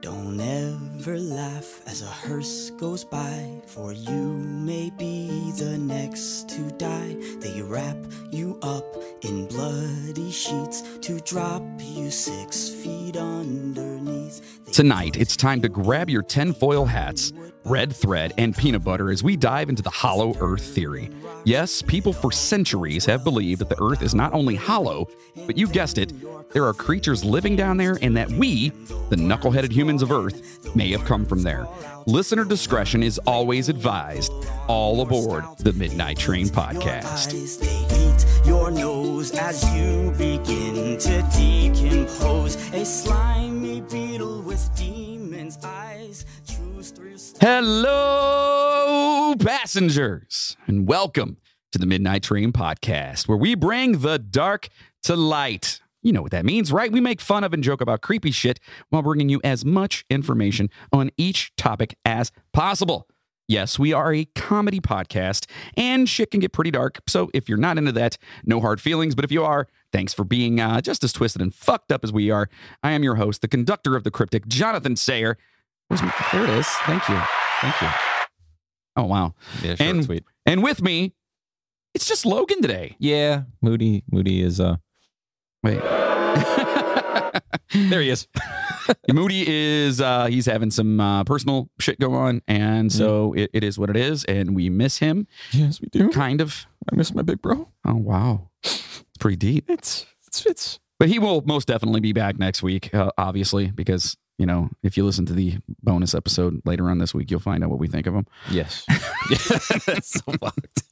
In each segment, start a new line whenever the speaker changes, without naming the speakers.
Don't ever laugh as a hearse goes by, for you may be the next to die. They wrap you up in bloody sheets to drop you six feet underneath. They
Tonight, it's time to grab your tinfoil hats, red thread, and peanut butter as we dive into the hollow earth theory. Yes, people for centuries have believed that the earth is not only hollow, but you guessed it, there are creatures living down there and that we, the knuckleheaded humans of earth, may have come from there. Listener discretion is always advised. All aboard the Midnight Train podcast.
Your eyes, they eat your nose as you begin to decompose. A slimy beetle with demon's eyes chews through your stomach.
Hello, passengers, and welcome to the Midnight Train Podcast, where we bring the dark to light. You know what that means, right? We make fun of and joke about creepy shit while bringing you as much information on each topic as possible. Yes, we are a comedy podcast, and shit can get pretty dark. So if you're not into that, no hard feelings. But if you are, thanks for being uh, just as twisted and fucked up as we are. I am your host, the conductor of the cryptic, Jonathan Sayer. Where's my- there it is. Thank you. Thank you. Oh wow.
Yeah, short
And-
and sweet.
And with me, it's just Logan today.
Yeah, Moody. Moody is uh.
Wait.
There he is.
Moody is uh he's having some uh, personal shit go on and
Mm-hmm.
so it, it is what it is and we miss him
Yes, we do.
kind of.
I miss my big bro.
Oh wow. It's pretty deep.
It's it's it's.
But he will most definitely be back next week uh, obviously because you know, if you listen to the bonus episode later on this week, you'll find out what we think of him.
Yes. That's so fucked.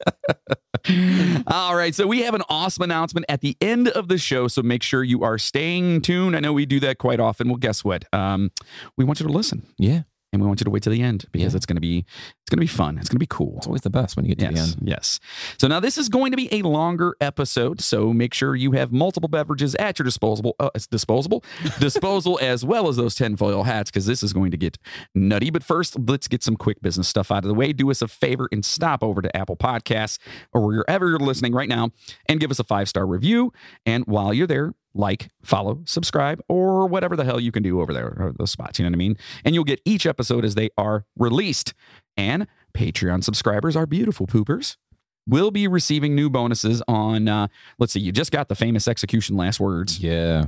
All right. So we have an awesome announcement at the end of the show. So make sure you are staying tuned. I know we do that quite often. Well, guess what? Um, we want you to listen
Yeah,
and we want you to wait till the end because
Yeah.
it's going to be, it's going to be fun. It's going to be cool.
it's always the best when you get to the
Yes.
end.
Yes. So now this is going to be a longer episode. So make sure you have multiple beverages at your disposable, uh, it's disposable, disposal, as well as those tinfoil hats, because this is going to get nutty. But first, let's get some quick business stuff out of the way. Do us a favor and stop over to Apple Podcasts or wherever you're listening right now and give us a five star review. And while you're there, like, follow, subscribe, or whatever the hell you can do over there, or those spots, you know what I mean? And you'll get each episode as they are released. And Patreon subscribers, our beautiful poopers, will be receiving new bonuses on, uh, let's see, you just got the famous execution last words,
Yeah.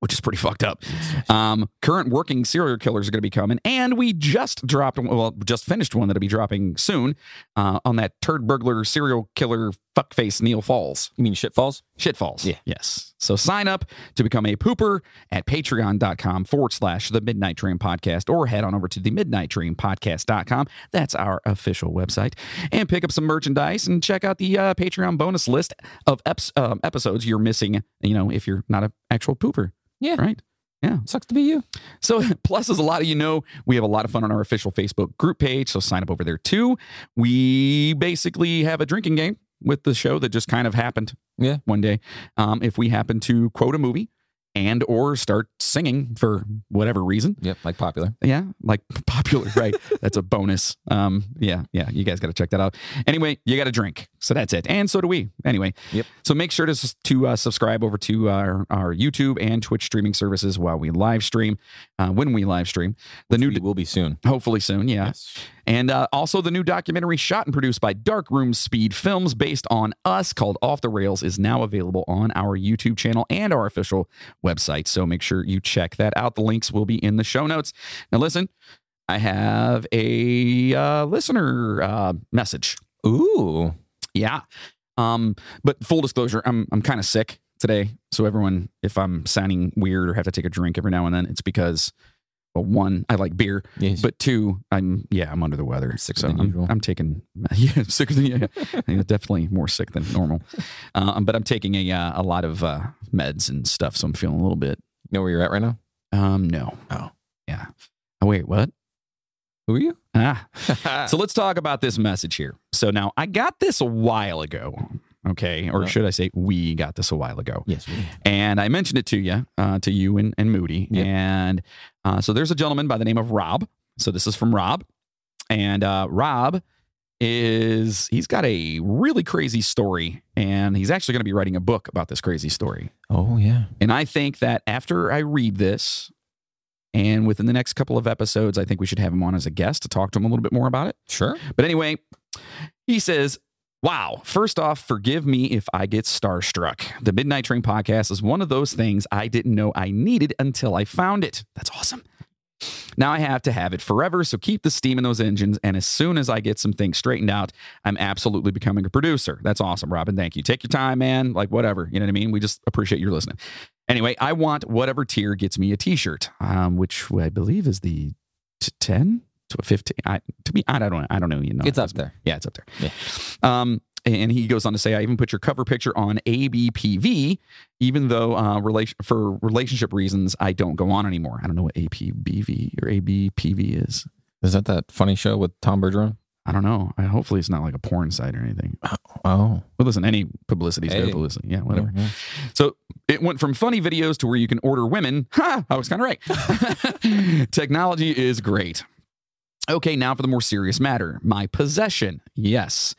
which is pretty fucked up. Um, current working serial killers are going to be coming. And we just dropped, well, just finished one that'll be dropping soon uh, on that turd burglar serial killer fuckface Neil Falls.
You mean shit falls?
Shit falls.
Yeah.
Yes. So sign up to become a pooper at patreon.com forward slash the Midnight Dream Podcast or head on over to the Midnight Dream Podcast.com. That's our official website. And pick up some merchandise and check out the uh, Patreon bonus list of eps- um, episodes you're missing, you know, if you're not an actual pooper.
Yeah.
Right. Yeah.
Sucks to be you.
So, plus, as a lot of you know, we have a lot of fun on our official Facebook group page. So, sign up over there too. We basically have a drinking game with the show that just kind of happened.
Yeah.
One day, um, if we happen to quote a movie and or start singing for whatever reason,
Yep. Like popular.
yeah, like popular, right? that's a bonus. Um, yeah, yeah, you guys got to check that out. Anyway, you got to drink, so that's it, and so do we. Anyway,
Yep.
So make sure to s- to uh, subscribe over to our, our YouTube and Twitch streaming services while we live stream, uh, when we live stream the new.
We will be soon.
Hopefully soon, yeah. And uh, also, the new documentary shot and produced by Dark Room Speed Films, based on us, called Off the Rails, is now available on our YouTube channel and our official website. So make sure you check that out. The links will be in the show notes. Now, listen, I have a uh, listener uh, message.
Ooh.
Yeah. Um, but full disclosure, I'm I'm kind of sick today. So everyone, if I'm sounding weird or have to take a drink every now and then, it's because well, one, I like beer,
Yes.
but two, I'm yeah, I'm under the weather.
Sicker
so
than
I'm,
usual.
I'm taking yeah, I'm sicker than yeah, yeah. Yeah, definitely more sick than normal. Um, but I'm taking a uh, a lot of uh, meds and stuff, so I'm feeling a little bit.
you know where you're at right now?
Um, no.
Oh.
yeah. Oh wait, what?
Who are you?
Ah, so let's talk about this message here. So now I got this a while ago. Okay. Or
Yeah.
should I say, we got this a while ago.
yes. We
And I mentioned it to you, uh, to you and, and Moody.
Yep.
And uh, so there's a gentleman by the name of Rob. So this is from Rob. And uh, Rob is, he's got a really crazy story. And he's actually going to be writing a book about this crazy story.
oh yeah.
And I think that after I read this, And within the next couple of episodes, I think we should have him on as a guest to talk to him a little bit more about it.
Sure.
But anyway, he says, Wow, first off, forgive me if I get starstruck. The Midnight Train podcast is one of those things I didn't know I needed until I found it. That's awesome. Now I have to have it forever, so keep the steam in those engines. And as soon as I get some things straightened out, I'm absolutely becoming a producer. That's awesome, Robin. Thank you. Take your time, man. Like, whatever. You know what I mean? We just appreciate your listening. Anyway, I want whatever tier gets me a t shirt, um, which I believe is the t- 10 to 15. I, to me, I don't, I don't know. You know,
it's up there.
yeah, it's up there. Um, and he goes on to say, I even put your cover picture on ABPV, even though uh, relation for relationship reasons I don't go on anymore. I don't know what APBV or ABPV is.
Is that that funny show with Tom Bergeron?
I don't know. I, hopefully, it's not like a porn site or anything.
Oh,
But listen, any publicity is
Hey.
good publicity. Yeah, whatever.
Yeah.
So it went from funny videos to where you can order women. Ha! I was kind of right. Technology is great. Okay, now for the more serious matter my possession. Yes.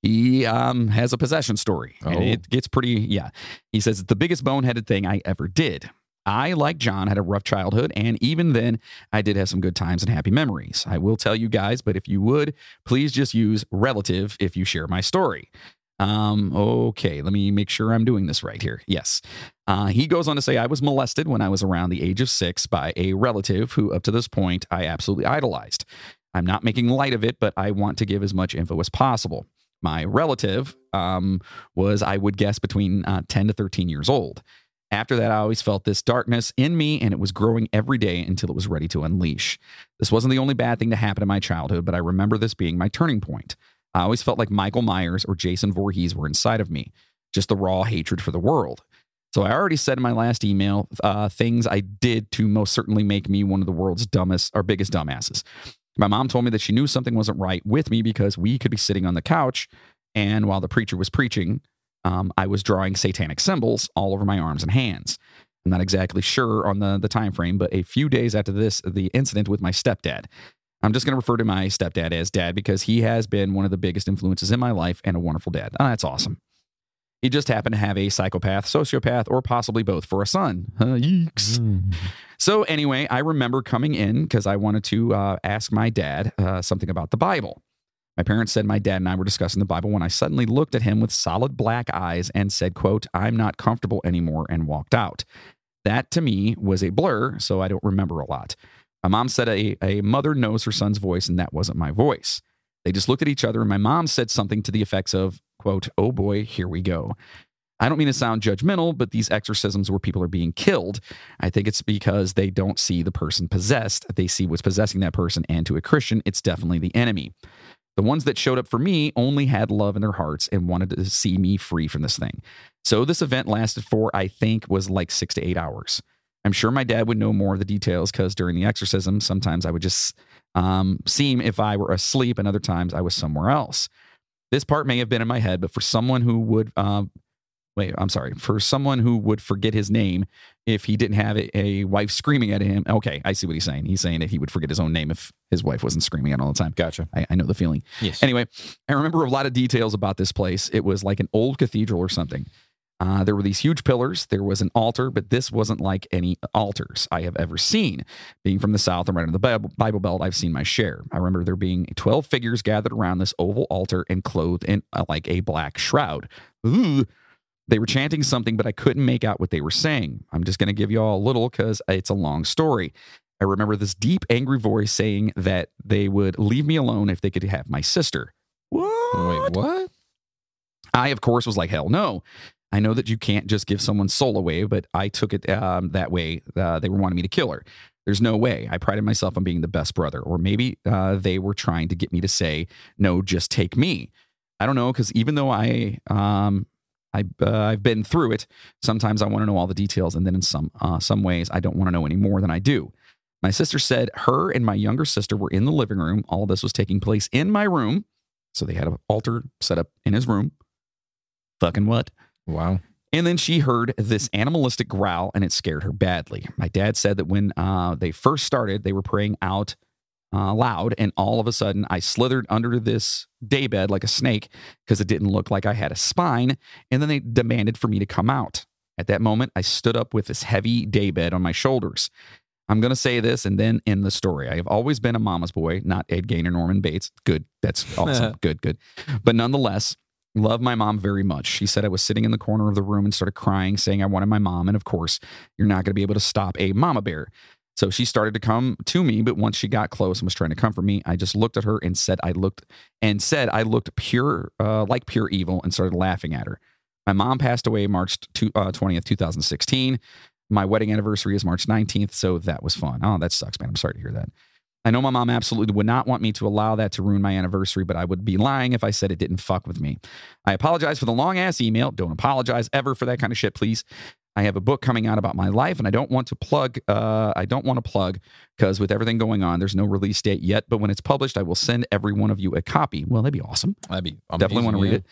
He um, has a possession story.
Oh.
And it gets pretty, yeah. He says, it's the biggest boneheaded thing I ever did. I, like John, had a rough childhood, and even then, I did have some good times and happy memories. I will tell you guys, but if you would, please just use relative if you share my story. Um, okay, let me make sure I'm doing this right here. Yes. Uh, he goes on to say, I was molested when I was around the age of six by a relative who, up to this point, I absolutely idolized. I'm not making light of it, but I want to give as much info as possible. My relative um, was, I would guess, between uh, 10 to 13 years old. After that, I always felt this darkness in me, and it was growing every day until it was ready to unleash. This wasn't the only bad thing to happen in my childhood, but I remember this being my turning point. I always felt like Michael Myers or Jason Voorhees were inside of me, just the raw hatred for the world. So I already said in my last email uh, things I did to most certainly make me one of the world's dumbest or biggest dumbasses. My mom told me that she knew something wasn't right with me because we could be sitting on the couch, and while the preacher was preaching, um, I was drawing satanic symbols all over my arms and hands. I'm not exactly sure on the the time frame, but a few days after this, the incident with my stepdad. I'm just going to refer to my stepdad as dad because he has been one of the biggest influences in my life and a wonderful dad. Oh, that's awesome. He just happened to have a psychopath, sociopath, or possibly both for a son. Huh, yeeks. So, anyway, I remember coming in because I wanted to uh, ask my dad uh, something about the Bible. My parents said my dad and I were discussing the Bible when I suddenly looked at him with solid black eyes and said, quote, I'm not comfortable anymore and walked out. That to me was a blur, so I don't remember a lot. My mom said a, a mother knows her son's voice, and that wasn't my voice. They just looked at each other, and my mom said something to the effects of, quote, oh boy, here we go. I don't mean to sound judgmental, but these exorcisms where people are being killed, I think it's because they don't see the person possessed. They see what's possessing that person, and to a Christian, it's definitely the enemy. The ones that showed up for me only had love in their hearts and wanted to see me free from this thing. So this event lasted for, I think, was like six to eight hours. I'm sure my dad would know more of the details because during the exorcism, sometimes I would just um, seem if I were asleep, and other times I was somewhere else. This part may have been in my head, but for someone who would, um, wait, I'm sorry, for someone who would forget his name if he didn't have a, a wife screaming at him. Okay, I see what he's saying. He's saying that he would forget his own name if his wife wasn't screaming at him all the time.
Gotcha.
I, I know the feeling.
Yes.
Anyway, I remember a lot of details about this place. It was like an old cathedral or something. Uh, there were these huge pillars. There was an altar, but this wasn't like any altars I have ever seen. Being from the South and right in the Bible, Bible Belt, I've seen my share. I remember there being 12 figures gathered around this oval altar and clothed in uh, like a black shroud. Ooh. They were chanting something, but I couldn't make out what they were saying. I'm just going to give you all a little because it's a long story. I remember this deep, angry voice saying that they would leave me alone if they could have my sister.
Wait, what?
I, of course, was like, hell no. I know that you can't just give someone's soul away, but I took it um, that way. Uh, they were wanting me to kill her. There's no way. I prided myself on being the best brother. Or maybe uh, they were trying to get me to say, no, just take me. I don't know. Because even though I, um, I, uh, I've been through it, sometimes I want to know all the details. And then in some, uh, some ways, I don't want to know any more than I do. My sister said her and my younger sister were in the living room. All this was taking place in my room. So they had an altar set up in his room fucking what?
Wow.
And then she heard this animalistic growl and it scared her badly. My dad said that when uh, they first started, they were praying out uh, loud. And all of a sudden, I slithered under this daybed like a snake because it didn't look like I had a spine. And then they demanded for me to come out. At that moment, I stood up with this heavy daybed on my shoulders. I'm going to say this and then end the story. I have always been a mama's boy, not Ed Gain or Norman Bates. Good. That's awesome. good, good. But nonetheless, love my mom very much. She said I was sitting in the corner of the room and started crying, saying I wanted my mom. And of course, you're not going to be able to stop a mama bear. So she started to come to me, but once she got close and was trying to comfort me, I just looked at her and said I looked and said I looked pure uh, like pure evil and started laughing at her. My mom passed away March two, uh, 20th, 2016. My wedding anniversary is March 19th, so that was fun. Oh, that sucks, man. I'm sorry to hear that. I know my mom absolutely would not want me to allow that to ruin my anniversary, but I would be lying if I said it didn't fuck with me. I apologize for the long ass email. Don't apologize ever for that kind of shit, please. I have a book coming out about my life, and I don't want to plug. Uh, I don't want to plug because with everything going on, there's no release date yet. But when it's published, I will send every one of you a copy. Well, that'd be awesome.
That'd be
Definitely want to read it.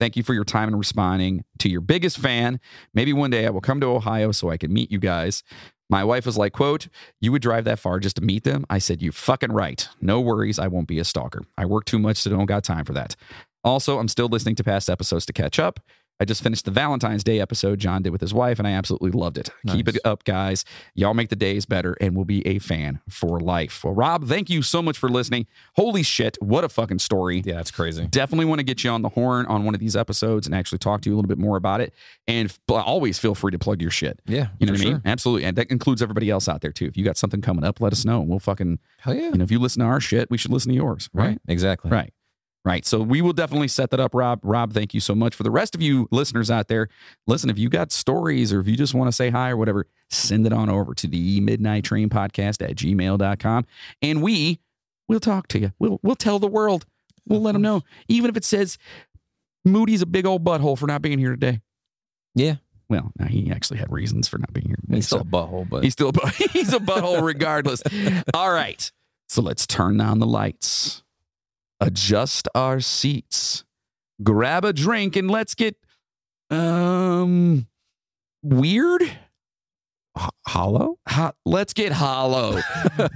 Thank you for your time and responding to your biggest fan. Maybe one day I will come to Ohio so I can meet you guys. My wife was like, quote, you would drive that far just to meet them. I said, you fucking right. No worries. I won't be a stalker. I work too much, so don't got time for that. Also, I'm still listening to past episodes to catch up. I just finished the Valentine's Day episode John did with his wife, and I absolutely loved it. Keep
Nice.
it up, guys. Y'all make the days better, and we'll be a fan for life. Well, Rob, thank you so much for listening. Holy shit, what a fucking story.
Yeah, that's crazy.
Definitely want to get you on the horn on one of these episodes and actually talk to you a little bit more about it. And f- always feel free to plug your shit.
Yeah,
You know
for
what I mean?
sure.
Absolutely. And that includes everybody else out there too. If you got something coming up, let us know. And we'll fucking,
Hell yeah.
you know, if you listen to our shit, we should listen to yours. Right.
Exactly.
Right. Right. So we will definitely set that up, Rob. Rob, thank you so much. For the rest of you listeners out there, listen, if you got stories or if you just want to say hi or whatever, send it on over to the E midnight train podcast at gmail.com. And we will talk to you. We'll we'll tell the world. We'll let them know. Even if it says Moody's a big old butthole for not being here today.
Yeah.
Well, no, he actually had reasons for not being here.
He's
So-
still a butthole, but
He's still a, butt- he's a butthole regardless. All right. So let's turn down the lights, adjust our seats, grab a drink, and let's get um weird.
H- hollow.
Ho- let's get hollow.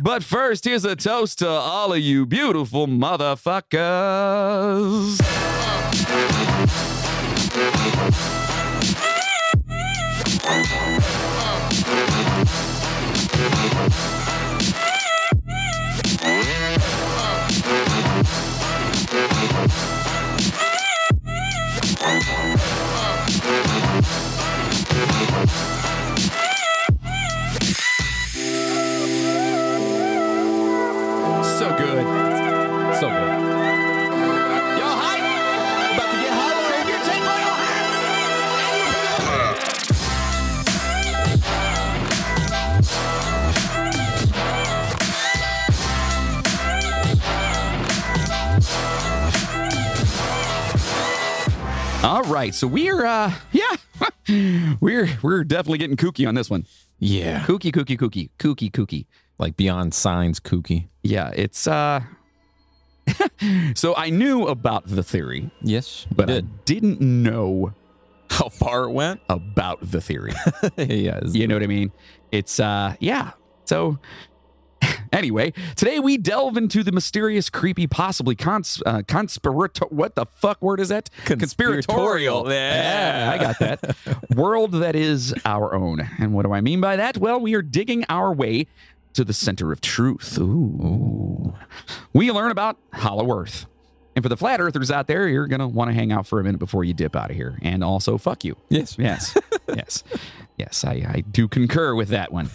but first, here's a toast to all of you beautiful motherfuckers. So good.
So good.
Y'all hype? About to get hollow in here. Take my All right, so we're uh yeah. we're we're definitely getting kooky on this one.
Yeah.
Kooky kooky kooky kooky kooky.
Like beyond signs, kooky.
Yeah, it's uh so I knew about the theory,
Yes.
but I didn't know
um, how far it went?
about the theory.
yes.
You know what I mean? It's uh yeah. So anyway, today we delve into the mysterious, creepy, possibly cons uh, conspirator what the fuck word is that?
Conspiratorial.
Yeah, I got that. World that is our own. And what do I mean by that? Well, we are digging our way to the center of truth. Ooh. We learn about Hollow Earth. And for the flat earthers out there, you're going to want to hang out for a minute before you dip out of here. And also, fuck you.
Yes.
Yes. yes. Yes. I, I do concur with that one.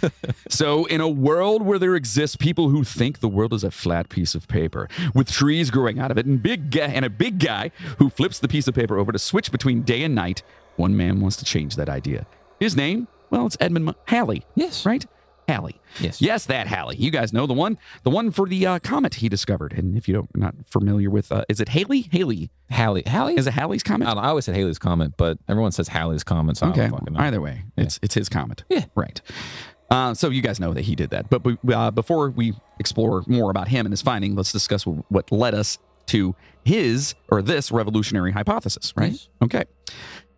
so, in a world where there exists people who think the world is a flat piece of paper with trees growing out of it and, big guy, and a big guy who flips the piece of paper over to switch between day and night, one man wants to change that idea. His name? Well, it's Edmund Mo- Halley.
Yes.
Right? Halley.
Yes.
Yes, that Halley. You guys know the one, the one for the uh, comet he discovered. And if you don't not familiar with, uh, is it Haley? Haley
Hallie. Hallie
is it Halley's comet?
I, don't know, I always said Haley's comment, but everyone says Haley's comment. So I
Okay.
don't Oh, fucking know.
Either way, it's it's his comment.
Yeah.
Right. Uh, so you guys know that he did that. But we- uh, before we explore more about him and his finding, let's discuss wh- what led us to his or this revolutionary hypothesis. Right.
Yes.
Okay.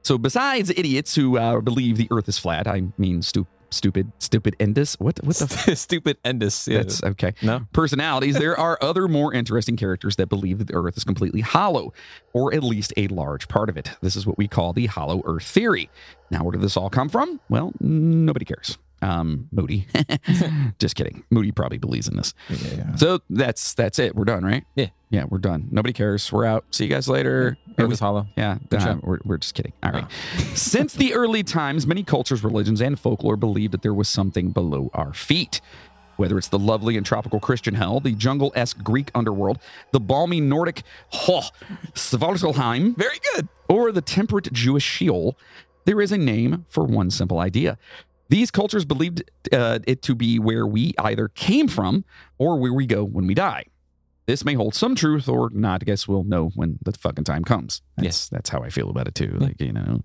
So besides idiots who uh, believe the Earth is flat, I mean stu- stupid, stupid endus. What what the. F-
Stupid Endus. Yeah.
that's okay
no.
personalities, there are other more interesting characters that believe that the Earth is completely hollow, or at least a large part of it. This is what we call the hollow Earth theory. Now, where did this all come from? Well, nobody cares. Um, Moody. Just kidding. Moody probably believes in this.
Yeah, yeah.
So that's that's it. We're done, right?
Yeah.
Yeah, we're done. Nobody cares. We're out. See you guys later.
Earth
We-
is hollow.
yeah, uh,
job. Oh.
we're, we're just kidding. All right. Since the early times, many cultures, religions, and folklore believed that there was something below our feet. Whether it's the lovely and tropical Christian hell, the jungle esque Greek underworld, the balmy Nordic Ho, Svartalheim,
Very good.
or the temperate Jewish Sheol, there is a name for one simple idea. These cultures believed uh, it to be where we either came from or where we go when we die. This may hold some truth or not. I guess we'll know when the fucking time comes. That's,
Yes.
that's how I feel about it too. Like, you know,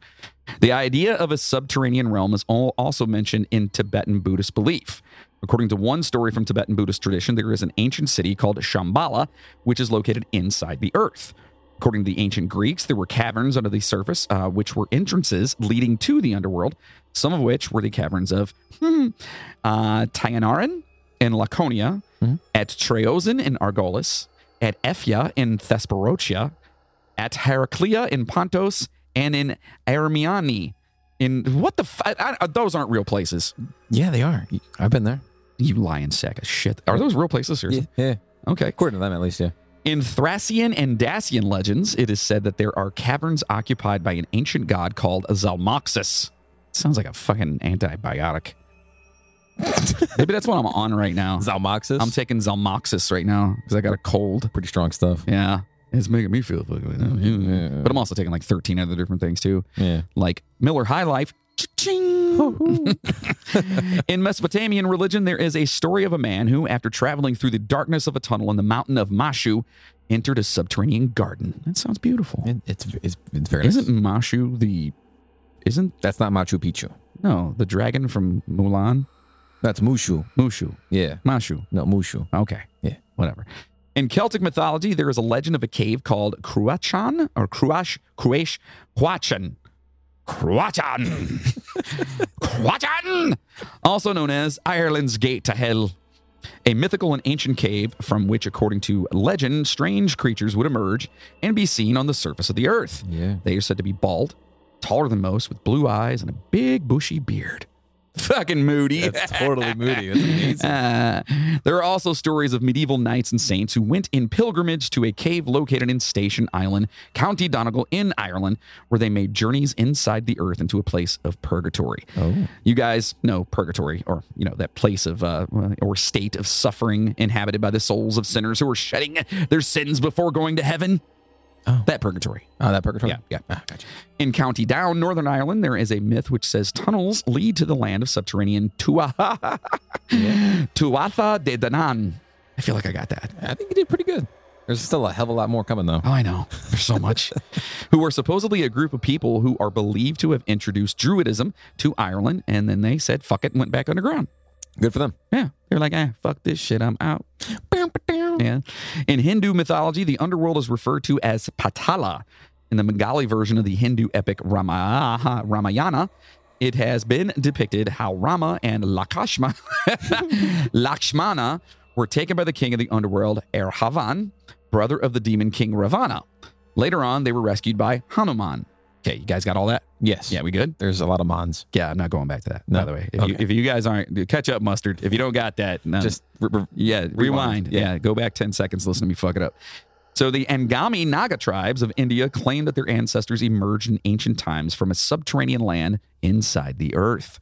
the idea of a subterranean realm is al- also mentioned in Tibetan Buddhist belief. According to one story from Tibetan Buddhist tradition, there is an ancient city called Shambhala, which is located inside the earth. According to the ancient Greeks, there were caverns under the surface, uh, which were entrances leading to the underworld, some of which were the caverns of hmm, uh, Tyanaran in Laconia,
Mhm.
at Traosin in Argolis, at Efia in Thesperotia, at Heraclea in Pontos, and in Armiani. In what the f- I, I, those aren't real places.
Yeah, they are. I've been there.
You lying sack of shit. Are those real places?
Yeah.
Seriously?
yeah.
Okay.
According to them, at least, yeah.
In Thracian and Dacian legends, it is said that there are caverns occupied by an ancient god called Zalmoxis. Sounds like a fucking antibiotic. Maybe that's what I'm on right now.
Zalmoxis.
I'm taking Zalmoxis right now because I got a cold.
pretty strong stuff.
Yeah. It's making me feel fucking.
Yeah.
But I'm also taking like 13 other different things too
yeah.
like Miller High Life. Cha-ching! in Mesopotamian religion, there is a story of a man who, after traveling through the darkness of a tunnel in the mountain of Mashu, entered a subterranean garden. That sounds beautiful.
It, it's, it's it's very.
Isn't
nice.
Mashu the? Isn't
That's not Machu Picchu.
no the dragon from Mulan?
That's Mushu.
Mushu,
Yeah.
Mashu.
No, Mushu.
Okay.
Yeah.
Whatever. In Celtic mythology, there is a legend of a cave called Cruachan or Cruash, Cruash, Huachan. Cruachan. Cruachan, also known as Ireland's Gate to Hell. A mythical and ancient cave from which, according to legend, strange creatures would emerge and be seen on the surface of the earth.
Yeah.
They are said to be bald, taller than most, with blue eyes and a big bushy beard. Fucking moody.
totally moody. That's amazing.
Uh, there are also stories of medieval knights and saints who went in pilgrimage to a cave located in Station Island, County Donegal in Ireland, where they made journeys inside the earth into a place of purgatory.
Oh.
You guys know purgatory, or you know that place of uh, or state of suffering inhabited by the souls of sinners who are shedding their sins before going to heaven.
Oh.
That purgatory.
Oh, that purgatory.
Yeah,
Ah, gotcha.
In County Down, Northern Ireland, there is a myth which says tunnels lead to the land of subterranean Tuatha, Tuatha de Danann. I feel like I got that.
I think you did pretty good. There's still a hell of a lot more coming though.
Oh, I know. There's so much. who are supposedly a group of people who are believed to have introduced Druidism to Ireland, and then they said, fuck it, and went back underground.
Good for them.
Yeah. They're like, ah, fuck this shit. I'm out. Yeah. In Hindu mythology, the underworld is referred to as Patala. In the Bengali version of the Hindu epic Rama, Ramayana, it has been depicted how Rama and Lakshma, Lakshmana were taken by the king of the underworld, Erhavan, brother of the demon king Ravana. Later on, they were rescued by Hanuman. Okay, you guys got all that?
Yes.
Yeah, we good?
There's a lot of mons.
Yeah, I'm not going back to that, by
No.
the way. If, you,
Okay.
if you guys aren't, catch up, Mustard. If you don't got that, no.
Just re- re-
Yeah, rewind.
Rewind.
Yeah. go back 10 seconds, listen to me fuck it up. So the Angami Naga tribes of India claim that their ancestors emerged in ancient times from a subterranean land inside the earth.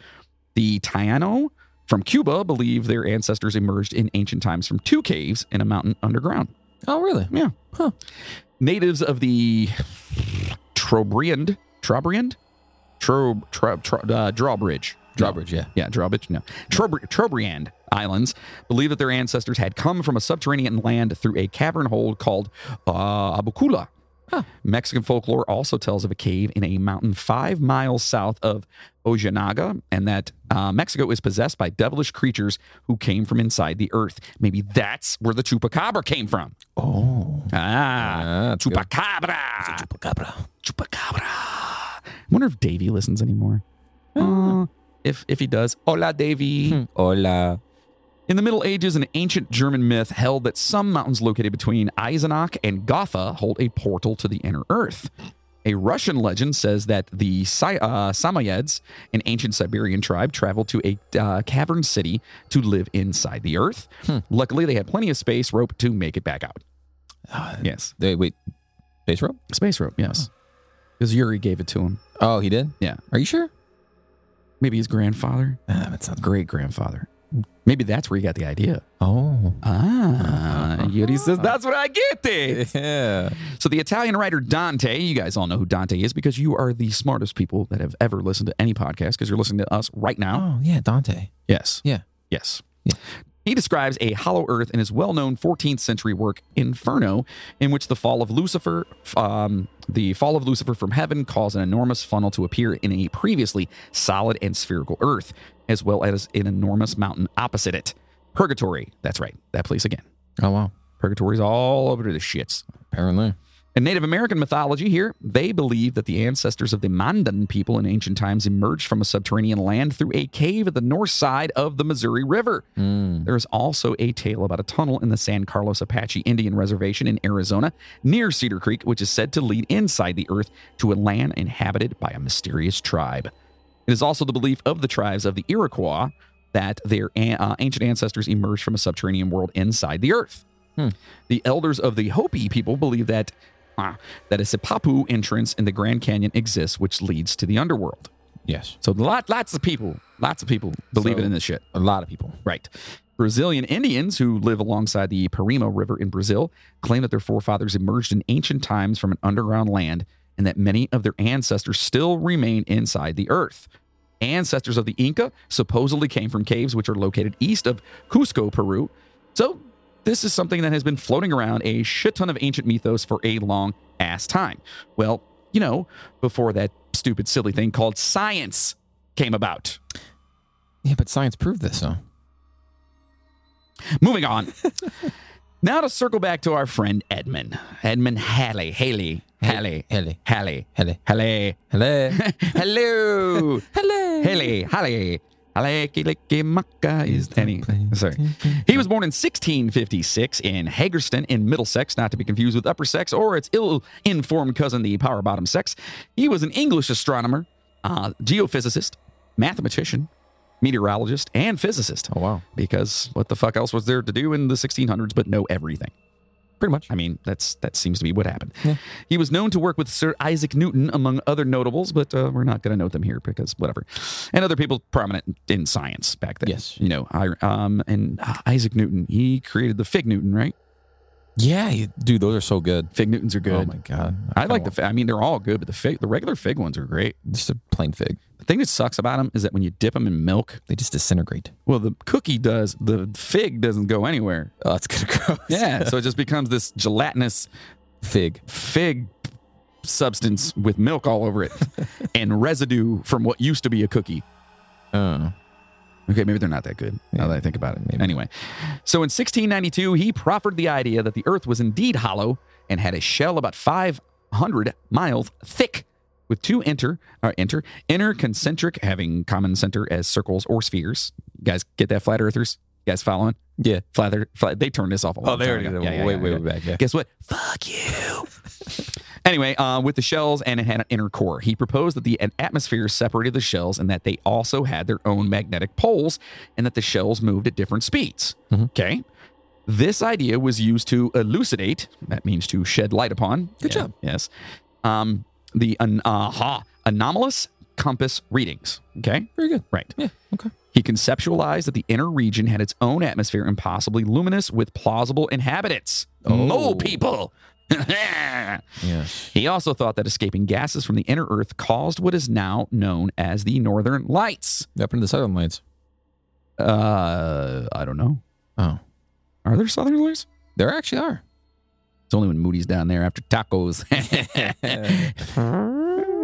The Taino from Cuba believe their ancestors emerged in ancient times from two caves in a mountain underground.
Oh, really?
Yeah.
Huh.
Natives of the Trobriand, Trobriand? Tro, tro, tro, uh, drawbridge.
Drawbridge, yeah.
Yeah, Drawbridge. No, Trobri- Trobriand Islands believe that their ancestors had come from a subterranean land through a cavern hole called uh, Abucula. Mexican folklore also tells of a cave in a mountain five miles south of Ojinaga, and that uh, Mexico is possessed by devilish creatures who came from inside the earth. Maybe that's where the chupacabra came from.
Oh.
Ah,
Ah, that's good.
chupacabra.
Chupacabra.
Chupacabra. I wonder if Davey listens anymore. Aw, if if he does, hola Davey.
Hmm. Hola.
In the Middle Ages, an ancient German myth held that some mountains located between Eisenach and Gotha hold a portal to the inner earth. A Russian legend says that the Si- uh, Samoyeds, an ancient Siberian tribe, traveled to a uh, cavern city to live inside the earth. Luckily, they had plenty of space rope to make it back out.
Ah,
Yes.
They, wait, base rope?
Space rope, yes. Because Yuri gave it to him.
Oh, he did?
Yeah.
Are you sure?
Maybe his grandfather,
Ah, that sounds
great grandfather. Maybe that's where he got the idea.
Oh.
Ah, Yuri says, that's what I get it.
Yeah.
So the Italian writer Dante, you guys all know who Dante is because you are the smartest people that have ever listened to any podcast because you're listening to us right now.
Oh, yeah, Dante.
Yes.
Yeah.
Yes.
Yeah.
He describes a hollow earth in his well known 14th century work, Inferno, in which the fall of Lucifer, um, the fall of Lucifer from heaven caused an enormous funnel to appear in a previously solid and spherical earth, as well as an enormous mountain opposite it. Purgatory. That's right. That place again.
Oh, wow.
Purgatory's all over the shits.
Apparently.
In Native American mythology, here, they believe that the ancestors of the Mandan people in ancient times emerged from a subterranean land through a cave at the north side of the Missouri River.
Hmm.
There is also a tale about a tunnel in the San Carlos Apache Indian Reservation in Arizona near Cedar Creek, which is said to lead inside the earth to a land inhabited by a mysterious tribe. It is also the belief of the tribes of the Iroquois that their an- uh, ancient ancestors emerged from a subterranean world inside the earth.
Hmm.
The elders of the Hopi people believe that ah, that a Sipapu entrance in the Grand Canyon exists, which leads to the underworld.
Yes.
So lot, lots of people, lots of people believe it
So-
in this shit.
A lot of people.
Right. Brazilian Indians who live alongside the Parima River in Brazil claim that their forefathers emerged in ancient times from an underground land and that many of their ancestors still remain inside the earth. Ancestors of the Inca supposedly came from caves which are located east of Cusco, Peru. So, this is something that has been floating around a shit ton of ancient mythos for a long ass time. Well, you know, before that stupid, silly thing called science came about.
Yeah, but science proved this, so.
Moving on. now to circle back to our friend Edmund. Edmund Halley. Haley. Halley.
Hele.
Halley.
Hele.
Halley.
Hele.
Hello.
Hele.
Haley. Halley. Halekilikimaka is any. Sorry. He was born in 1656 in Hagerston in Middlesex, not to be confused with Upper Sex or its ill informed cousin, the Power Bottom Sex. He was an English astronomer, uh, geophysicist, mathematician, meteorologist, and physicist
Oh, wow.
because what the fuck else was there to do in the 1600s but know everything?
Pretty much.
I mean, that's that seems to be what happened.
Yeah.
He was known to work with Sir Isaac Newton among other notables, but uh, we're not going to note them here because whatever. And other people prominent in science back then.
Yes.
you know, I, um, and uh, Isaac Newton, he created the fig Newton, right?
Yeah, you, dude, those are so good.
Fig Newtons are good.
Oh, my God.
I like the. fi- I mean, they're all good, but the fig, the regular fig ones are great.
Just a plain fig.
The thing that sucks about them is that when you dip them in milk,
They just disintegrate.
well, the cookie does, the fig doesn't go anywhere.
Oh, that's going to gross.
Yeah, so it just becomes this gelatinous
Fig.
fig substance with milk all over it and residue from what used to be a cookie.
Oh.
Okay, maybe they're not that good now that I think about it.
Maybe.
Anyway, so in 1692, he proffered the idea that the earth was indeed hollow and had a shell about 500 miles thick with two inter, or enter, inner concentric, having common center as circles or spheres. You guys get that, flat earthers? You guys following?
Yeah.
Flat, earth- flat, they turned this
Oh,
off a long time ago. Yeah, yeah,
way,
yeah,
way,
yeah.
way back. Yeah.
Guess what? Fuck you. anyway, uh, with the shells and it had an inner core. He proposed that the an atmosphere separated the shells and that they also had their own magnetic poles and that the shells moved at different speeds.
Mhm.
Okay. This idea was used to elucidate, that means to shed light upon.
Good job.
Yes. Um, the an, uh, ha, anomalous compass readings. Okay.
Very good.
Right.
Yeah. Okay.
He conceptualized that the inner region had its own atmosphere and possibly luminous with plausible inhabitants.
Oh.
Mole people.
Yes.
he also thought that escaping gases from the inner earth caused what is now known as the northern lights.
Up into the southern lights.
Uh, I don't know.
Oh.
Are there southern lights?
There actually are.
It's only when Moody's down there after tacos.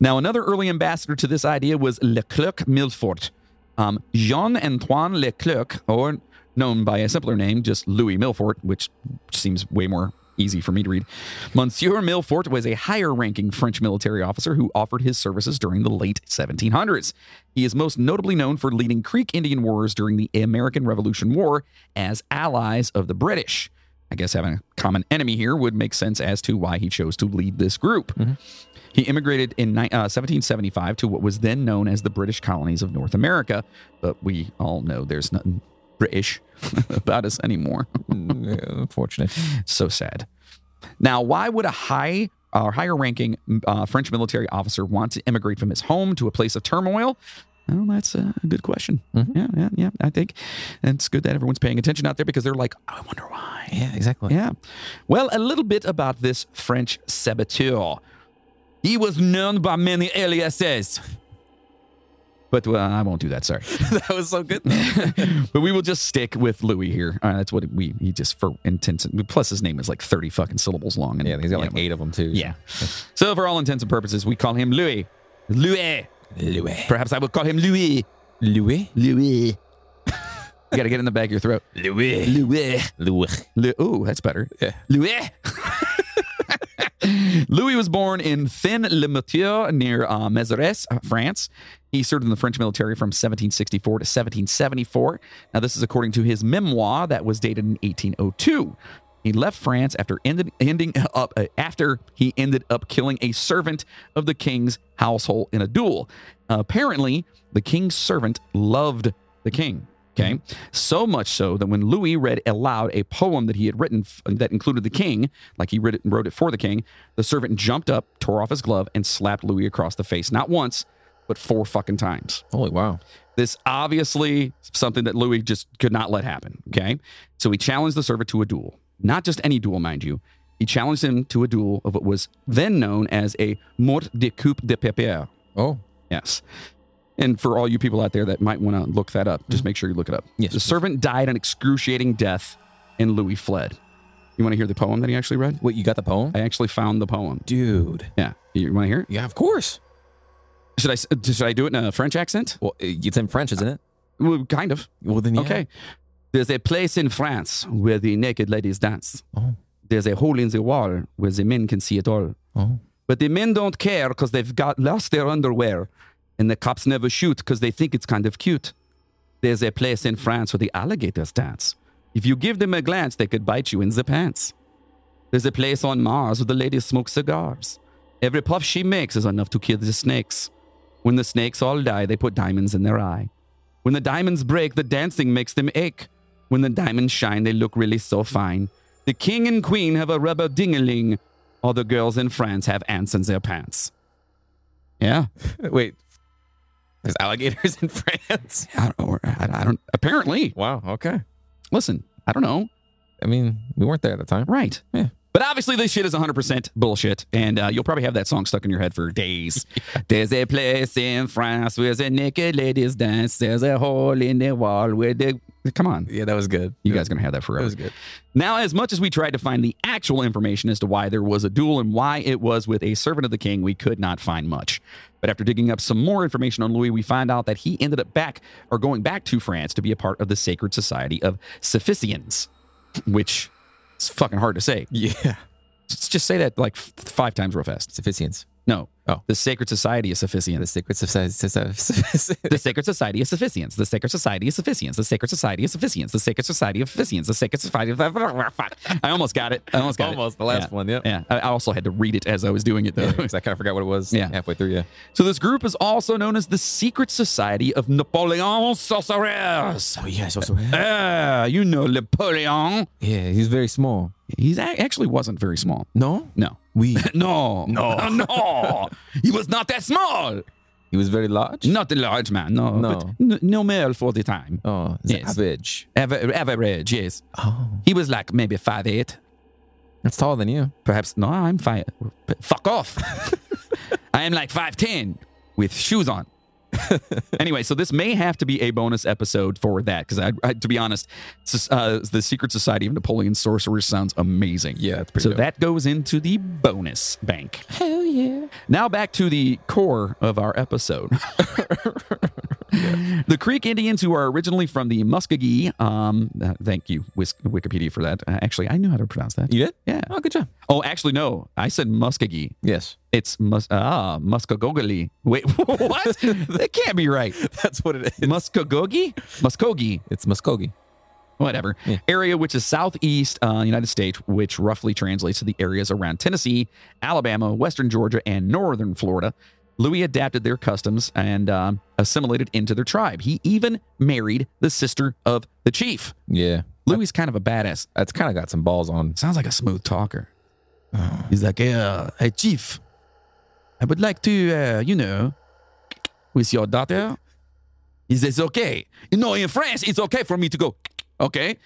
Now, another early ambassador to this idea was Leclerc Milfort. Um, Jean Antoine Leclerc, or known by a simpler name, just Louis Milfort, which seems way more easy for me to read. Monsieur Milfort was a higher ranking French military officer who offered his services during the late 1700s. He is most notably known for leading Creek Indian Wars during the American Revolution War as allies of the British. I guess having a common enemy here would make sense as to why he chose to lead this group. He immigrated in ni- uh, 1775 to what was then known as the British colonies of North America, but we all know there's nothing British about us anymore.
Yeah, unfortunate.
So sad. Now, why would a high or higher ranking uh, French military officer want to immigrate from his home to a place of turmoil? Well, that's a good question. Yeah, yeah, yeah. I think and it's good that everyone's paying attention out there because they're like, I wonder why.
Yeah, exactly.
Yeah. Well, a little bit about this French saboteur. He was known by many aliases. But well, I won't do that. Sorry.
that was so good.
but we will just stick with Louis here. Uh, that's what we he just for intents. Plus, his name is like thirty fucking syllables long. And
yeah, he's got like
you know,
eight of them too.
Yeah. So for all intents and purposes, we call him Louis. Louis.
Louis.
Perhaps I would call him Louis.
Louis.
Louis. you gotta get in the back of your throat.
Louis.
Louis.
Louis.
Lou- Ooh, that's better.
Yeah.
Louis. Louis was born in Thin-le-Moutier near uh, Mezeres, uh, France. He served in the French military from 1764 to 1774. Now, this is according to his memoir that was dated in 1802. He left France after ended, ending up uh, after he ended up killing a servant of the king's household in a duel. Uh, apparently, the king's servant loved the king. Okay. So much so that when Louis read aloud a poem that he had written f- that included the king, like he read it, wrote it for the king, the servant jumped up, tore off his glove, and slapped Louis across the face, not once, but four fucking times.
Holy wow.
This obviously something that Louis just could not let happen. Okay. So he challenged the servant to a duel, not just any duel, mind you. He challenged him to a duel of what was then known as a mort de coupe de papier.
Oh.
Yes. And for all you people out there that might want to look that up, just make sure you look it up.
Mm-hmm. Yes,
The
please.
servant died an excruciating death and Louis fled. You want to hear the poem that he actually read?
Wait, you got the poem?
I actually found the poem.
Dude.
Yeah. You want to hear it?
Yeah, of course.
Should I, s- uh, should I do it in a French accent?
Well, it's in French, isn't it?
Well, kind of.
Well, then yeah.
Okay. There's a place in France where the naked ladies dance.
Oh.
There's a hole in the wall where the men can see it all.
Oh.
But the men don't care because they've got lost their underwear, and the cops never shoot because they think it's kind of cute. There's a place in France where the alligators dance. If you give them a glance, they could bite you in the pants. There's a place on Mars where the ladies smoke cigars. Every puff she makes is enough to kill the snakes. When the snakes all die, they put diamonds in their eye. When the diamonds break, the dancing makes them ache. When the diamonds shine, they look really so fine. The king and queen have a rubber ding-a-ling. All the girls in France have ants in their pants. Yeah,
Wait. There's alligators in France.
I don't. Or, I, I don't. Apparently,
Wow. Okay.
listen. I don't know.
I mean, we weren't there at the time.
Right.
Yeah.
But obviously, this shit is 100% bullshit. And uh, you'll probably have that song stuck in your head for days. There's a place in France where the naked ladies dance. There's a hole in the wall where the. Come on.
Yeah, that was good.
You guys are going to have that forever.
That was good.
Now, as much as we tried to find the actual information as to why there was a duel and why it was with a servant of the king, we could not find much. But after digging up some more information on Louis, we find out that he ended up back or going back to France to be a part of the Sacred Society of Sophistians, which is fucking hard to say.
Yeah.
Just just say that like f- five times real fast.
Sufficiency.
No.
Oh.
The Sacred Society of Sophistians.
The secret society.
The Sacred Society of Sophistians. The Sacred Society of Sophistians. The Sacred Society of Sophistians. The Sacred Society of Sophistians. The Sacred Society of. I almost got it. I almost got it.
Almost the last
Yeah.
one. Yep.
Yeah, I I also had to read it as I was doing it though.
Yeah, 'cause I kind of forgot what it was.
Yeah.
Halfway through. Yeah.
So this group is also known as the Secret Society of Napoleon Sorcerers.
Oh yeah. So, so
Ah, you know Napoleon.
yeah, he's very small.
He actually wasn't very small.
No.
No.
We.
No.
No.
no. He was not that small.
He was very large.
Not a large man. No.
No.
But n- no male for the time.
Oh,
Yes.
savage.
Aver- average, yes.
Oh,
He was like maybe five eight.
that's taller than you.
Perhaps no, I'm fine. Fuck off. I am like 5'10 with shoes on. anyway, so this may have to be a bonus episode for that because I, I, to be honest, s- uh, the Secret Society of Napoleon Sorcerers sounds amazing.
Yeah, it's pretty.
so
dope.
that goes into the bonus bank.
Hell yeah.
Now back to the core of our episode. The Creek Indians, who are originally from the Muskogee, um, uh, thank you, Wis- Wikipedia, for that. Uh, actually, I knew how to pronounce that.
You did?
Yeah.
Oh, good job.
Oh, actually, no. I said Muskogee.
Yes.
It's mus- ah Muskogogee. Wait, what? that can't be right.
That's what it is.
Muskogee? Muskogee.
It's Muskogee.
whatever
Yeah.
area which is southeast uh, United States, which roughly translates to the areas around Tennessee, Alabama, Western Georgia, and Northern Florida. Louis adapted their customs and um, assimilated into their tribe. He even married the sister of the chief.
Yeah.
Louis is kind of a badass.
That's kind of got some balls on.
Sounds like a smooth talker. He's like, hey, uh, hey, chief, I would like to, uh, you know, with your daughter. He says, okay. You know, in France, it's okay for me to go, okay?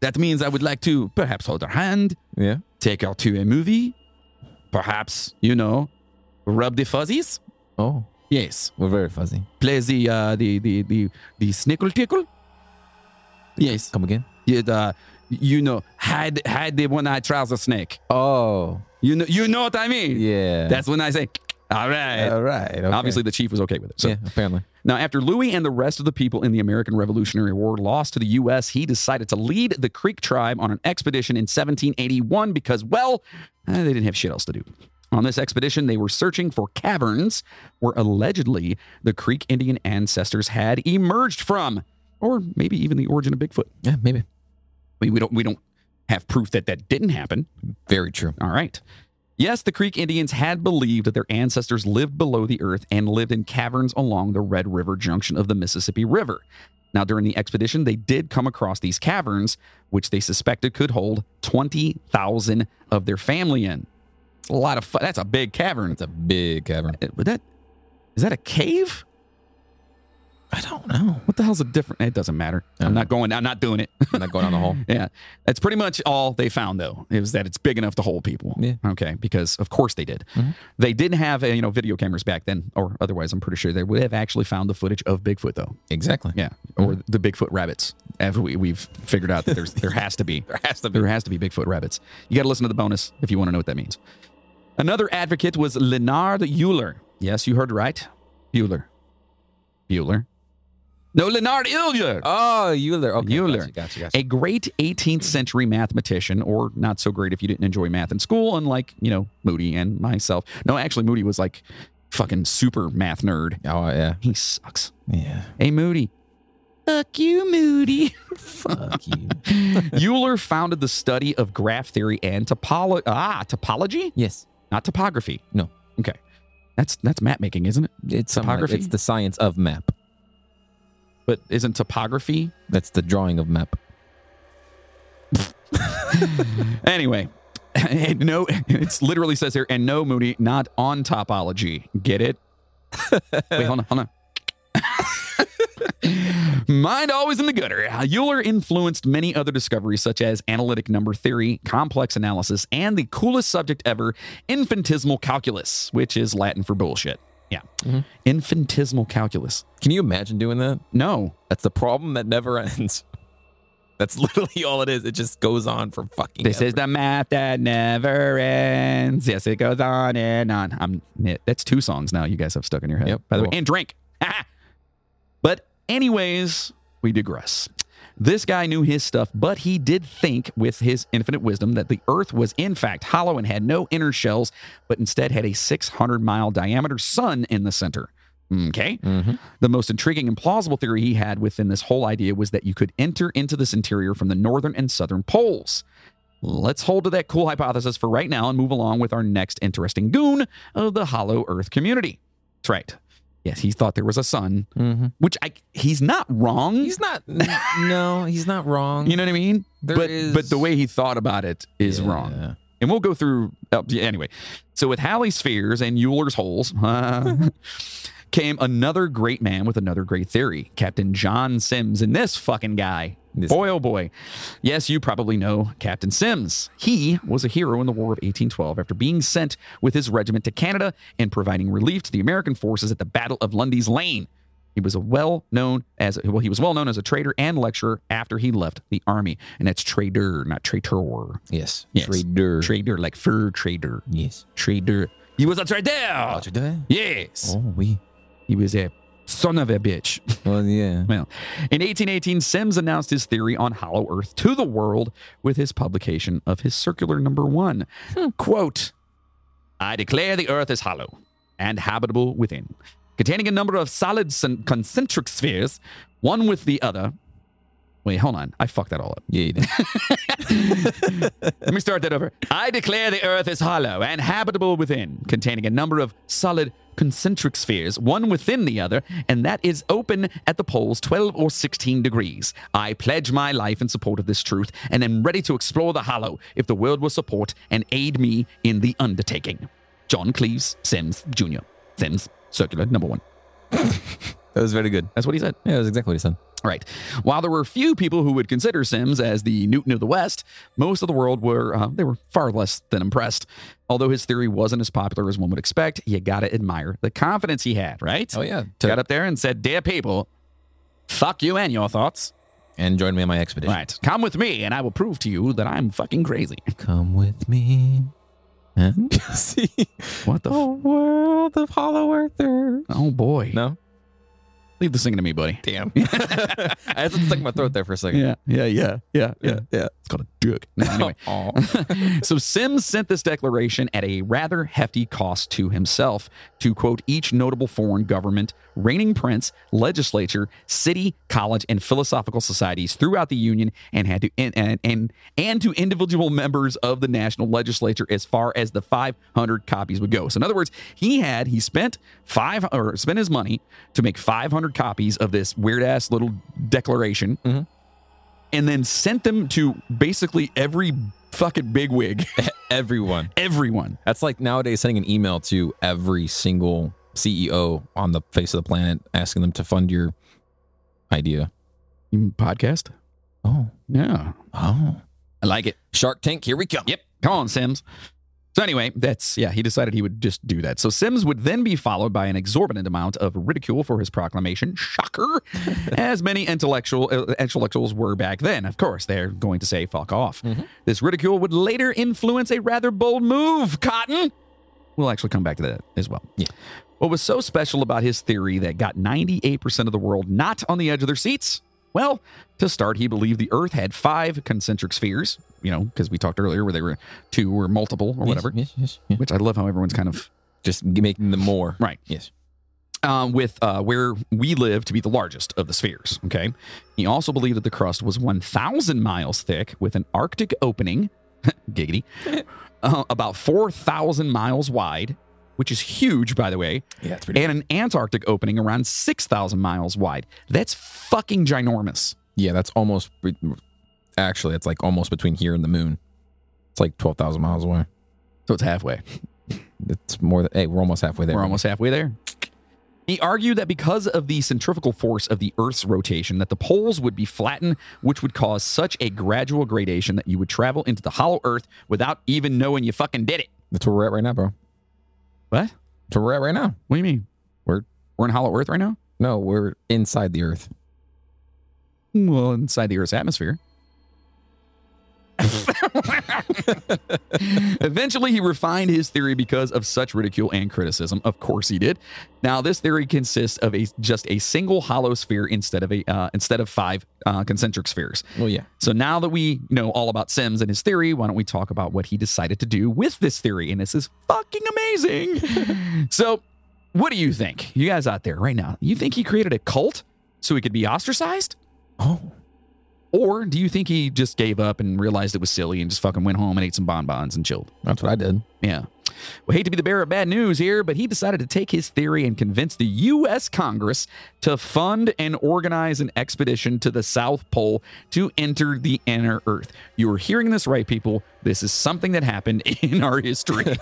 That means I would like to perhaps hold her hand,
Yeah.
take her to a movie, perhaps, you know, rub the fuzzies.
Oh,
Yes.
we're very fuzzy.
Play the, uh, the, the, the, the snickle tickle. Yes.
Come again.
It, uh, you know, hide, hide the one-eyed trouser snake.
Oh,
You know, you know what I mean?
yeah.
That's when I say, all right.
all right. okay.
Obviously, the chief was okay with it. So.
yeah. Apparently.
Now, after Louis and the rest of the people in the American Revolutionary War lost to the U.S., he decided to lead the Creek tribe on an expedition in 1781 because, well, eh, they didn't have shit else to do. On this expedition, they were searching for caverns where allegedly the Creek Indian ancestors had emerged from, or maybe even the origin of Bigfoot.
Yeah. Maybe.
We, we don't we don't have proof that that didn't happen.
Very true.
All right. Yes, the Creek Indians had believed that their ancestors lived below the earth and lived in caverns along the Red River junction of the Mississippi River. Now, during the expedition, they did come across these caverns, which they suspected could hold 20,000 of their family in. It's a lot of fun. That's a big cavern.
It's a big cavern.
Uh, Would that, is that a cave?
I don't know.
What the hell's a different? It doesn't matter.
Uh-huh.
I'm not going. I'm not doing it.
I'm not going down the hole.
Yeah. That's pretty much all they found though, is that it's big enough to hold people.
Yeah. Mm-hmm.
Okay. Because of course they did. They didn't have uh, you know video cameras back then, or otherwise I'm pretty sure they would have actually found the footage of Bigfoot though.
Exactly.
Yeah. Or
Mm-hmm.
the Bigfoot rabbits. As we, we've figured out that there's there has to be.
There has to be.
There has to be Bigfoot rabbits. You got to listen to the bonus if you want to know what that means. Another advocate was Leonard Euler. Yes, you heard right. Euler. Euler. No, Leonard Euler.
Oh, Euler. Okay.
Euler.
Gotcha. Gotcha. gotcha.
A great 18th century mathematician, or not so great if you didn't enjoy math in school, unlike, you know, Moody and myself. No, actually, Moody was like fucking super math nerd.
Oh yeah.
He sucks.
Yeah.
Hey, Moody. Fuck you, Moody.
Fuck you.
Euler founded the study of graph theory and topolo- ah, topology,
Yes.
not topography.
No.
Okay. That's that's map making, isn't it?
It's something like-
Topography?
it's the science of map.
But isn't topography
That's the drawing of map.
Anyway, and no, it literally says here, and no, Moody, not on topology. Get it? Wait, hold on, hold on. Mind always in the gutter. Euler influenced many other discoveries, such as analytic number theory, complex analysis, and the coolest subject ever, infinitesimal calculus, which is Latin for bullshit. Yeah. Infinitesimal calculus.
Can you imagine doing that?
No.
That's the problem that never ends. That's literally all it is. It just goes on for fucking.
This
ever.
is the math that never ends. Yes, it goes on and on. I'm yeah, that's two songs now you guys have stuck in your head.
Yep.
By the way,
Cool.
and drink. but anyways, we digress. This guy knew his stuff, but he did think with his infinite wisdom that the earth was in fact hollow and had no inner shells, but instead had a 600 mile diameter sun in the center. Okay.
Mm-hmm.
The most intriguing and plausible theory he had within this whole idea was that you could enter into this interior from the northern and southern poles. Let's hold to that cool hypothesis for right now and move along with our next interesting goon of the Hollow Earth community. That's right. Yes, he thought there was a sun,
Mm-hmm.
which I he's not wrong.
He's not. no, he's not wrong.
you know what I mean?
There
but
is-
but the way he thought about it is wrong.
Yeah.
And we'll go through uh, yeah, anyway. So with Halley's spheres and Euler's holes uh, came another great man with another great theory, Captain John Sims. And this fucking guy,
This-
boy oh boy, yes, you probably know Captain Sims. He was a hero in the War of 1812 after being sent with his regiment to Canada and providing relief to the American forces at the Battle of Lundy's Lane. He was a well known as well. He was well known as a trader and lecturer after he left the army, and that's trader, not traitor.
Yes.
Yes.
Trader.
Trader, like fur trader.
yes.
Trader. He was a trader.
Trader.
Yes.
Oh, we.
He was a son of a bitch.
Well, yeah.
Well, in 1818, Sims announced his theory on Hollow Earth to the world with his publication of his circular number one. Quote I declare the Earth is hollow and habitable within, containing a number of solid cen- concentric spheres, one with the other, Wait, hold on. I fucked that all up.
Yeah, you did.
Let me start that over. I declare the earth is hollow and habitable within, containing a number of solid concentric spheres, one within the other, and that is open at the poles 12 or 16 degrees. I pledge my life in support of this truth and am ready to explore the hollow if the world will support and aid me in the undertaking. John Cleves Sims Jr. Sims, circular number one.
That was very good.
That's what he said.
Yeah, that was exactly what he said.
All Right. While there were few people who would consider Sims as the Newton of the West, most of the world were uh, they were far less than impressed. Although his theory wasn't as popular as one would expect, you gotta admire the confidence he had, right?
Oh yeah.
Got up there and said, "Dear people, fuck you and your thoughts.
and join me on my expedition.
Right. Come with me, and I will prove to you that I'm fucking crazy."
Come with me and see
What the?
the world of Hollow Earther.
F- oh boy.
No,
Leave the singing to me, buddy.
damn. I had to stuck in my throat there for a second.
Yeah. Yeah. Yeah. Yeah. Yeah.
yeah.
It's called a dick. No, anyway.
Aw.
so Sims sent this declaration at a rather hefty cost to himself to quote each notable foreign government, reigning prince, legislature, city, college, and philosophical societies throughout the union, and had to and and and, and to individual members of the national legislature as far as the 500 copies would go. So in other words, he had he spent five or spent his money to make 500 copies of this weird ass little declaration and then sent them to basically every fucking bigwig,
Everyone.
everyone.
That's like nowadays sending an email to every single CEO on the face of the planet, asking them to fund your idea.
podcast?
Oh,
Yeah.
oh.
I like it.
Shark Tank, here we come.
Yep. Come on, Sims. So anyway, that's yeah, he decided he would just do that. So Sims would then be followed by an exorbitant amount of ridicule for his proclamation. Shocker. as many intellectual uh, intellectuals were back then. Of course, they're going to say fuck off. This ridicule would later influence a rather bold move, Cotton. We'll actually come back to that as well.
Yeah.
What was so special about his theory that got 98% of the world not on the edge of their seats? Well, to start, he believed the Earth had five concentric spheres, you know, because we talked earlier where they were two or multiple or whatever,
Yes, yes, yes, yes.
which I love how everyone's kind of
Just g- making them more.
Right.
Yes.
um, with uh, where we live to be the largest of the spheres. Okay. He also believed that the crust was 1,000 miles thick with an Arctic opening, giggity, uh, about 4,000 miles wide, which is huge, by the way,
Yeah, that's
and an Antarctic opening around 6,000 miles wide. That's fucking ginormous.
Yeah, that's almost. Actually, it's like almost between here and the moon. It's like twelve thousand miles away.
So it's halfway.
It's more. Than, hey, we're almost halfway there.
We're almost halfway there. He argued that because of the centrifugal force of the Earth's rotation, that the poles would be flattened, which would cause such a gradual gradation that you would travel into the hollow Earth without even knowing you fucking did it.
That's where we're at right now, bro.
What?
That's where we're at right now.
What do you mean?
We're
We're in hollow Earth right now?
no, we're inside the Earth.
Well, inside the Earth's atmosphere. Eventually, he refined his theory because of such ridicule and criticism. Of course, he did. Now, this theory consists of a just a single hollow sphere instead of a uh, instead of five uh, concentric spheres.
Well, yeah.
So now that we know all about Sims and his theory, why don't we talk about what he decided to do with this theory? And this is fucking amazing. so, what do you think, you guys out there right now? You think he created a cult so he could be ostracized?
Oh,
Or do you think he just gave up and realized it was silly and just fucking went home and ate some bonbons and chilled?
that's what I did.
Yeah. Well, hate to be the bearer of bad news here, but he decided to take his theory and convince the U.S. Congress to fund and organize an expedition to the South Pole to enter the inner Earth. You are hearing this right, people. This is something that happened in our history.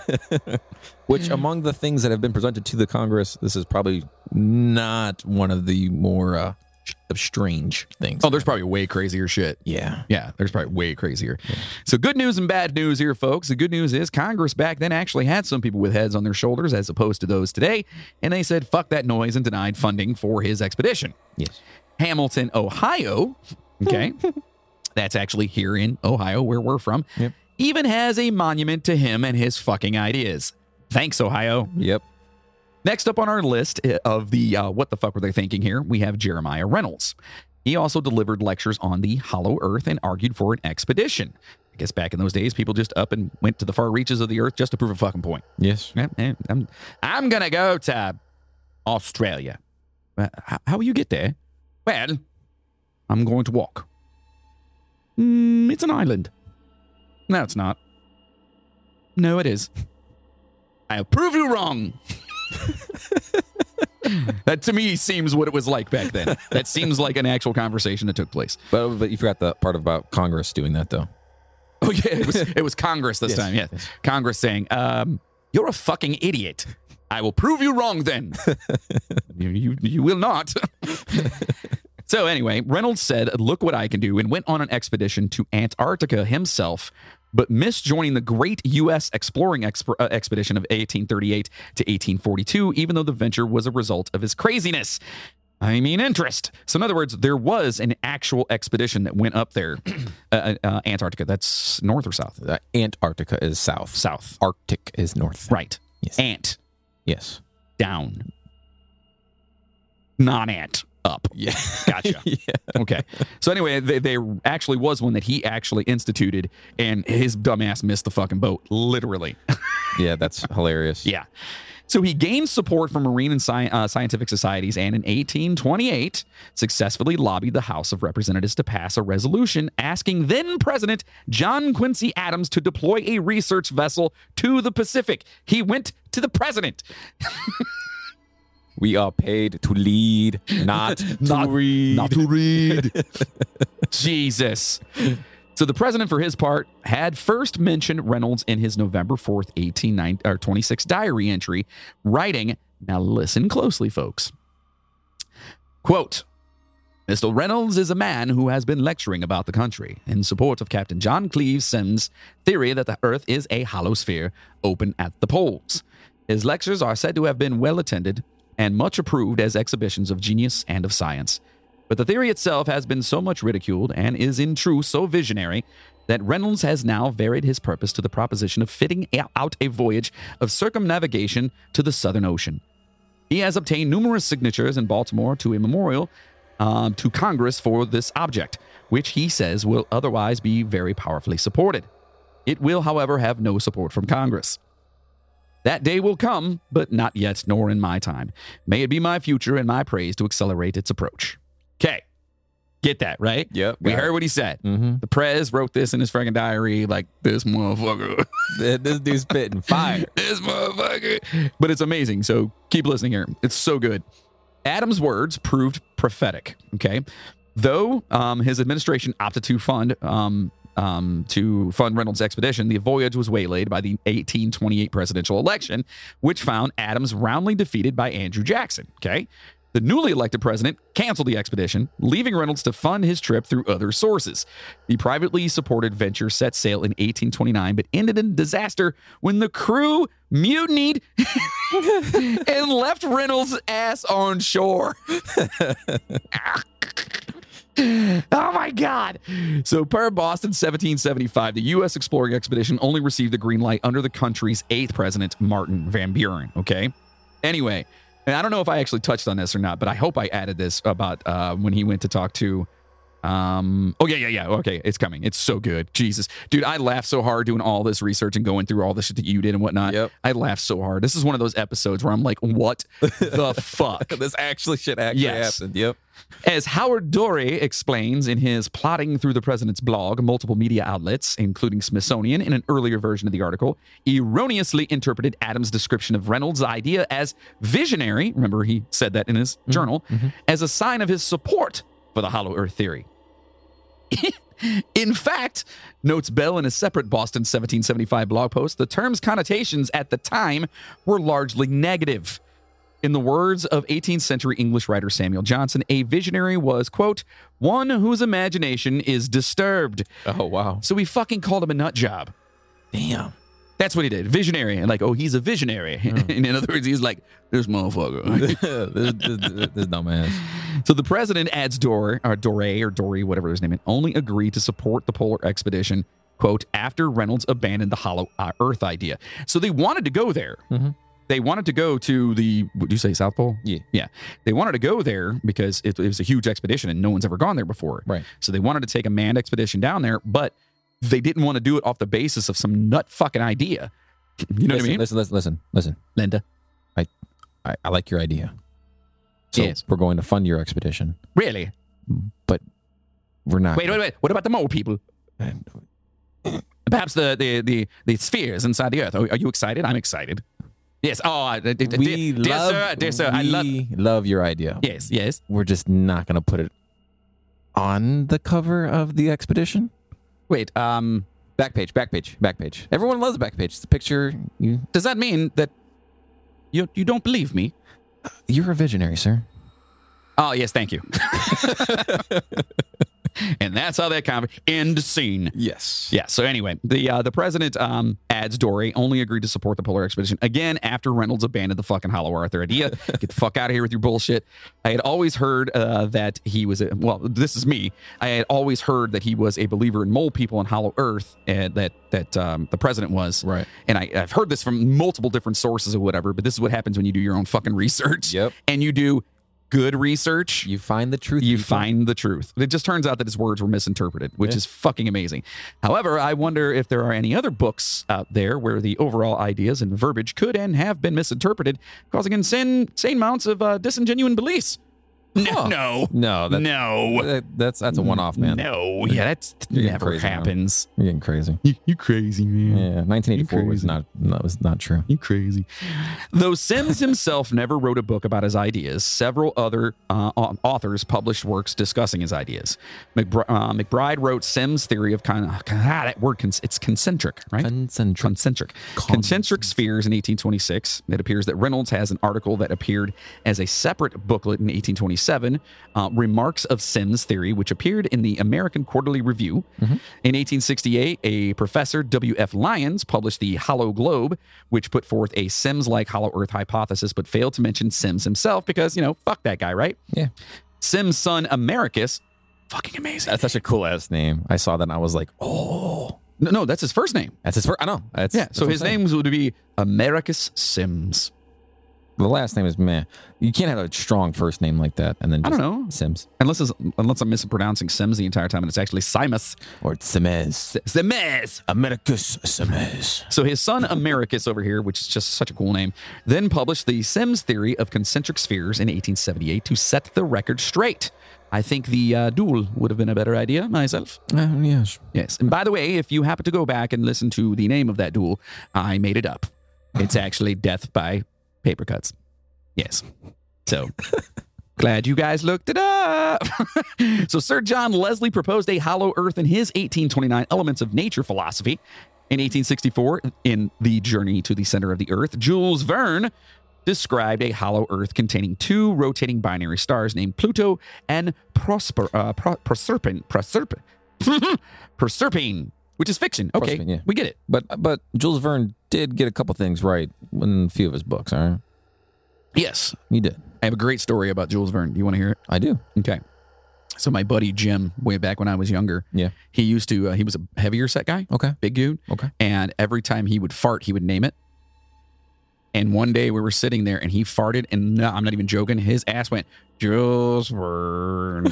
Which, among the things that have been presented to the Congress, this is probably not one of the more uh, strange things.
oh, there's probably way crazier shit.
yeah.
Yeah, there's probably way crazier. So, good news and bad news here, folks. The good news is Congress back then actually had some people with heads on their shoulders as opposed to those today, and they said, fuck that noise and denied funding for his expedition.
Yes.
Hamilton, Ohio. Okay. That's actually here in Ohio, where we're from.
Yep.
Even has a monument to him and his fucking ideas. Thanks, Ohio.
Yep.
Next up on our list of the uh, what the fuck were they thinking here, we have Jeremiah Reynolds. He also delivered lectures on the hollow earth and argued for an expedition. I guess back in those days, people just up and went to the far reaches of the earth just to prove a fucking point.
Yes.
Yeah, yeah, I'm, I'm going to go to Australia. Uh, How, how will you get there? Well, I'm going to walk. Mm, it's an island. No, it's not. No, it is. I prove you wrong. that to me seems what it was like back then. That seems like an actual conversation that took place.
But, but you forgot the part about Congress doing that, though.
Oh yeah, it was it was Congress this time. Yes. Congress saying, um, "You're a fucking idiot. I will prove you wrong. Then you, you you will not." so anyway, Reynolds said, "Look what I can do," and went on an expedition to Antarctica himself. But missed joining the great U.S. exploring exp- uh, expedition of 1838 to 1842, even though the venture was a result of his craziness. I mean, interest. So, in other words, there was an actual expedition that went up there, uh, uh, Antarctica. That's north or south?
Uh, Antarctica is south.
South.
Arctic is north.
Right.
Yes.
Ant
Yes.
down. Non ant up.
Yeah.
Gotcha.
yeah.
Okay. So anyway, they, there actually was one that he actually instituted, and his dumbass missed the fucking boat, literally.
Yeah. That's hilarious.
Yeah. So he gained support from Marine and sci- uh, scientific societies and in 1828 successfully lobbied the House of Representatives to pass a resolution asking then President John Quincy Adams to deploy a research vessel to the Pacific. He went to the president.
We are paid to lead, not,
Not-
to read.
Not to read. Jesus. So the president, for his part, had first mentioned Reynolds in his November 4th, 18, or 26 diary entry, writing, now listen closely, folks. Quote, Mr. Reynolds is a man who has been lecturing about the country in support of Captain John Cleve Simms' theory that the Earth is a hollow sphere open at the poles. His lectures are said to have been well attended and much approved as exhibitions of genius and of science. But the theory itself has been so much ridiculed and is in truth so visionary that Reynolds has now varied his purpose to the proposition of fitting out a voyage of circumnavigation to the Southern Ocean. He has obtained numerous signatures in Baltimore to a memorial um, to Congress for this object, which he says will otherwise be very powerfully supported. It will, however, have no support from Congress. That day will come, but not yet, nor in my time. May it be my future and my praise to accelerate its approach. Okay. Get that, right?
Yep.
We heard what he said.
Mm-hmm.
The Prez wrote this in his freaking diary, like this motherfucker.
this dude's spitting fire.
This motherfucker. But it's amazing. So keep listening here. It's so good. Adam's words proved prophetic. Okay. Though um, his administration opted to fund um, um, to fund Reynolds' expedition, the voyage was waylaid by the 1828 presidential election, which found Adams roundly defeated by Andrew Jackson. Okay. The newly elected president canceled the expedition, leaving Reynolds to fund his trip through other sources. The privately supported venture set sail in 1829 but ended in disaster when the crew mutinied and left Reynolds' ass on shore. oh my God. So, per Boston 1775, the U.S. exploring expedition only received the green light under the country's eighth president, Martin Van Buren. Okay. Anyway, and I don't know if I actually touched on this or not, but I hope I added this about uh, when he went to talk to. Um. Oh yeah, yeah, yeah. Okay, it's coming. It's so good. Jesus, dude, I laughed so hard doing all this research and going through all the shit that you did and whatnot.
Yep.
I laughed so hard. This is one of those episodes where I'm like, "What the fuck?"
this actually shit actually
Yes.
happened. Yep.
As Howard Dorey explains in his Plotting Through the President's blog, multiple media outlets, including Smithsonian, in an earlier version of the article, erroneously interpreted Adams' description of Reynolds' idea as visionary. Remember, he said that in his journal, as a sign of his support for the Hollow Earth theory. In fact, notes Bell in a separate Boston 1775 blog post, the term's connotations at the time were largely negative. In the words of 18th century English writer Samuel Johnson, a visionary was, quote, one whose imagination is disturbed.
Oh wow.
So we fucking called him a nut job.
Damn.
That's what he did. Visionary. And like, oh, he's a visionary. And in other words, he's like, this motherfucker.
this, this, this, this dumbass.
So the president adds Dor or Doré or Dory, whatever his name is, only agreed to support the polar expedition, quote, after Reynolds abandoned the hollow uh, earth idea. So they wanted to go there.
Mhm.
They wanted to go to the, would you say South Pole?
Yeah.
Yeah. They wanted to go there because it, it was a huge expedition and no one's ever gone there before.
Right.
So they wanted to take a manned expedition down there, but they didn't want to do it off the basis of some nut fucking idea. You know
listen,
what I mean?
Listen, listen, listen, listen.
Linda.
I, I like your idea. So
Yes.
we're going to fund your expedition,
Really?
but We're not.
Wait, wait, wait. What about the mole people? Perhaps the the the, the spheres inside the earth. Are, are you excited? I'm excited. Yes. Oh, I- d- d- d-
We
dear
love,
sir, dear sir, I love.
we love your idea.
Yes, yes.
We're just not going to put it on the cover of the expedition.
Wait. Um.
Backpage, backpage, backpage. Everyone loves backpage. It's the picture. You,
Does that mean that you you don't believe me?
you're a visionary, sir.
Oh yes, thank you. and that's how that conver end scene.
Yes.
Yeah. So anyway, the uh, the president um, adds Dory only agreed to support the polar expedition again after Reynolds abandoned the fucking Hollow Earth idea. Get the fuck out of here with your bullshit. I had always heard uh, that he was a, well. This is me. I had always heard that he was a believer in mole people and Hollow Earth, and that that um, the president was
Right.
And I, I've heard this from multiple different sources or whatever. But this is what happens when you do your own fucking research.
Yep.
And you do good research
You find the truth.
you
people.
find the truth. It just turns out that his words were misinterpreted, which
Yeah.
is fucking amazing. However, I wonder if there are any other books out there where the overall ideas and verbiage could and have been misinterpreted, causing insane, insane amounts of uh, disingenuine beliefs.
Huh.
No, no,
No, that's,
no,
that, that's that's a one-off, man.
no. Yeah, that
You're getting
never
crazy now.
happens.
You're getting crazy.
You, you crazy man.
Yeah, 1984 was
crazy.
not that was not true.
You crazy. Though Sims himself never wrote a book about his ideas, several other uh, au- authors published works discussing his ideas. McBr- uh, McBride wrote Sims' theory of kind of, ah, that word, con- it's concentric, right?
Concentric.
Concentric. Concentric spheres in 1826. It appears that Reynolds has an article that appeared as a separate booklet in 1827, uh, Remarks of Sims' Theory, which appeared in the American Quarterly Review.
Mm-hmm.
In 1868, a professor, W.F. Lyons, published the Hollow Globe, which put forth a Sims like Hollow Earth hypothesis, but failed to mention Sims himself because, you know, fuck that guy, right?
Yeah.
Sims' son, Americus. Fucking amazing.
That's such a cool ass name. I saw that and I was like, oh,
No, no, that's his first name.
that's his first. I know. That's,
Yeah.
that's
So
what I'm
his
saying.
names would be Americus Sims.
The last name is man. You can't have a strong first name like that. And then
I
just
don't know.
Sims
Unless it's, unless I'm mispronouncing Sims the entire time and it's actually Simus.
or Simes.
Simus.
Americus Simes.
So his son Americus over here, which is just such a cool name, then published the Sims theory of concentric spheres in 1878 to set the record straight. I think the uh, duel would have been a better idea myself.
Uh, yes.
Yes. And by the way, if you happen to go back and listen to the name of that duel, I made it up. It's actually Death by Paper Cuts. Yes. So glad you guys looked it up. so Sir John Leslie proposed a hollow earth in his 1829 Elements of Nature philosophy. In 1864, in The Journey to the Center of the Earth, Jules Verne described a hollow earth containing two rotating binary stars named Pluto and Prosper, uh, Pro- Proserpine, Proserpine, Proserpine, which is fiction. Okay,
Proserpine, yeah.
we get it.
But but Jules Verne did get a couple things right in a few of his books. All right,
Yes.
he did.
I have a great story about Jules Verne. Do you want to hear it?
I do.
Okay. So my buddy Jim, way back when I was younger,
Yeah.
he used to uh, he was a heavier set guy,
Okay.
big dude,
Okay.
and every time he would fart, he would name it. And one day we were sitting there, and he farted, and no, I'm not even joking. His ass went Jules Verne,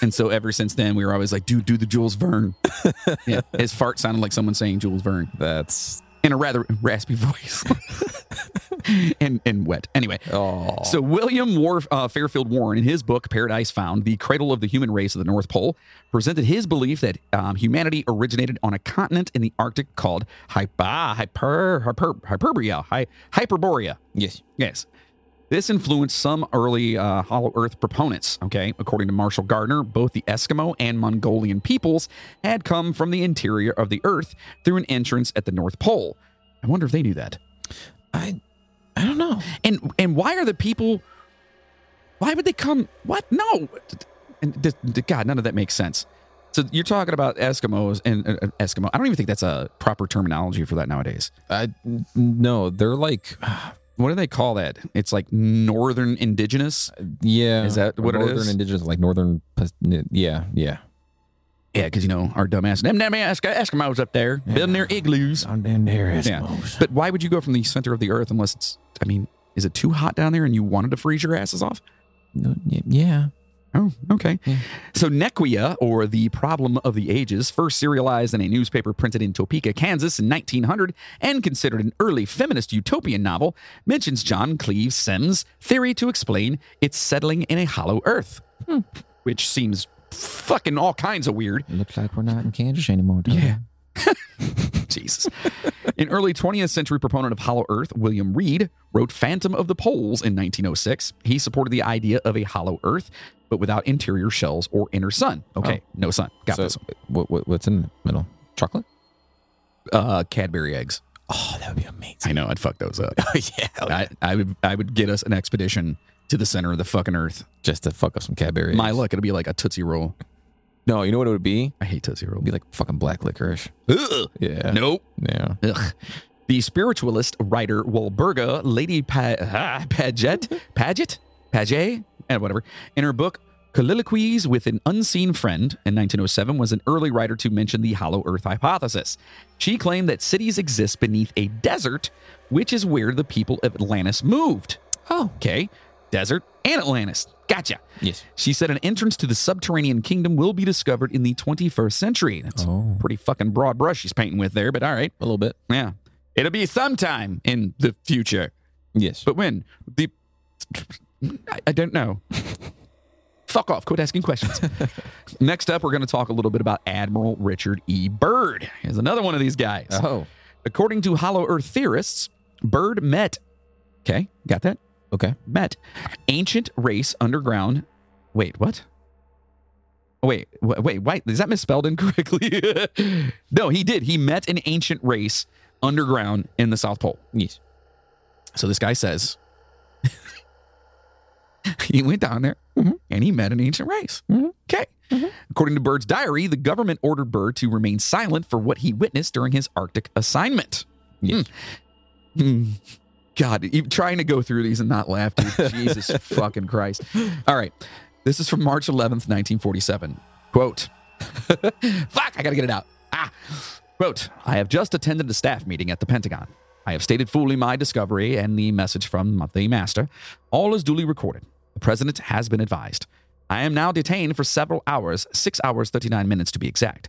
and so ever since then we were always like, dude, do the Jules Verne. yeah, his fart sounded like someone saying Jules Verne
That's
in a rather raspy voice, and and wet. Anyway,
oh.
so William War, uh, Fairfield Warren, in his book *Paradise Found: The Cradle of the Human Race of the North Pole*, presented his belief that um, humanity originated on a continent in the Arctic called Hyper, Hyper, Hyper, Hyperborea, Hy- Hyperborea.
yes.
Yes. This influenced some early uh, Hollow Earth proponents. Okay, according to Marshall Gardner, both the Eskimo and Mongolian peoples had come from the interior of the Earth through an entrance at the North Pole. I wonder if they knew that.
I I don't know.
And and why are the people? Why would they come? What? No. And th- th- God, none of that makes sense. So you're talking about Eskimos and uh, uh, Eskimo. I don't even think that's a proper terminology for that nowadays.
I no. They're like
What do they call that? It's like Northern Indigenous.
yeah.
Is that what it
northern
is?
indigenous like northern? Pas- Yeah. Yeah.
Yeah, because you know our dumbass them damn Esk- Eskimos up there building their igloos.
Down in there,
Yeah. But why would you go from the center of the earth unless it's? I mean, is it too hot down there and you wanted to freeze your asses off?
Yeah.
Oh, okay.
Yeah.
So Nequia, or The Problem of the Ages, first serialized in a newspaper printed in Topeka, Kansas in 1900 and considered an early feminist utopian novel, mentions John Cleve Sims' theory to explain its settling in a hollow earth, which seems fucking all kinds of weird.
Looks like we're not in Kansas anymore. don't
Yeah.
we?
Jesus. An early 20th century proponent of Hollow Earth, William Reed, wrote Phantom of the Poles in 1906. He supported the idea of a hollow Earth, but without interior shells or inner sun. Okay, no sun. Got
Oh. So,
this one.
What, what, what's in the middle? Chocolate?
Uh, Cadbury eggs.
Oh, that would be amazing.
I know, I'd fuck those up.
Oh, yeah.
I, I would I would get us an expedition to the center of the fucking Earth.
Just to fuck up some Cadbury.
My
eggs.
luck, it'll be like a Tootsie Roll.
No, you know what it would be?
I hate Tootsie Roll.
It'd be like fucking black licorice.
Ugh.
Yeah.
Nope.
Yeah.
Ugh. The spiritualist writer Walburga Lady pa- ah, Paget, Paget, Paget, and whatever, in her book Colloquies with an Unseen Friend in 1907, was an early writer to mention the Hollow Earth hypothesis. She claimed that cities exist beneath a desert, which is where the people of Atlantis moved.
Oh.
Okay, desert and Atlantis. Gotcha.
Yes.
She said an entrance to the subterranean kingdom will be discovered in the 21st century. That's
Oh.
a pretty fucking broad brush she's painting with there, but all right.
A little bit.
Yeah. It'll be sometime in the future.
Yes.
But when? The I, I don't know. Fuck off. Quit asking questions. Next up, we're going to talk a little bit about Admiral Richard E. Byrd. Here's another one of these guys.
oh.
According to Hollow Earth theorists, Byrd met. Okay, got that?
Okay.
Met. Ancient race underground. Wait, what? Oh, Wait, wh- wait, wait, is that misspelled incorrectly? no, he did. He met an ancient race underground in the South Pole.
Yes.
So this guy says he went down there and he met an ancient race. Okay. According to Bird's diary, the government ordered Bird to remain silent for what he witnessed during his Arctic assignment.
Yes.
Hmm. Hmm. God, even trying to go through these and not laugh, dude. Jesus fucking Christ. All right. This is from March 11th, 1947. Quote Fuck, I gotta get it out. Ah. Quote I have just attended a staff meeting at the Pentagon. I have stated fully my discovery and the message from the master. All is duly recorded. The president has been advised. I am now detained for several hours, six hours, 39 minutes to be exact.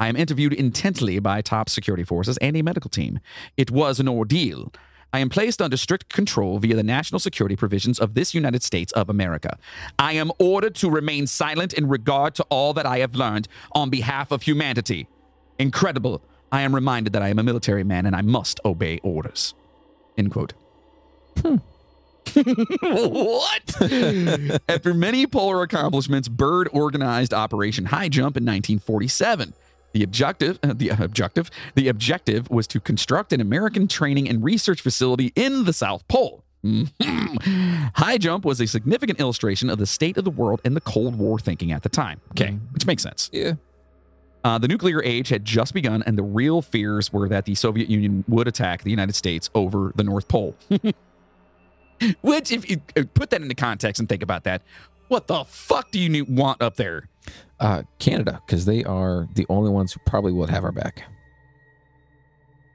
I am interviewed intently by top security forces and a medical team. It was an ordeal. I am placed under strict control via the national security provisions of this United States of America. I am ordered to remain silent in regard to all that I have learned on behalf of humanity. Incredible. I am reminded that I am a military man and I must obey orders. End quote. what? After many polar accomplishments, Byrd organized Operation High Jump in 1947. The objective, uh, the objective, the objective was to construct an American training and research facility in the South Pole. Mhm. High jump was a significant illustration of the state of the world and the Cold War thinking at the time. Okay, which makes sense.
Yeah.
Uh, the nuclear age had just begun, and the real fears were that the Soviet Union would attack the United States over the North Pole. Which, if you uh, put that into context and think about that, what the fuck do you ne- want up there?
Uh, Canada, because they are the only ones who probably will have our back.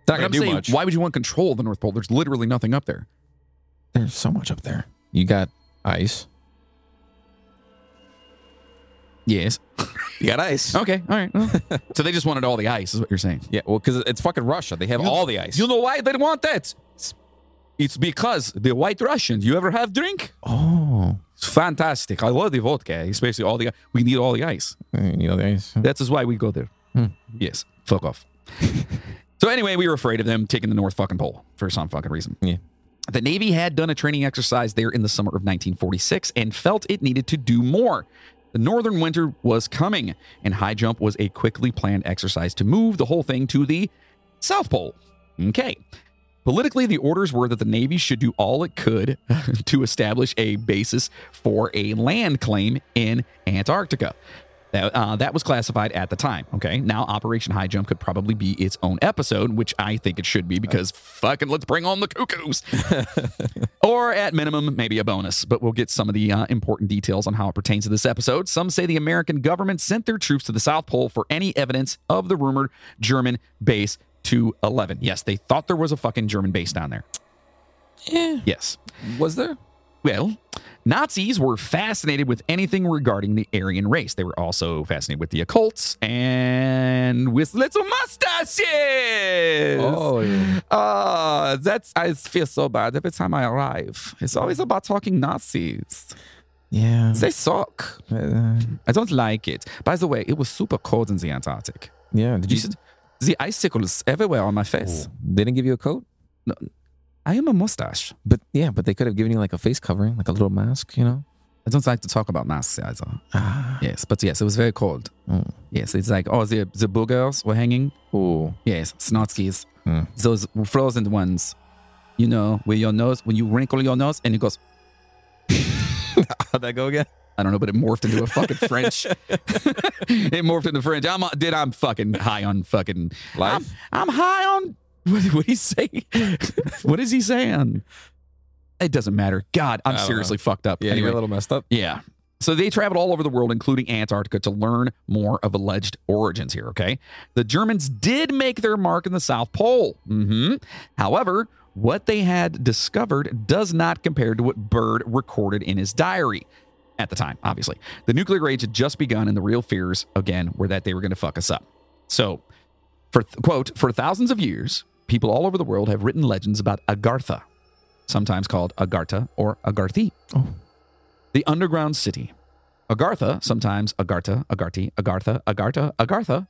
It's
Like,
not going to do much.
why would you want control of the North Pole? There's literally nothing up there.
There's so much up there. You got ice.
Yes.
You got ice.
Okay. All right. well. so they just wanted all the ice, is what you're saying.
Oh. Yeah, well, because it's fucking Russia. They have all the ice.
You know why they want that? It's- It's because the White Russians. You ever have drink?
oh,
It's fantastic. I love the vodka, especially all the. We need all the ice.
you know the ice.
That is why we go there. Yes. Fuck off. so anyway, we were afraid of them taking the North fucking pole for some fucking reason.
Yeah.
The Navy had done a training exercise there in the summer of 1946 and felt it needed to do more. The northern winter was coming, and high jump was a quickly planned exercise to move the whole thing to the South Pole. Okay. Politically, the orders were that the Navy should do all it could to establish a basis for a land claim in Antarctica. That, uh, that was classified at the time. Okay. Now, Operation High Jump could probably be its own episode, which I think it should be because fucking let's bring on the cuckoos. or at minimum, maybe a bonus. But we'll get some of the uh, important details on how it pertains to this episode. Some say the American government sent their troops to the South Pole for any evidence of the rumored German base 211. Yes, they thought there was a fucking German base down there.
Yeah.
Yes.
Was there?
Well, Nazis were fascinated with anything regarding the Aryan race. They were also fascinated with the occults and with little mustaches.
yeah.
Ah, that's I feel so bad every time I arrive. It's always about talking Nazis.
Yeah.
They suck.
Uh,
I don't like it. By the way, it was super cold in the Antarctic.
yeah. Did
You
you?
should, the icicles everywhere on my face.
They didn't give you a coat,
I am a mustache.
but yeah, but they could have given you like a face covering, like a little mask, you know.
I don't like to talk about masks either.
Ah.
Yes, but yes, it was very cold.
Mm.
Yes, it's like, oh, the, the Bulgars were hanging.
Ooh.
Yes, snot skis.
Oh. Mm.
Those frozen ones. You know, where your nose, when you wrinkle your nose and it goes,
How'd that go again?
I don't know, but it morphed into a fucking French. it morphed into French. I'm, did I'm fucking high on fucking
Life?
I'm, I'm high on. What, what he say? what is he saying? It doesn't matter. God, I'm
I don't
seriously fucked up.
Yeah,
Anyway.
you're a little messed up.
Yeah. So they traveled all over the world, including Antarctica, to learn more of alleged origins here, okay? The Germans did make their mark in the South Pole. hmm However, what they had discovered does not compare to what Byrd recorded in his diary at the time, obviously. The nuclear rage had just begun, and the real fears, again, were that they were going to fuck us up. So, for quote, for thousands of years, people all over the world have written legends about Agartha, sometimes called Agartha or Agarthi the underground city. Agartha, sometimes Agartha, Agarti, Agartha, Agartha, Agartha,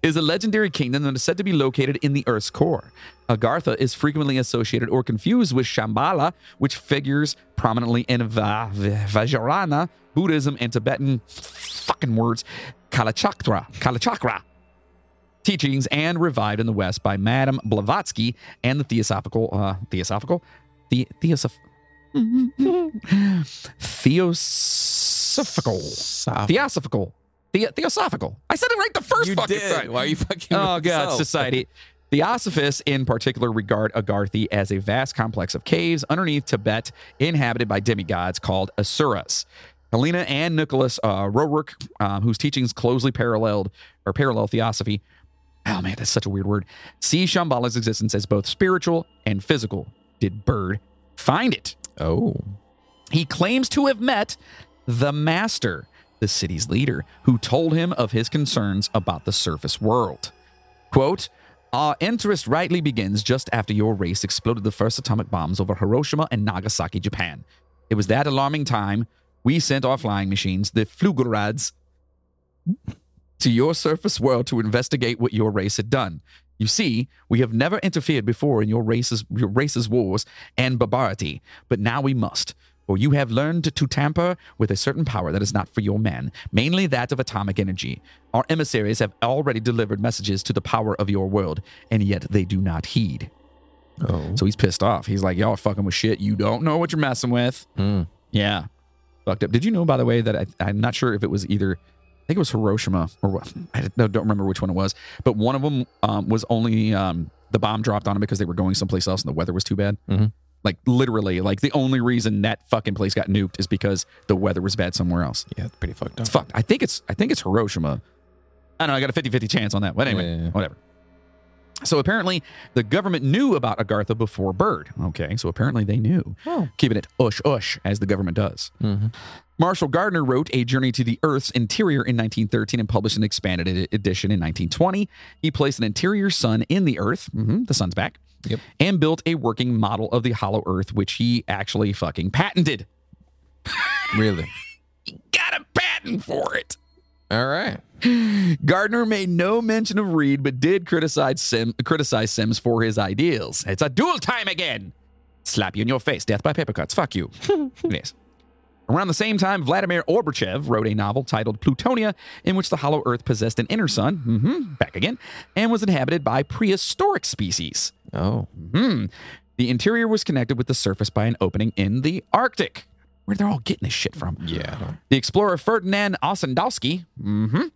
is a legendary kingdom that is said to be located in the Earth's core. Agartha is frequently associated or confused with Shambhala, which figures prominently in Va- Va- Vajrayana Buddhism and Tibetan fucking words Kalachakra, Kalachakra teachings and revived in the West by Madame Blavatsky and the Theosophical, uh, Theosophical, the Theosoph. Theosophical. Theosophical. The- theosophical. I said it right the first
You
fucking
did.
time.
Why are you fucking?
Oh, God,
with yourself?
society. Theosophists, in particular, regard Agarthi as a vast complex of caves underneath Tibet inhabited by demigods called Asuras. Helena and Nicholas uh, Roerich, um, whose teachings closely paralleled or parallel theosophy, oh man, that's such a weird word, see Shambhala's existence as both spiritual and physical. Did Bird find it?
Oh,
He claims to have met the master, the city's leader, who told him of his concerns about the surface world. Quote, our interest rightly begins just after your race exploded the first atomic bombs over Hiroshima and Nagasaki, Japan. It was that alarming time we sent our flying machines, the Flugelrads, to your surface world to investigate what your race had done. You see, we have never interfered before in your race's, your race's wars and barbarity, but now we must. For you have learned to tamper with a certain power that is not for your men, mainly that of atomic energy. Our emissaries have already delivered messages to the power of your world, and yet they do not heed.
oh,
So he's pissed off. He's like, y'all are fucking with shit. You don't know what you're messing with.
Mm.
Yeah. Fucked up. Did you know, by the way, that I, I'm not sure if it was either, I think it was Hiroshima or what, I don't- no, don't remember which one it was, but one of them um, was only, um, the bomb dropped on them because they were going someplace else and the weather was too bad.
Mhm.
Like literally, like the only reason that fucking place got nuked is because the weather was bad somewhere else.
yeah, it's pretty fucked up.
It's fucked. I think it's, I think it's Hiroshima. I don't know. I got a 50 50 chance on that. But anyway,
Yeah, yeah, yeah.
whatever. So apparently, the government knew about Agartha before Bird. Okay, so apparently they knew.
Oh.
Keeping it ush ush as the government does.
Mhm.
Marshall Gardner wrote A Journey to the Earth's Interior in 1913 and published an expanded ed- edition in 1920. He placed an interior sun in the Earth. Mhm, the sun's back.
Yep.
And built a working model of the hollow Earth, which he actually fucking patented.
Really?
He got a patent for it.
All right.
Gardner made no mention of Reed, but did criticize, Sim, criticize Sims for his ideals. It's a duel time again. Slap you in your face. Death by paper cuts. Fuck you. yes. Around the same time, Vladimir Orbachev wrote a novel titled Plutonia, in which the hollow earth possessed an inner sun, mhm, back again, and was inhabited by prehistoric species.
Oh,
Hmm. The interior was connected with the surface by an opening in the Arctic. Where they're all getting this shit from.
yeah. I don't-
The explorer Ferdinand Ossendowski mhm,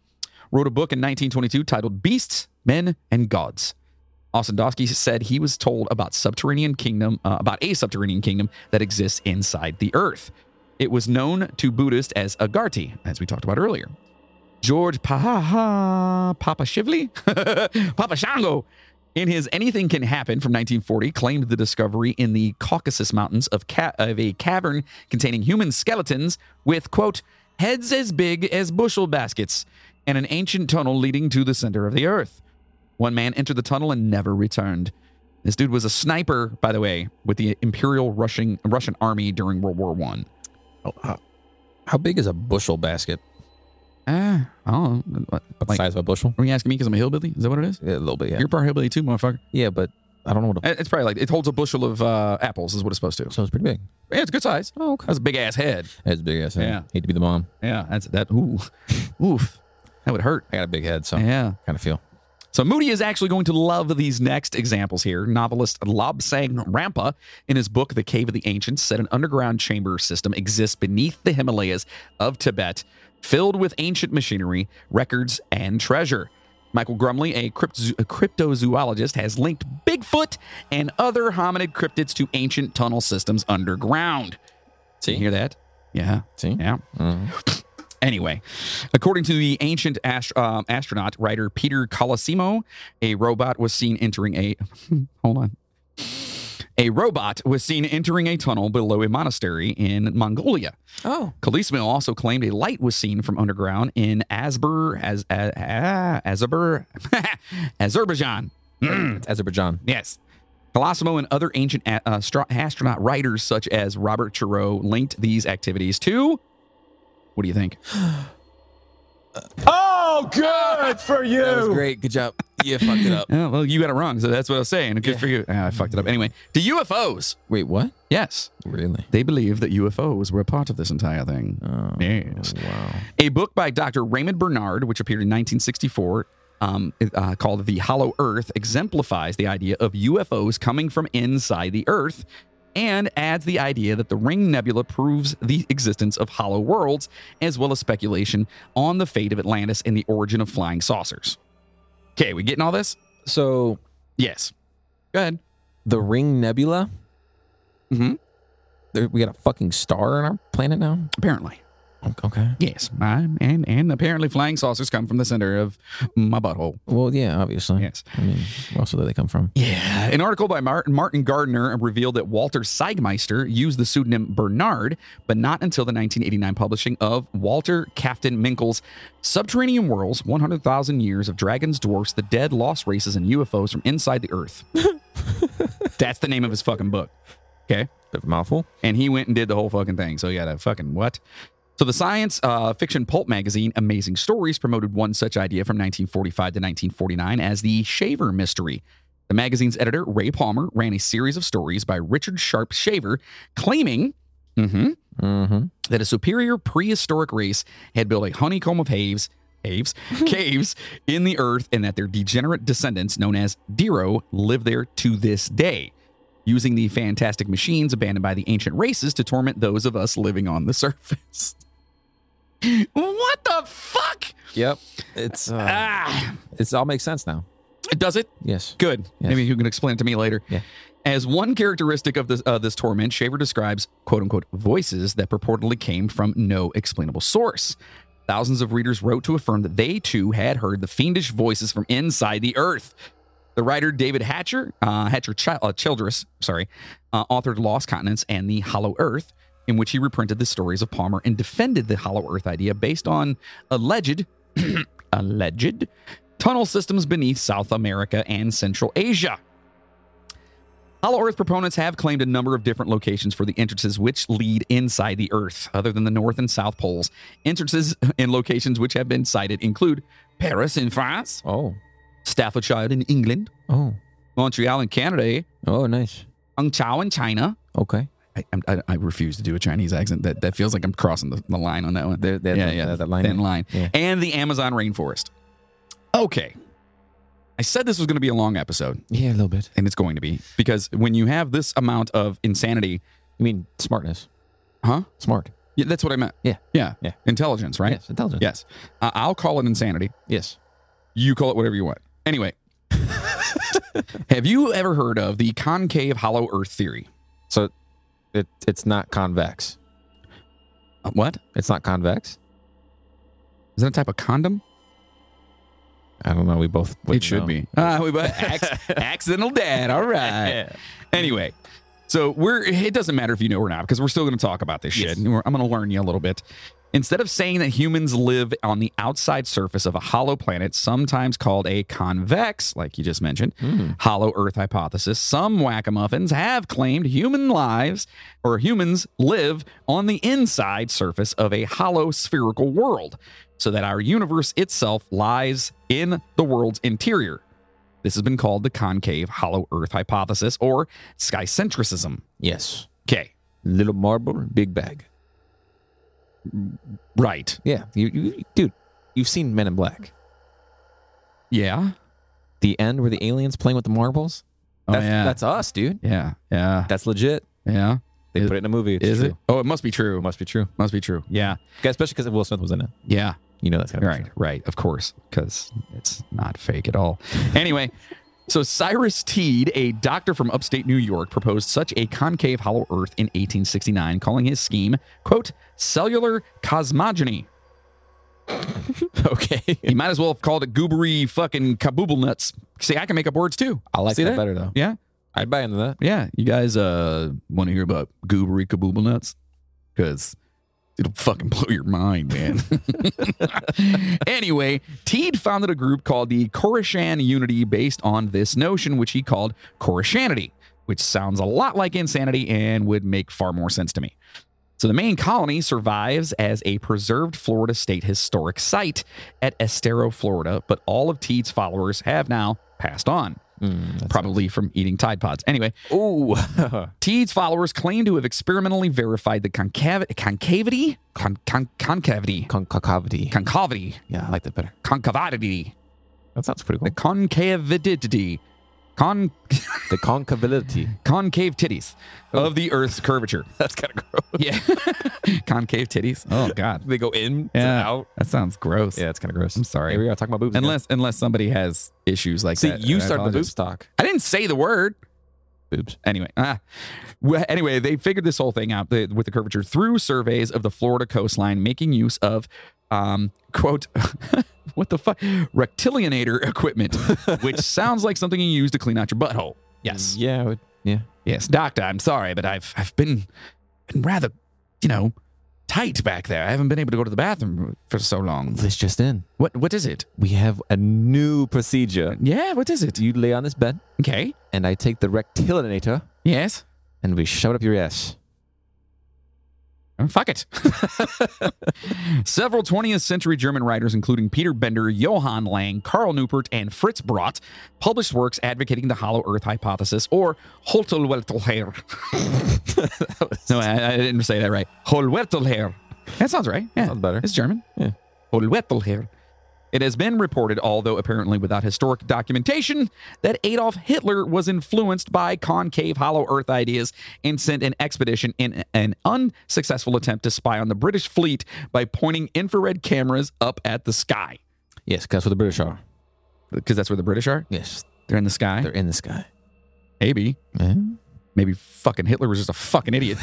wrote a book in 1922 titled Beasts, Men, and Gods. Ossendowski said he was told about subterranean kingdom, uh, about a subterranean kingdom that exists inside the earth. It was known to Buddhists as Agarti, as we talked about earlier. George Paha, Papa Shively, Papa Shango, in his Anything Can Happen from 1940, claimed the discovery in the Caucasus Mountains of, ca- of a cavern containing human skeletons with, quote, heads as big as bushel baskets and an ancient tunnel leading to the center of the earth. One man entered the tunnel and never returned. This dude was a sniper, by the way, with the Imperial Russian Russian Army during World War One.
How big is a bushel basket?
Ah, I don't know.
About the
Like-
size of a bushel?
Are you asking me because I'm a hillbilly? Is that what it is?
Yeah, a little bit. Yeah.
You're part hillbilly too, motherfucker.
yeah, but I don't know what. A,
Uh, It's probably like it holds a bushel of uh, apples, is what it's supposed to.
so it's pretty big.
Yeah, it's a good size.
Oh, okay.
That's a big ass head.
That's big ass.
Yeah.
Yeah. Hate to be the mom.
Yeah, that's that. Ooh, oof, that would hurt.
I got a big head, so
Yeah.
kind of feel.
So Moody is actually going to love these next examples here. Novelist Lobsang Rampa, in his book The Cave of the Ancients, said an underground chamber system exists beneath the Himalayas of Tibet, filled with ancient machinery, records, and treasure. Michael Grumley, a, crypto- a cryptozoologist, has linked Bigfoot and other hominid cryptids to ancient tunnel systems underground.
See?
you hear that? Yeah.
See?
Yeah.
Mhm.
Anyway, according to the ancient ast- um, astronaut writer Peter Colosimo, a robot was seen entering a. hold on. A robot was seen entering a tunnel below a monastery in Mongolia.
Oh.
Kalismil also claimed a light was seen from underground in Azber, Az, Az, Azber, Azerbaijan.
It's Azerbaijan.
Yes. Colosimo and other ancient a- uh, astro- astronaut writers such as Robert Chereau linked these activities to. What do you think?
Oh, good for you.
That was great. Good job. You fucked it up.
Oh, well, you got it wrong. So that's what I was saying. Good for you. Ah, I fucked it up. Anyway, to UFOs.
Wait, what?
Yes.
Really?
They believe that UFOs were a part of this entire thing.
Oh,
Yes.
Wow.
A book by Dr. Raymond Bernard, which appeared in 1964, um, uh, called The Hollow Earth, exemplifies the idea of UFOs coming from inside the Earth and adds the idea that the Ring Nebula proves the existence of hollow worlds, as well as speculation on the fate of Atlantis and the origin of flying saucers. Okay, we getting all this?
So
Yes. Go ahead.
the Ring Nebula.
Mm-hmm.
There, we got a fucking star on our planet now.
Apparently.
Okay.
Yes. I, and and apparently flying saucers come from the center of my butthole.
Well, yeah, obviously.
Yes.
I mean, where else do they come from?
Yeah. An article by Martin, Martin Gardner revealed that Walter Seigmeister used the pseudonym Bernard, but not until the 1989 publishing of Walter Captain Minkle's Subterranean Worlds 100,000 Years of Dragons, Dwarfs, the Dead, Lost Races, and UFOs from Inside the Earth. That's the name of his fucking book. Okay.
Bit of a mouthful.
and he went and did the whole fucking thing. So you got a fucking what? So the science uh, fiction pulp magazine Amazing Stories promoted one such idea from 1945 to 1949 as the Shaver Mystery. The magazine's editor Ray Palmer ran a series of stories by Richard Sharp Shaver, claiming. mhm,
Mm-hmm.
that a superior prehistoric race had built a honeycomb of caves, caves, caves in the earth, and that their degenerate descendants, known as Dero, live there to this day, using the fantastic machines abandoned by the ancient races to torment those of us living on the surface. what the fuck?
Yep. It's uh,
Ah,
it's all makes sense now.
does it?
Yes.
Good.
Yes.
Maybe you can explain it to me later.
Yeah.
As one characteristic of this, uh, this torment, Shaver describes quote unquote voices that purportedly came from no explainable source. Thousands of readers wrote to affirm that they too had heard the fiendish voices from inside the earth. The writer David Hatcher, uh, Hatcher Ch- uh, Childress, sorry, uh, authored Lost Continents and the Hollow Earth, in which he reprinted the stories of Palmer and defended the Hollow Earth idea based on alleged, alleged tunnel systems beneath South America and Central Asia. Hollow Earth proponents have claimed a number of different locations for the entrances which lead inside the Earth, other than the North and South Poles. Entrances and locations which have been cited include Paris in France,
Oh.
Staffordshire in England,
Oh.
Montreal in Canada, eh?
Oh, nice.
Hangzhou in China.
Okay.
I, I'm- I, I refuse to do a Chinese accent. That that feels like I'm crossing the, the line on that one.
There, there,
yeah,
that,
yeah,
That, that
thin
line.
line.
Yeah.
And the Amazon rainforest. Okay. I said this was going to be a long episode,
Yeah, a little bit.
and it's going to be because when you have this amount of insanity,
You mean smartness?
huh?
Smart.
Yeah, that's what I meant.
Yeah.
Yeah.
Yeah.
Intelligence, right?
Yes. Intelligent.
Yes. I I'll call it insanity.
Yes.
You call it whatever you want. Anyway, have you ever heard of the concave hollow earth theory?
So, it it's not convex.
Uh, what?
It's not convex.
Is that a type of condom?
I don't know. We both.
it should be. Ah, we both acc- accidental dad. All right. Anyway, so we're. It doesn't matter if you know or not because we're still going to talk about this shit.
Yes.
And we're- I'm going to learn you a little bit. Instead of saying that humans live on the outside surface of a hollow planet, sometimes called a convex, like you just mentioned, hollow Earth hypothesis, some whack-a-muffins have claimed human lives or humans live on the inside surface of a hollow spherical world, so that our universe itself lies in the world's interior. This has been called the concave hollow Earth hypothesis or skycentricism.
Yes.
Okay,
Little marble, big bag.
right.
Yeah.
You, you, dude, you've seen Men in Black.
Yeah.
The end where the aliens playing with the marbles.
Oh,
that's,
yeah.
that's us, dude.
yeah. Yeah.
That's legit.
Yeah.
They
Is-
put it in a movie. It's
Is
true.
it? Oh, it must be true.
It must be true.
Must be true. Yeah.
Yeah, Especially because Will Smith was in it.
Yeah.
You know that's gonna be
Right. Right. Of course. Because it's not fake at all. Anyway. So Cyrus Teed, a doctor from upstate New York, proposed such a concave hollow earth in 1869, calling his scheme, quote, cellular cosmogony.
true. Okay.
He might as well have called it goobery fucking kabooble nuts. See, I can make up words too.
I like
See
that, better though.
Yeah.
I'd buy into that.
Yeah. You guys uh want to hear about goobery kabooble nuts? Because it'll fucking blow your mind, man. anyway, Teed founded a group called the Korishan Unity based on this notion, which he called Korishanity, which sounds a lot like insanity and would make far more sense to me. So the main colony survives as a preserved Florida state historic site at Estero, Florida, but all of Teed's followers have now passed on.
Hmm,
probably from eating Tide Pods. Anyway,
Ooh.
Teed's E followers claim to have experimentally verified the concavi- concavity, con- con- concavity,
Concavity.
concavity,
yeah, I like that better.
concavity,
That sounds pretty cool.
the concavity, con-
The concavity.
concave titties of the Earth's curvature.
That's kind of gross.
Yeah, concave titties. Oh God,
They go in,
Yeah.
yeah. out.
that sounds gross.
Yeah, it's kind of gross.
I'm sorry.
Here we are talking about boobs. again.
Unless unless somebody has issues like
see,
that.
you
I
start the
apologize.
boob stock.
I didn't say the word.
Boobs.
Anyway, ah. Well, anyway, they figured this whole thing out the, with the curvature through surveys of the Florida coastline, making use of um, quote what the fuck rectilianator equipment, which sounds like something you use to clean out your butthole.
Mm,
Yes,
Mm-hmm.
Yeah. I would- yeah.
yes, doctor, I'm sorry, but I've I've been been rather, you know, tight back there. I haven't been able to go to the bathroom for so long.
This just in.
What what is it?
We have a new procedure.
Yeah, what is it?
You lay on this bed,
Okay,
and I take the rectilinator,
yes,
and we shove it up your ass.
Oh, Fuck it. Several 20th century German writers, including Peter Bender, Johann Lang, Karl Neupert, and Fritz Brott, published works advocating the hollow earth hypothesis or Holtelweltelher. no, I, I didn't say that right. Holtelweltelher. That sounds right. Yeah.
Sounds better.
It's German.
Yeah.
Holtelweltelher. It has been reported, although apparently without historic documentation, that Adolf Hitler was influenced by concave hollow earth ideas and sent an expedition in an unsuccessful attempt to spy on the British fleet by pointing infrared cameras up at the sky.
Yes, 'cause that's where the British are.
Because that's where the British are?
Yes,
They're in the sky?
they're in the sky.
Maybe. Maybe fucking Hitler was just a fucking idiot.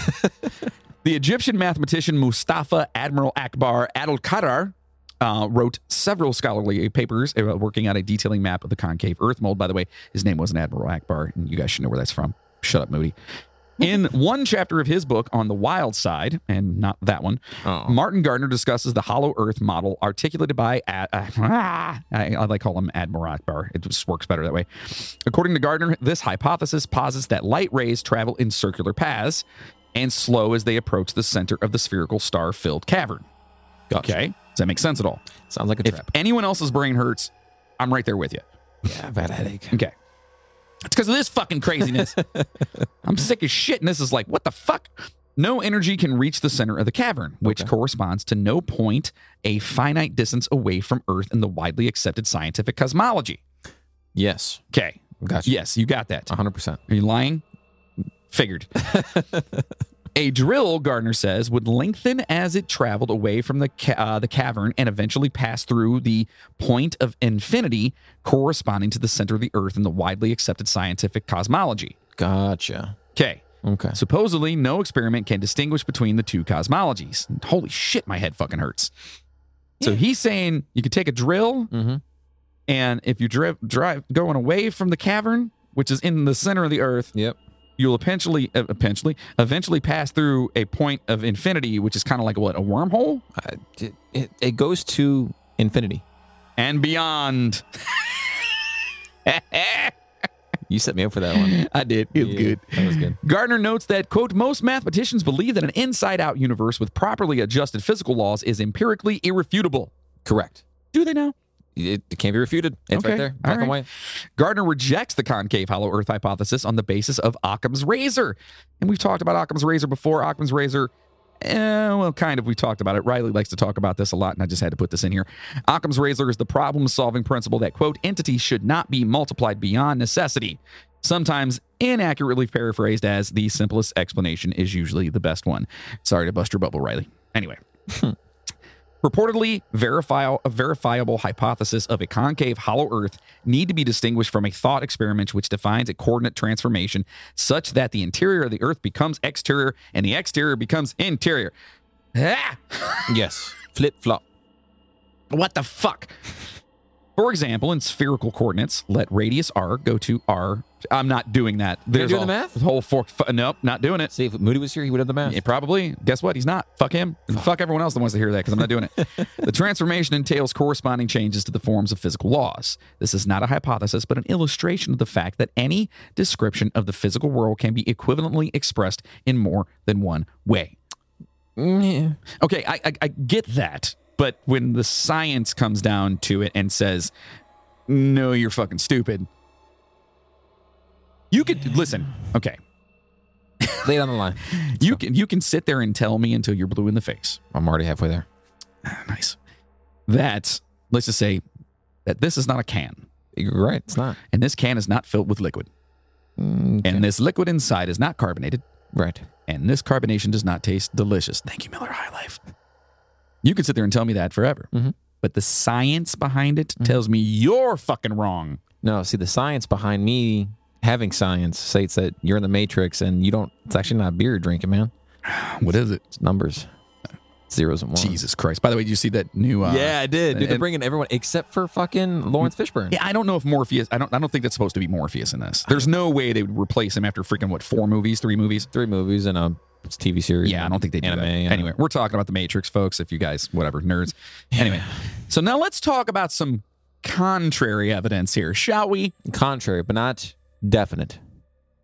the Egyptian mathematician Mustafa Admiral Akbar Adel Qadar uh, wrote several scholarly papers uh, working out a detailing map of the concave earth mold. By the way, his name wasn't Admiral Akbar, and you guys should know where that's from. Shut up, Moody. In one chapter of his book on the wild side, and not that one,
Oh.
Martin Gardner discusses the hollow earth model articulated by, Ad, uh, ah, I, I like call him Admiral Akbar. It just works better that way. According to Gardner, this hypothesis posits that light rays travel in circular paths and slow as they approach the center of the spherical star filled cavern.
Gotcha.
Okay. Does that make sense at all?
Sounds like a
If
trap.
anyone else's brain hurts, I'm right there with you.
Yeah, I've had a headache.
Okay. It's because of this fucking craziness. I'm sick as shit. And this is like, what the fuck? No energy can reach the center of the cavern, which corresponds to no point a finite distance away from Earth in the widely accepted scientific cosmology.
Yes,
Okay.
gotcha.
Yes, you got that.
100%.
Are you lying? Figured. a drill, Gardner says, would lengthen as it traveled away from the ca- uh, the cavern and eventually pass through the point of infinity corresponding to the center of the Earth in the widely accepted scientific cosmology.
Gotcha.
Okay.
Okay.
Supposedly, no experiment can distinguish between the two cosmologies. Holy shit, my head fucking hurts. So he's saying you could take a drill,
Mhm.
and if you drive, drive going away from the cavern, which is in the center of the Earth,
Yep.
you'll eventually, uh, eventually, eventually pass through a point of infinity, which is kind of like what a wormhole
Uh, it, it, it goes to infinity.
and beyond.
You set me up for that one.
I did. It was
Yeah,
good.
That was good.
Gardner notes that, quote, most mathematicians believe that an inside out universe with properly adjusted physical laws is empirically irrefutable.
Correct.
Do they now?
It, it can't be refuted. It's
Okay.
right there, black
All
and
right.
white.
Gardner rejects the concave hollow earth hypothesis on the basis of Occam's razor. And we've talked about Occam's razor before. Occam's razor, eh, well, kind of, we talked about it. Riley likes to talk about this a lot, and I just had to put this in here. Occam's razor is the problem solving principle that, quote, entities should not be multiplied beyond necessity. Sometimes inaccurately paraphrased as the simplest explanation is usually the best one. Sorry to bust your bubble, Riley. Anyway. Purportedly verifiable, a verifiable hypothesis of a concave hollow Earth need to be distinguished from a thought experiment which defines a coordinate transformation such that the interior of the Earth becomes exterior and the exterior becomes interior. Ah!
Yes. Flip flop.
What the fuck? For example, in spherical coordinates, let radius r go to r. I'm not doing that. There's
doing
a
the math?
whole fork. F- nope, not doing it.
See, if Moody was here, he would have the math.
Yeah, probably. Guess what? He's not. Fuck him. And Fuck everyone else that wants to hear that because I'm not doing it. the transformation entails corresponding changes to the forms of physical laws. This is not a hypothesis, but an illustration of the fact that any description of the physical world can be equivalently expressed in more than one way.
Mm,
Okay, I, I, I get that. But when the science comes down to it and says, no, you're fucking stupid, you could listen. Okay.
Lay it on the line.
You can you can sit there and tell me until you're blue in the face.
I'm already halfway there.
Ah, nice. That, let's just say that this is not a can,
You're right. It's not.
and this can is not filled with liquid,
Mm,
and this liquid inside is not carbonated,
right.
and this carbonation does not taste delicious. Thank you, Miller High Life. You can sit there and tell me that forever,
Mhm.
but the science behind it
Mm-hmm.
tells me you're fucking wrong.
No, see, the science behind me having science states that you're in the matrix and you don't, it's actually not beer you're drinking, man.
What is it?
It's numbers, zeros, and ones.
Jesus Christ! By the way, did you see that new? Uh,
yeah, I did. Dude, they're
and-
bringing everyone except for fucking Lawrence Fishburne.
Yeah, I don't know if Morpheus. I don't. I don't think that's supposed to be Morpheus in this. There's no way they would replace him after freaking what four movies, three movies.
Three movies and a TV series.
Yeah, I don't think they do
anime.
that.
and-
Anyway, we're talking about the Matrix, folks. If you guys, whatever, nerds. Anyway, so now let's talk about some contrary evidence here, shall we?
contrary, but not definite.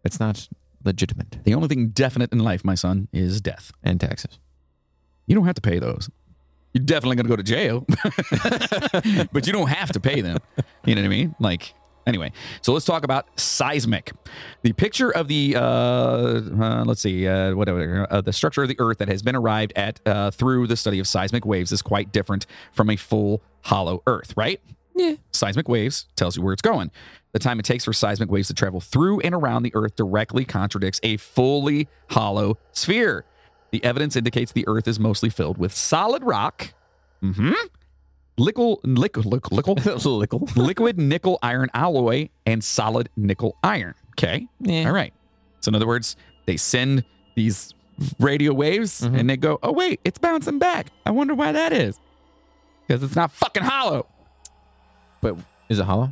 It's not legitimate.
The only thing definite in life, my son, is death.
And taxes.
You don't have to pay those. You're definitely going to go to jail, but you don't have to pay them. You know what I mean? Like, anyway, so let's talk about seismic. The picture of the, uh, uh, let's see, uh, whatever, uh, the structure of the Earth that has been arrived at uh, through the study of seismic waves is quite different from a full hollow Earth, right? Yeah. Seismic waves tells you where it's going. The time it takes for seismic waves to travel through and around the Earth directly contradicts a fully hollow sphere. The evidence indicates the Earth is mostly filled with solid rock, mm-hmm, lickle, lickle, lickle, lickle,
Lickle.
liquid nickel iron alloy, and solid nickel iron. Okay,
Yeah.
all right. So in other words, they send these radio waves,
Mhm.
and they go, "Oh wait, it's bouncing back. I wonder why that is, because it's not fucking hollow."
But is it hollow?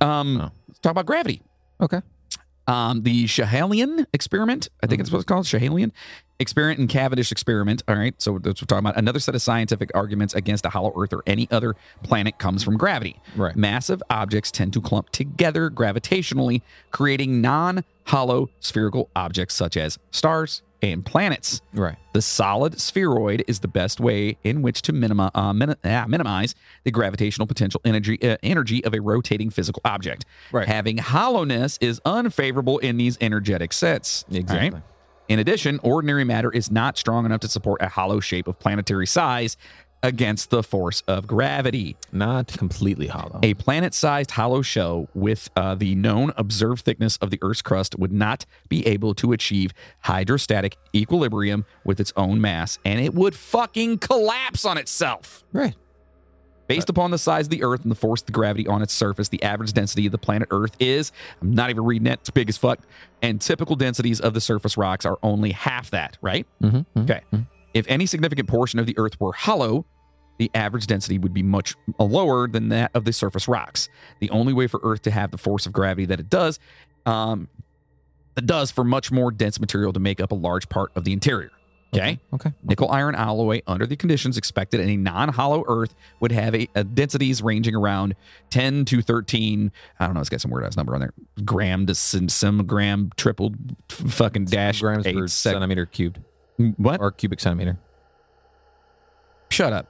Um,
Oh.
let's talk about gravity.
Okay.
Um, the Shehalian experiment, I think it's what it's called, Shehalian experiment and Cavendish experiment. All right, so that's what we're talking about. Another set of scientific arguments against a hollow Earth or any other planet comes from gravity.
Right.
Massive objects tend to clump together gravitationally, creating non-hollow spherical objects such as stars and planets.
Right.
The solid spheroid is the best way in which to minima, uh, min- ah, minimize the gravitational potential energy uh, energy of a rotating physical object.
Right.
Having hollowness is unfavorable in these energetic sets. All right?
Exactly.
In addition, ordinary matter is not strong enough to support a hollow shape of planetary size against the force of gravity.
Not completely hollow.
A planet sized hollow shell with uh, the known observed thickness of the Earth's crust would not be able to achieve hydrostatic equilibrium with its own mass, and it would fucking collapse on itself.
Right.
Based upon the size of the Earth and the force of the gravity on its surface, the average density of the planet Earth is, I'm not even reading it, it's big as fuck. And typical densities of the surface rocks are only half that, right?
Mm-hmm.
Okay. If any significant portion of the Earth were hollow, the average density would be much uh, lower than that of the surface rocks. The only way for Earth to have the force of gravity that it does um, that does for much more dense material to make up a large part of the interior. Okay.
Okay.
Nickel iron alloy under the conditions expected in a non-hollow earth would have a, a densities ranging around 10 to 13 i don't know it's got some weird ass number on there gram to sim, sim gram triple f- fucking dash
grams
eight
per
sec-
centimeter cubed
what
or cubic centimeter.
shut up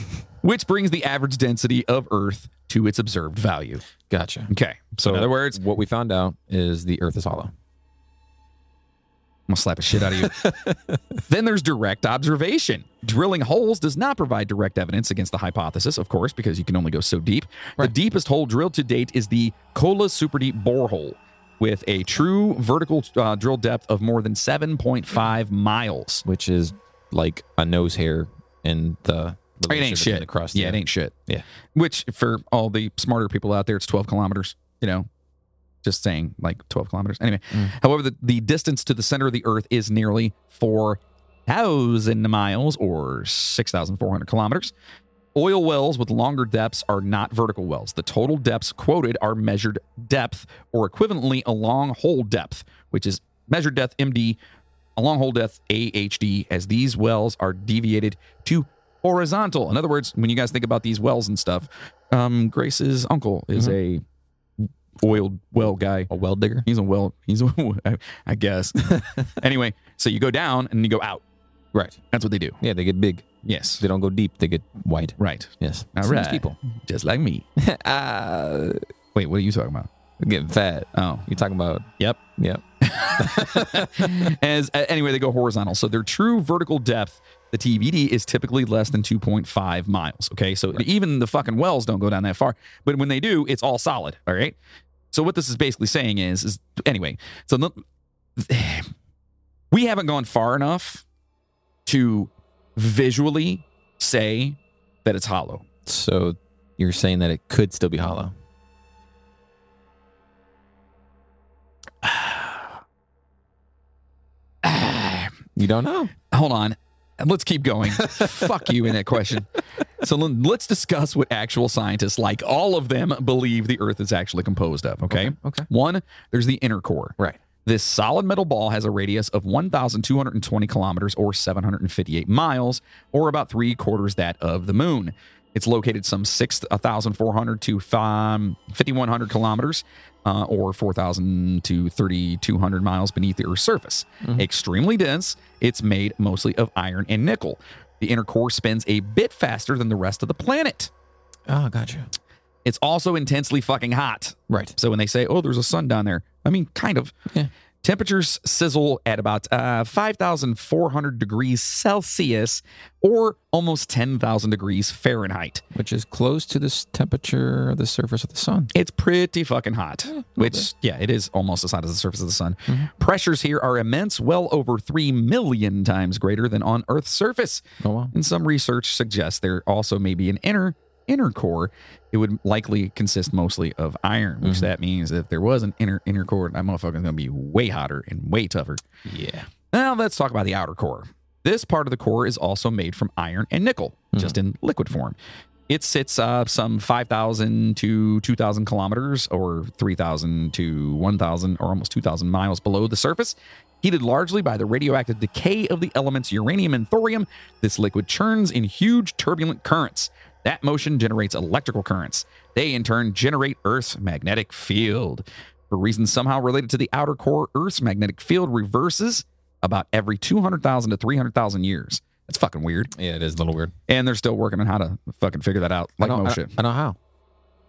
which brings the average density of earth to its observed value
Gotcha.
okay so in other words i'm
what we found out is the Earth is hollow.
gonna slap the shit out of you then there's direct observation drilling holes does not provide direct evidence against the hypothesis of course because you can only go so deep the deepest hole drilled to date is the kola super deep borehole with a true vertical uh, drill depth of more than 7.5 miles
which is like a nose hair in the
it ain't
relationship in
shit
The crust.
yeah it ain't shit
Yeah.
which for all the smarter people out there it's 12 kilometers you know just saying like 12 kilometers anyway
Mm.
however the, the distance to the center of the earth is nearly 4000 miles or 6400 kilometers oil wells with longer depths are not vertical wells the total depths quoted are measured depth or equivalently a long hole depth which is measured depth md a long hole depth ahd as these wells are deviated to horizontal in other words when you guys think about these wells and stuff um grace's uncle is
Mm-hmm.
a oiled well guy
A well digger.
He's a well. He's a. I, I guess. anyway, so you go down and you go out.
Right.
That's what they do.
Yeah, they get big.
Yes.
They don't go deep. They get wide.
Right.
Yes.
All
Same as
right.
People
Just like me.
uh,
Wait, what are you talking about?
getting fat.
Oh,
You're talking about.
yep.
Yep.
As a- anyway, they go horizontal. So their true vertical depth, the TVD, is typically less than 2.5 miles. Okay, so even the fucking wells don't go down that far. But when they do, it's all solid. All right. So what this is basically saying is, is anyway. So the, we haven't gone far enough to visually say that it's hollow.
So you're saying that it could still be hollow. You don't know.
hold on. Let's keep going. Fuck you in that question. So l- let's discuss what actual scientists, like all of them, believe the Earth is actually composed of. Okay.
okay.
One, there's the inner core.
Right.
This solid metal ball has a radius of 1,220 kilometers or 758 miles, or about three quarters that of the moon. It's located some 6,400 to fi- 5,100 kilometers uh, or 4,000 to 3,200 miles beneath the Earth's surface. Extremely dense, it's made mostly of iron and nickel. The inner core spins a bit faster than the rest of the planet.
Oh, gotcha.
It's also intensely fucking hot.
Right.
So when they say, "Oh, there's a sun down there," I mean, kind of.
Yeah.
Temperatures sizzle at about uh, 5,400 degrees Celsius, or almost 10,000 degrees Fahrenheit.
Which is close to this temperature of the surface of the sun.
It's pretty fucking hot. which, yeah, it is almost as hot as the surface of the sun. Pressures here are immense, well over three million times greater than on Earth's surface.
Oh, wow.
And some research suggests there also may be an inner inner core. It would likely consist mostly of iron, which that means that if there was an inner inner core, that motherfucker's gonna be way hotter and way tougher.
Yeah.
Now let's talk about the outer core. This part of the core is also made from iron and nickel, just in liquid form. It sits uh, some 5,000 to 2,000 kilometers or 3,000 to 1,000 or almost 2,000 miles below the surface. Heated largely by the radioactive decay of the elements uranium and thorium, this liquid churns in huge turbulent currents. That motion generates electrical currents. They in turn generate Earth's magnetic field. For reasons somehow related to the outer core, Earth's magnetic field reverses about every 200,000 to 300,000 years. That's fucking weird.
Yeah, it is a little weird.
And they're still working on how to fucking figure that out. Like
I know,
most
I,
shit.
I know how.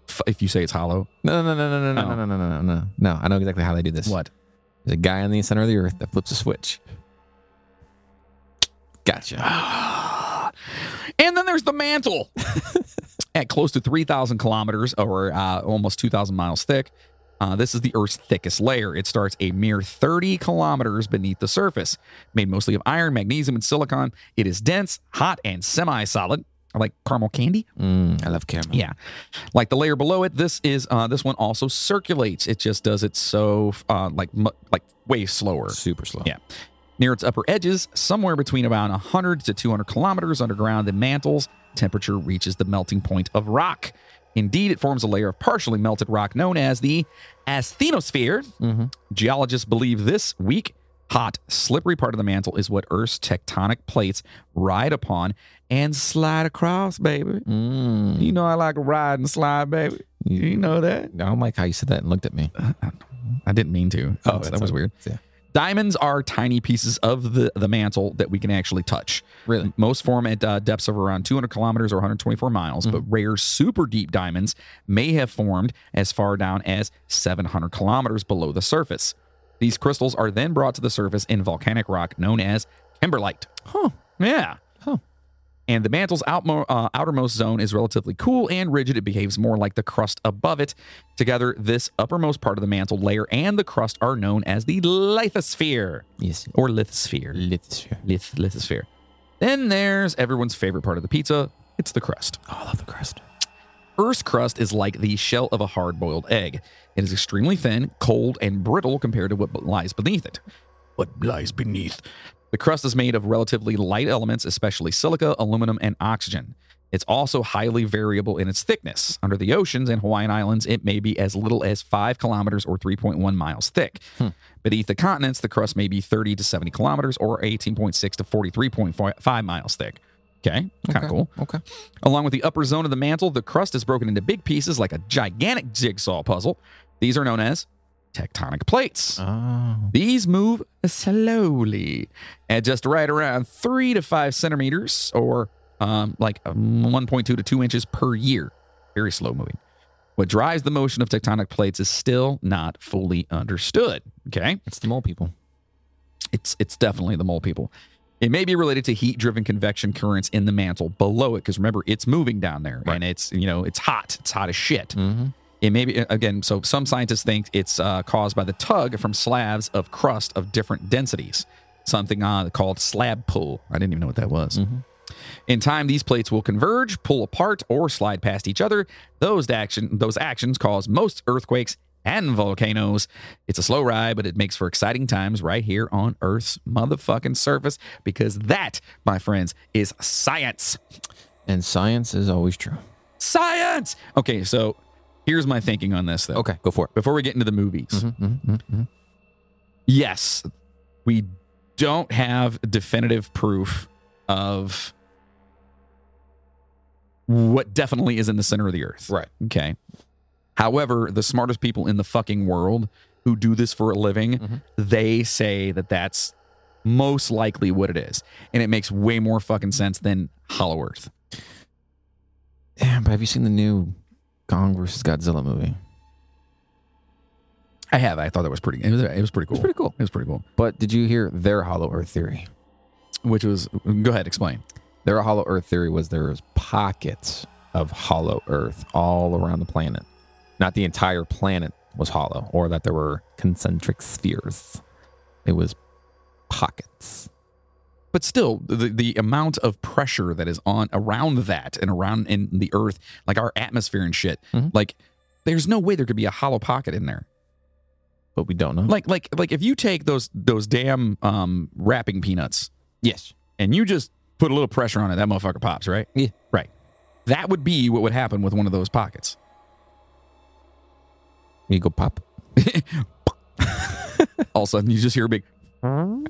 F- If you say it's hollow,
No, no, no, no, no,
Oh.
no, no, no, no, no, no. No, I know exactly how they do this.
what?
There's a guy in the center of the earth that flips a switch. Gotcha.
And then there's the mantle. At close to 3,000 kilometers or uh, almost 2,000 miles thick, uh, this is the Earth's thickest layer. It starts a mere 30 kilometers beneath the surface. Made mostly of iron, magnesium, and silicon, it is dense, hot, and semi solid. Like caramel candy?
Mm, I love caramel.
Yeah, like the layer below it. This is uh, this one also circulates. It just does it so uh, like mu- like way slower.
Super slow.
Yeah. Near its upper edges, somewhere between about 100 to 200 kilometers underground in mantles, temperature reaches the melting point of rock. Indeed, it forms a layer of partially melted rock known as the asthenosphere. Mm-hmm. Geologists believe this weak, hot, slippery part of the mantle is what Earth's tectonic plates ride upon and slide across, baby.
Mm.
You know I like to ride and slide, baby. You know that.
I don't like how you said that and looked at me.
I didn't mean to. Oh, that was weird.
Yeah.
Diamonds are tiny pieces of the, the mantle that we can actually touch.
Really?
Most form at uh, depths of around 200 kilometers or 124 miles, but
Mm-hmm.
rare, super deep diamonds may have formed as far down as 700 kilometers below the surface. These crystals are then brought to the surface in volcanic rock known as kimberlite.
Huh.
Yeah.
Huh.
And the mantle's outmo- uh, outermost zone is relatively cool and rigid. It behaves more like the crust above it. Together, this uppermost part of the mantle layer and the crust are known as the lithosphere
Yes.
or lithosphere.
Lithosphere.
Lith- lithosphere. Then there's everyone's favorite part of the pizza. It's the crust.
Oh, I love the crust.
Earth's crust is like the shell of a hard boiled egg. It is extremely thin, cold, and brittle compared to what lies beneath it. What lies beneath? The crust is made of relatively light elements, especially silica, aluminum, and oxygen. It's also highly variable in its thickness. Under the oceans and Hawaiian Islands, it may be as little as 5 kilometers or 3.1 miles thick. Beneath the continents, the crust may be 30 to 70 kilometers or 18.6 to 43.5 miles thick. Okay, kind of cool.
Okay.
Along with the upper zone of the mantle, the crust is broken into big pieces like a gigantic jigsaw puzzle. These are known as tectonic
Uh.
plates.
Oh.
These move slowly at just right around three to five centimeters or um, like um, 1.2 to 2 inches per year. Very slow moving. What drives the motion of tectonic plates is still not fully understood. Okay.
It's the mole people.
It's it's definitely the mole people. It may be related to heat-driven convection currents in the mantle below it, because remember it's moving down there and it's you know it's hot, it's hot as shit. It may be again. So some scientists think it's uh, caused by the tug from slabs of crust of different densities, something uh, called slab pull. I didn't even know what that was. In time, these plates will converge, pull apart, or slide past each other. Those action those actions cause most earthquakes and volcanoes. It's a slow ride, but it makes for exciting times right here on Earth's motherfucking surface because that, my friends, is science.
And science is always true.
Science. Okay, so here's my thinking on this though.
Okay, go for it.
Before we get into the movies,
Mhm,
Mm-hmm.
mhm, mhm.
yes, we don't have definitive proof of what definitely is in the center of the earth.
Right.
Okay. However, the smartest people in the fucking world who do this for a living,
Mhm.
they say that that's most likely what it is. And it makes way more fucking sense than Hollow Earth.
Yeah, but have you seen the new Kong versus Godzilla movie?
I have. I thought that was pretty it was, it was pretty cool. It was pretty cool. It was pretty cool.
But did you hear their hollow earth theory?
Which was go ahead, explain.
Their hollow earth theory was there was pockets of hollow earth all around the planet. Not the entire planet was hollow or that there were concentric spheres. It was pockets.
but still the, the amount of pressure that is on around that and around in the earth like our atmosphere and shit
Mhm.
like there's no way there could be a hollow pocket in there
But we don't know.
like like like if you take those those damn um wrapping peanuts
yes.
and you just put a little pressure on it that motherfucker pops right
Yeah.
right that would be what would happen with one of those pockets
You go pop.
all of a sudden you just hear a big like,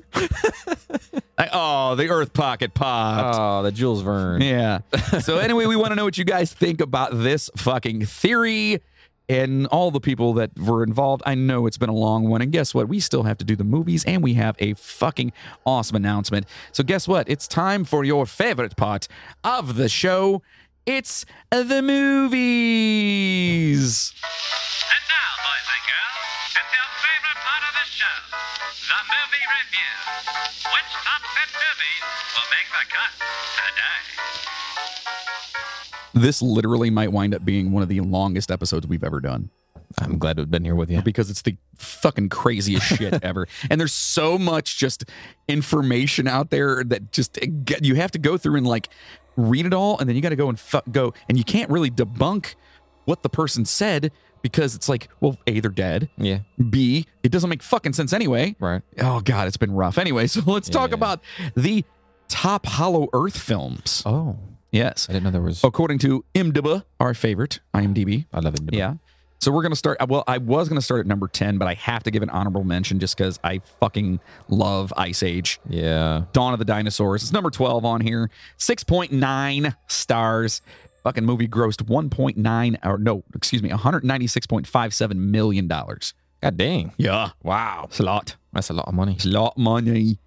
oh the earth pocket popped
Oh, the Jules Verne.
Yeah. So anyway, we want to know what you guys think about this fucking theory and all the people that were involved. I know it's been a long one, and guess what? We still have to do the movies, and we have a fucking awesome announcement. So guess what? It's time for your favorite part of the show. It's the movies.
And now, boys and girls, it's your favorite part of the show, the movie review. Which top 10 movies will make the cut today?
This literally might wind up being one of the longest episodes we've ever done.
I'm glad to have been here with you.
because it's the fucking craziest shit ever. And there's so much just information out there that just you have to go through and like read it all, and then you got to go and fu- go, and you can't really debunk what the person said because it's like, well, a they're dead,
Yeah.
b it doesn't make fucking sense anyway.
Right.
Oh god, it's been rough. Anyway, so let's talk
Yeah.
about the top Hollow Earth films.
Oh.
Yes.
I didn't know there was.
According to IMDb, our favorite IMDb.
I love it.
Yeah. So we're gonna start. uh, Well, I was gonna start at number ten, but I have to give an honorable mention just because I fucking love Ice Age.
Yeah.
Dawn of the Dinosaurs. It's number 12 on here. 6.9 stars. Fucking movie grossed 1.9 or no, excuse me, 196.57 million dollars.
God dang.
Yeah.
Wow.
It's a lot.
That's a lot of money.
It's a lot of money.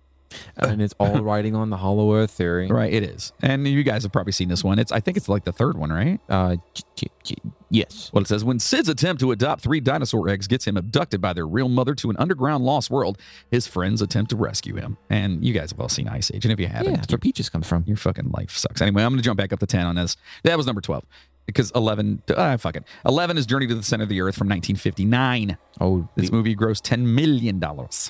And it's all riding on the Hollow Earth theory.
Uh, Right, it is. And you guys have probably seen this one. It's I think it's like the third one, right?
Uh, j- j- j- yes.
Well, it says when Sid's attempt to adopt three dinosaur eggs gets him abducted by their real mother to an underground lost world, his friends attempt to rescue him. And you guys have all seen Ice Age. And if you haven't,
Yeah, that's where peaches comes from.
Your fucking life sucks. Anyway, I'm going to jump back up to 10 on this. That was number 12 because 11, ah, fuck it. 11 is Journey to the Center of the Earth from 1959.
Oh,
This movie grossed $10 million. Yes.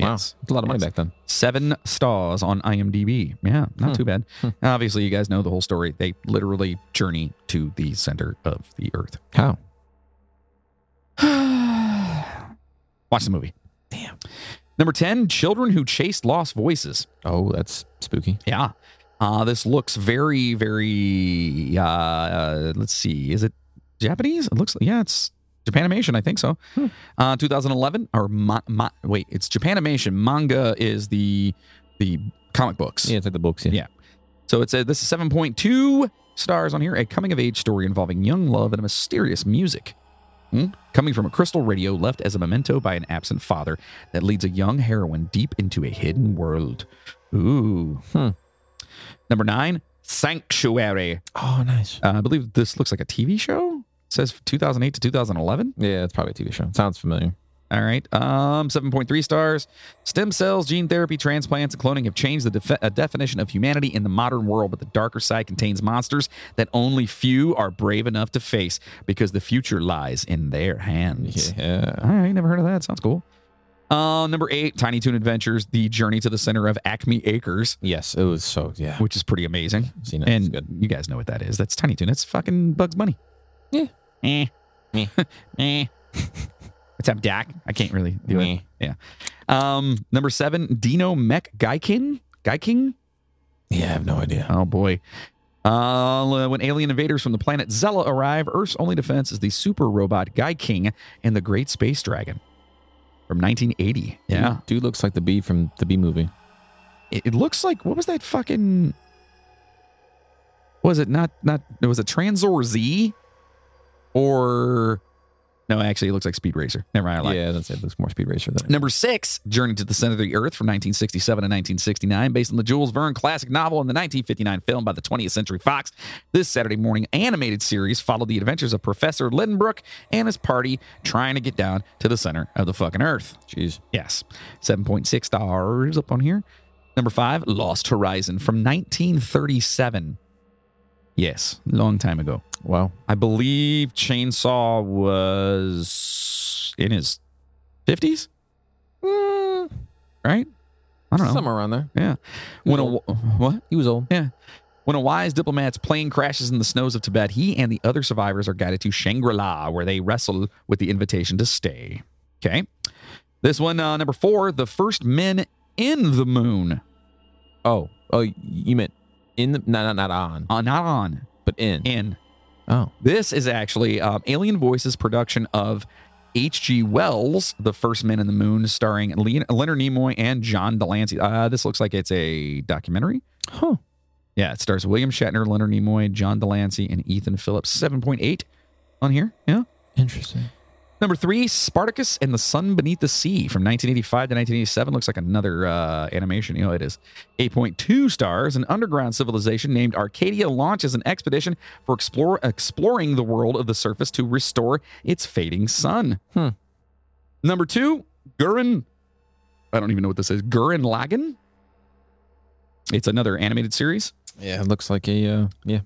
wow. It's a lot of money
Yes.
back then.
Seven stars on IMDb. Yeah,
Hmm.
not too bad. Obviously, you guys know the whole story. They literally journey to the center of the Earth.
How?
Watch the movie. Damn. Number 10, Children Who Chased Lost Voices.
Oh, that's spooky.
Yeah. Uh, this looks very, very. Uh, uh, let's see. Is it Japanese? It looks. Yeah, it's Japanimation. I think so. Uh, 2011 or ma- ma- wait, it's Japanimation. Manga is the the comic books.
Yeah, it's like the books. Yeah.
Yeah. So it said this is 7.2 stars on here. A coming of age story involving young love and a mysterious music. Hmm? Coming from a crystal radio left as a memento by an absent father that leads a young heroine deep into a hidden world. Ooh.
Hmm.
Number nine, Sanctuary.
Oh, nice.
Uh, I believe this looks like a TV show. It says 2008 to 2011.
Yeah, it's probably a TV show. Sounds familiar.
All right. Um, 7.3 stars. Stem cells, gene therapy, transplants, and cloning have changed the defi- uh, definition of humanity in the modern world, but the darker side contains monsters that only few are brave enough to face because the future lies in their hands.
Yeah.
All right. Never heard of that. Sounds cool. Uh, number eight, Tiny Toon Adventures, The Journey to the Center of Acme Acres,
Yes, it was so. Yeah.
which is pretty amazing.
Seen it.
And
it's good.
you guys know what that is. That's Tiny Toon. That's fucking Bugs Bunny.
Yeah.
Eh.
Meh.
eh. What's up, Doc? I can't really do it.
Meh.
Um, number seven, Dino Mech Gaikin. Gaikin?
Yeah, I have no idea.
Oh boy. Uh, when alien invaders from the planet Zella arrive, Earth's only defense is the super robot Guy King and the Great Space Dragon from 1980. Yeah,
Dude looks like the bee from the bee movie.
it, it looks like what was that fucking? Was it not not? It was a Transor Z, or no? Actually, it looks like Speed Racer. Never mind. I lied.
yeah, that's it. Looks more Speed Racer than.
Number six, Journey to the Center of the Earth from 1967 to 1969, based on the Jules Verne classic novel and the 1959 film by the 20th Century Fox. This Saturday morning animated series followed the adventures of Professor Lidenbrook and his party trying to get down to the center of the fucking Earth.
Jeez.
Yes, 7.6 stars up on here. Number five, Lost Horizon from 1937. Yes, long time ago.
Wow.
I believe Chainsaw was in his 50s, right? I don't know.
Somewhere around there.
Yeah. When a what?
He was old.
Yeah. When a wise diplomat's plane crashes in the snows of Tibet, he and the other survivors are guided to Shangri-La, where they wrestle with the invitation to stay. Okay. This one, uh, number four, the first men in the moon.
Oh, oh, you meant in the no, not not on,
Uh, not on,
but in.
in.
Oh,
This is actually um, Alien Voices production of H.G. Wells, The First Men in the Moon, starring Leon- Leonard Nimoy and John Delancey. Uh, this looks like it's a documentary.
huh.
Yeah, it stars William Shatner, Leonard Nimoy, John Delancey, and Ethan Phillips. 7.8 on here. Yeah.
Interesting.
Number three, Spartacus and the Sun Beneath the Sea from 1985 to 1987. Looks like another uh, animation. You know, it is. 8.2 stars. An underground civilization named Arcadia launches an expedition for explore, exploring the world of the surface to restore its fading sun.
Hmm.
Number two, Gurren. I don't even know what this is. Gurren Lagann. It's another animated series
Yeah, it looks like a uh, yeah.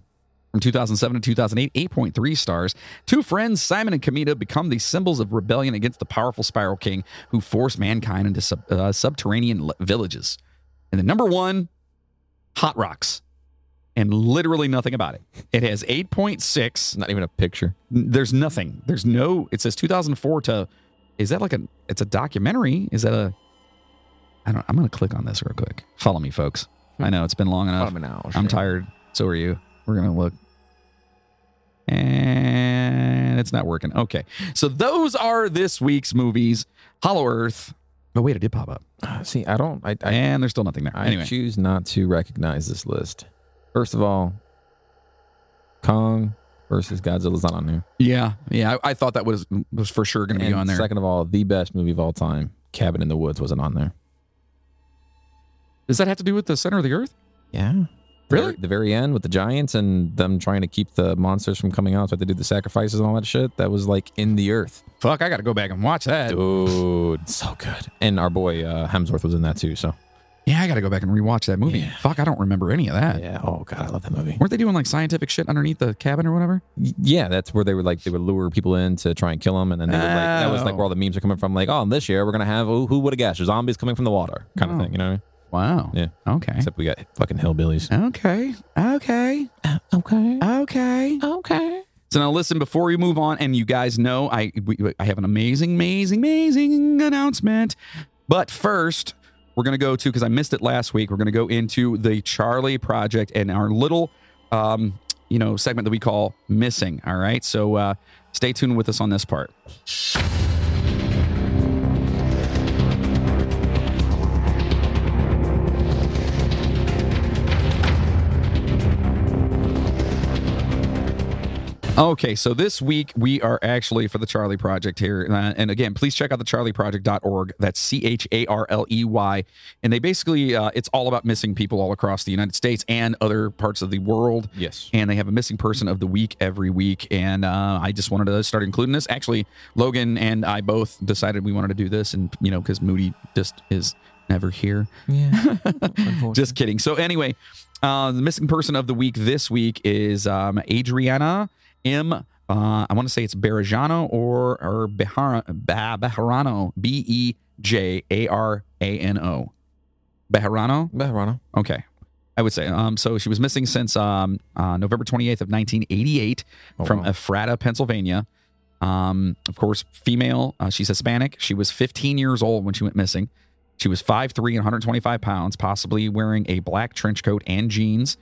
from 2007 to 2008, 8.3 stars. Two friends, Simon and Kamita, become the symbols of rebellion against the powerful Spiral King who forced mankind into sub, uh, subterranean l- villages. And the number one, Hot Rocks. And literally nothing about it. It has 8.6.
It's not even a picture.
N- There's nothing. There's no, it says 2004 to, is that like a, it's a documentary? Is that a, I don't, I'm going to click on this real quick. Follow me, folks. I know it's been long enough.
Phenomenal.
I'm tired. So are you. We're going to look. And it's not working. Okay. So those are this week's movies Hollow Earth. Oh, wait, it did pop up.
Ah, See, I don't. I, I,
And there's still nothing there.
I
anyway.
choose not to recognize this list. First of all, Kong versus Godzilla's not on there.
yeah. Yeah. I, I thought that was was for sure going to be
And
on there.
Second of all, the best movie of all time, Cabin in the Woods, wasn't on there.
Does that have to do with the center of the earth?
Yeah.
Really?
The, the very end with the giants and them trying to keep the monsters from coming out, so they do the sacrifices and all that shit. That was like in the earth,
Fuck, I got to go back and watch that.
dude. so good. And our boy uh, Hemsworth was in that too. So
Yeah, I got to go back and rewatch that movie. Fuck, I don't remember any of that.
yeah. Oh god, I love that movie.
Weren't they doing like scientific shit underneath the cabin or whatever?
Yeah, that's where they were like they would lure people in to try and kill them, and then they would like that was like where all the memes are coming from. Like, oh, this year we're gonna have oh, who would have guessed? Zombies coming from the water, kind of thing. You know? what I mean?
Wow.
Yeah.
Oh. Okay.
Except we got fucking hillbillies.
Okay. Okay.
Uh, Okay.
Okay.
Okay.
So now listen before you move on, and you guys know I we, I have an amazing, amazing, amazing announcement. But first, we're gonna go to because I missed it last week. We're gonna go into the Charlie Project and our little, um, you know, segment that we call missing. All right, so uh, stay tuned with us on this part. Okay, so this week we are actually for the Charlie Project here. Uh, and again, please check out the charlieproject.org. That's C H A R L E Y. And they basically, uh, it's all about missing people all across the United States and other parts of the world.
Yes.
And they have a missing person of the week every week. And uh, I just wanted to start including this. Actually, Logan and I both decided we wanted to do this. And, you know, because Moody just is never here.
Yeah.
Just kidding. So anyway, uh, the missing person of the week this week is um, Adriana M. Uh, I want to say it's Barajano or or Behar, bah, Bejarano. B E J A R A N O. Bejarano.
Rana.
Okay. I would say. Um, so she was missing since um, uh, November 28th of 1988
Oh,
from
wow.
Ephrata, Pennsylvania. Um, of course, female. Uh, she's Hispanic. She was 15 years old when she went missing. She was 5'3 and 125 pounds, possibly wearing a black trench coat and jeans.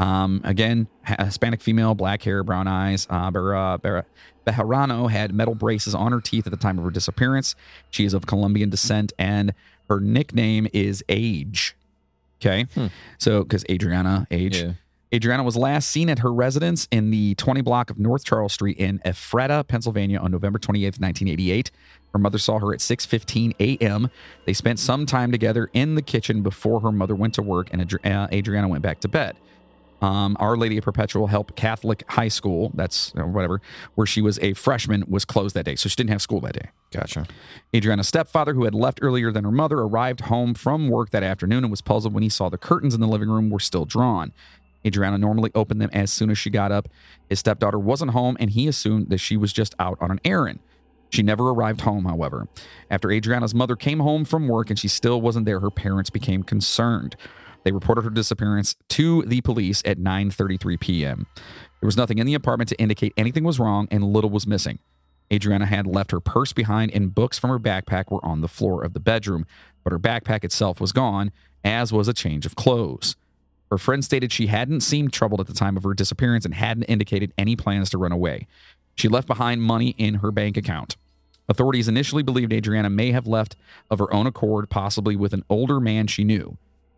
Um, again, ha- Hispanic female, black hair, brown eyes. Uh, Bera, Bera, Bejarano had metal braces on her teeth at the time of her disappearance. She is of Colombian descent, and her nickname is Age. Okay.
Hmm.
So, because Adriana, Age.
Yeah.
Adriana was last seen at her residence in the 20 block of North Charles Street in Ephrata, Pennsylvania on November 28th, 1988. Her mother saw her at 6:15 a.m. They spent some time together in the kitchen before her mother went to work and Adri- uh, Adriana went back to bed. Um, Our Lady of Perpetual Help Catholic High School, that's uh, whatever, where she was a freshman, was closed that day. So she didn't have school that day.
Gotcha.
Adriana's stepfather, who had left earlier than her mother, arrived home from work that afternoon and was puzzled when he saw the curtains in the living room were still drawn. Adriana normally opened them as soon as she got up. His stepdaughter wasn't home, and he assumed that she was just out on an errand. She never arrived home, however. After Adriana's mother came home from work and she still wasn't there, her parents became concerned. They reported her disappearance to the police at 9:33 p.m. There was nothing in the apartment to indicate anything was wrong and little was missing. Adriana had left her purse behind and books from her backpack were on the floor of the bedroom, but her backpack itself was gone, as was a change of clothes. Her friend stated she hadn't seemed troubled at the time of her disappearance and hadn't indicated any plans to run away. She left behind money in her bank account. Authorities initially believed Adriana may have left of her own accord, possibly with an older man she knew.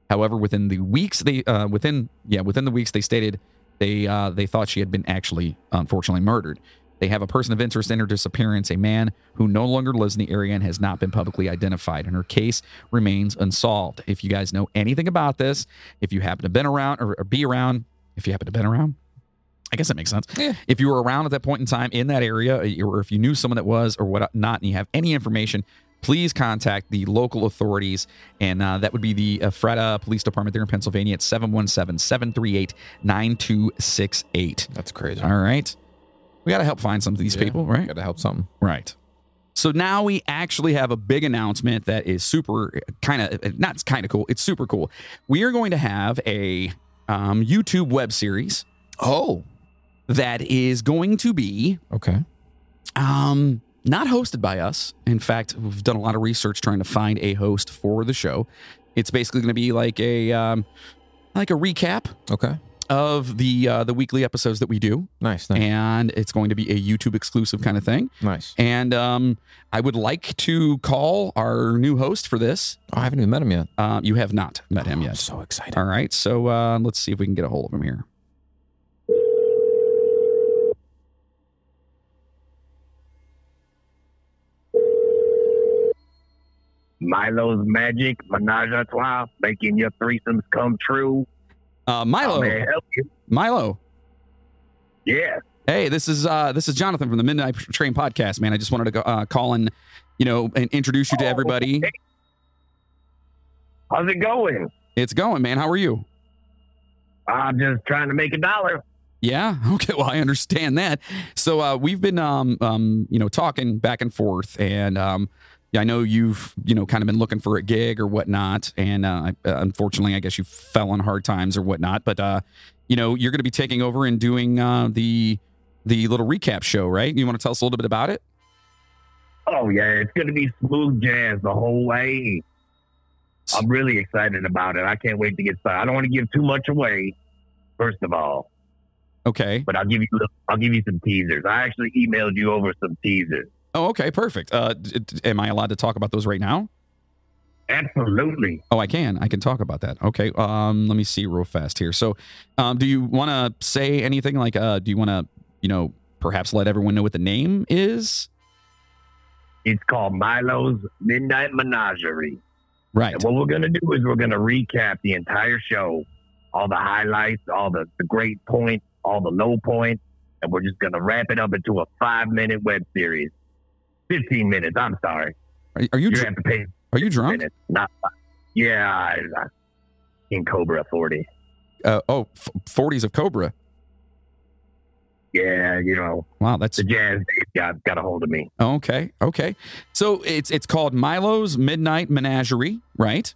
However, within the weeks they uh, within yeah within the weeks they stated they uh, they thought she had been actually unfortunately murdered. They have a person of interest in her disappearance, a man who no longer lives in the area and has not been publicly identified, and her case remains unsolved. If you guys know anything about this, if you happen to been around or, or be around, if you happen to been around, I guess that makes sense. If you were around at that point in time in that area, uh, or if you knew someone that was or what uh, not, and you have any information, please contact the local authorities. And uh, that would be the Freda Police Department there in Pennsylvania at 717 738 9268.
That's crazy.
All right. We got to help find some of these people, right?
Got to help something.
Right. So now we actually have a big announcement that is super kind of not kind of cool. It's super cool. We are going to have a um, YouTube web series. Oh, that is going to be
Okay.
um, not hosted by us. In fact, we've done a lot of research trying to find a host for the show. It's basically going to be like a um, like a recap
Okay.
of the uh, the weekly episodes that we do,
Nice, nice,
and it's going to be a YouTube exclusive kind of thing.
nice.
And um, I would like to call our new host for this.
Oh, I haven't even met him yet. Oh,
Uh, you have not met him yet.
So excited.
Oh,
All right, so uh, let's see if we can get a hold of him here.
Milo's Magic, Menage a Trois, making your threesomes come true.
Uh,
How
Milo,
may I help you?
Milo.
Yeah.
Hey, this is uh, this is Jonathan from the Midnight Train podcast. Man, I just wanted to go, uh, call and you know and introduce you to
Oh,
everybody.
okay. How's it going?
It's going, man. How are you?
I'm just trying to make a dollar.
Yeah. Okay. Well, I understand that. So uh, we've been, um, um, you know, talking back and forth, and um, yeah, I know you've, you know, kind of been looking for a gig or whatnot, and uh, I- uh, unfortunately, I guess you fell on hard times or whatnot. But uh, you know, you're going to be taking over and doing uh, the the little recap show, right? You want to tell us a little bit about it?
Oh, yeah, it's going to be smooth jazz the whole way. I'm really excited about it. I can't wait to get started. I don't want to give too much away, first of all,
Okay.
but I'll give you a little- I'll give you some teasers. I actually emailed you over some teasers.
Oh, okay. Perfect. Uh, d- d- am I allowed to talk about those right now?
Absolutely.
Oh, I can. I can talk about that. Okay. Um, let me see real fast here. So, um, do you want to say anything like, uh, do you want to, you know, perhaps let everyone know what the name is?
It's called Milo's Midnight Menagerie.
Right.
And what we're going to do is we're going to recap the entire show, all the highlights, all the, the great points, all the low points, and we're just going to wrap it up into a five minute web series. 15 minutes, I'm sorry.
Are, are you
You're
dr-
going to have to pay
are you drunk?
minutes, not five. Yeah, I, I, in Cobra 40.
Uh, oh, f- 40s of Cobra.
Yeah, you know,
Wow, that's
the jazz got, got a hold of me.
okay. Okay. So it's it's called Milo's Midnight Menagerie, right?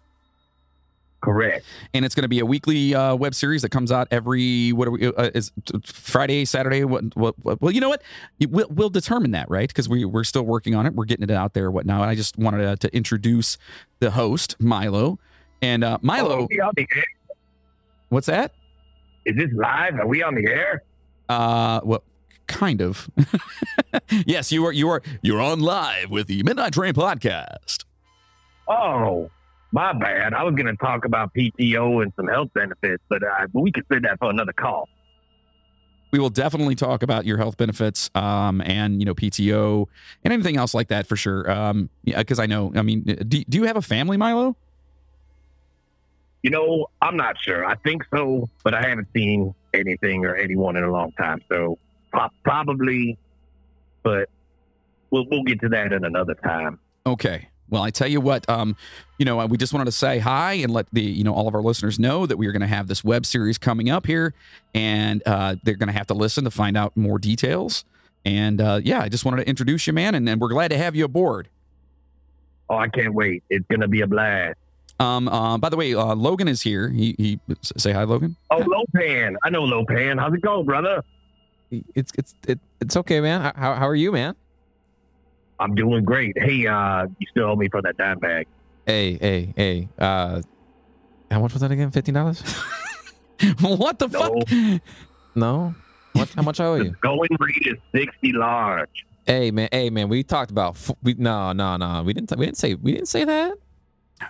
Correct.
And it's going to be a weekly uh, web series that comes out every what are we uh, is t- t- Friday, Saturday? What, what, what? Well, you know what? You- We'll, we'll determine that, right? Because we we're still working on it. We're getting it out there, whatnot. And I just wanted uh, to introduce the host, Milo, and uh,
Are
Milo.
Oh, we on the air?
What's that?
Is this live? Are we on the air?
Uh, well, kind of. yes, you are. You are. You're on live with the Midnight Train podcast.
Oh, my bad. I was going to talk about PTO and some health benefits, but uh, we could save that for another call.
we will definitely talk about your health benefits um, and you know PTO and anything else like that for sure. Um, yeah, because I know. I mean, uh, do, do you have a family, Milo?
You know, I'm not sure. I think so, but I haven't seen anything or anyone in a long time. So pro- probably, but we'll, we'll get to that in another time.
Okay. Well, I tell you what, um, you know, we just wanted to say hi and let the you know all of our listeners know that we are going to have this web series coming up here, and uh, they're going to have to listen to find out more details. And uh, yeah, I just wanted to introduce you, man, and, and we're glad to have you aboard.
Oh, I can't wait. It's going to be a blast.
Um, uh, by the way, uh, Logan is here. He, he say hi, Logan.
Oh, Lopan. I know Lopan. How's it going, brother?
It's it's it, it's okay, man. How, how are you, man?
I'm doing great. Hey, uh, you still owe me for that dime bag.
Hey, hey, hey. Uh, how much was that again? Fifteen dollars?
what the
No.
fuck?
No. What? How much I
Oh,
owe you?
Going rate is 60 large.
Hey, man. Hey, man. We talked about. F- we no, no, no. We didn't. we didn't say. We didn't say that.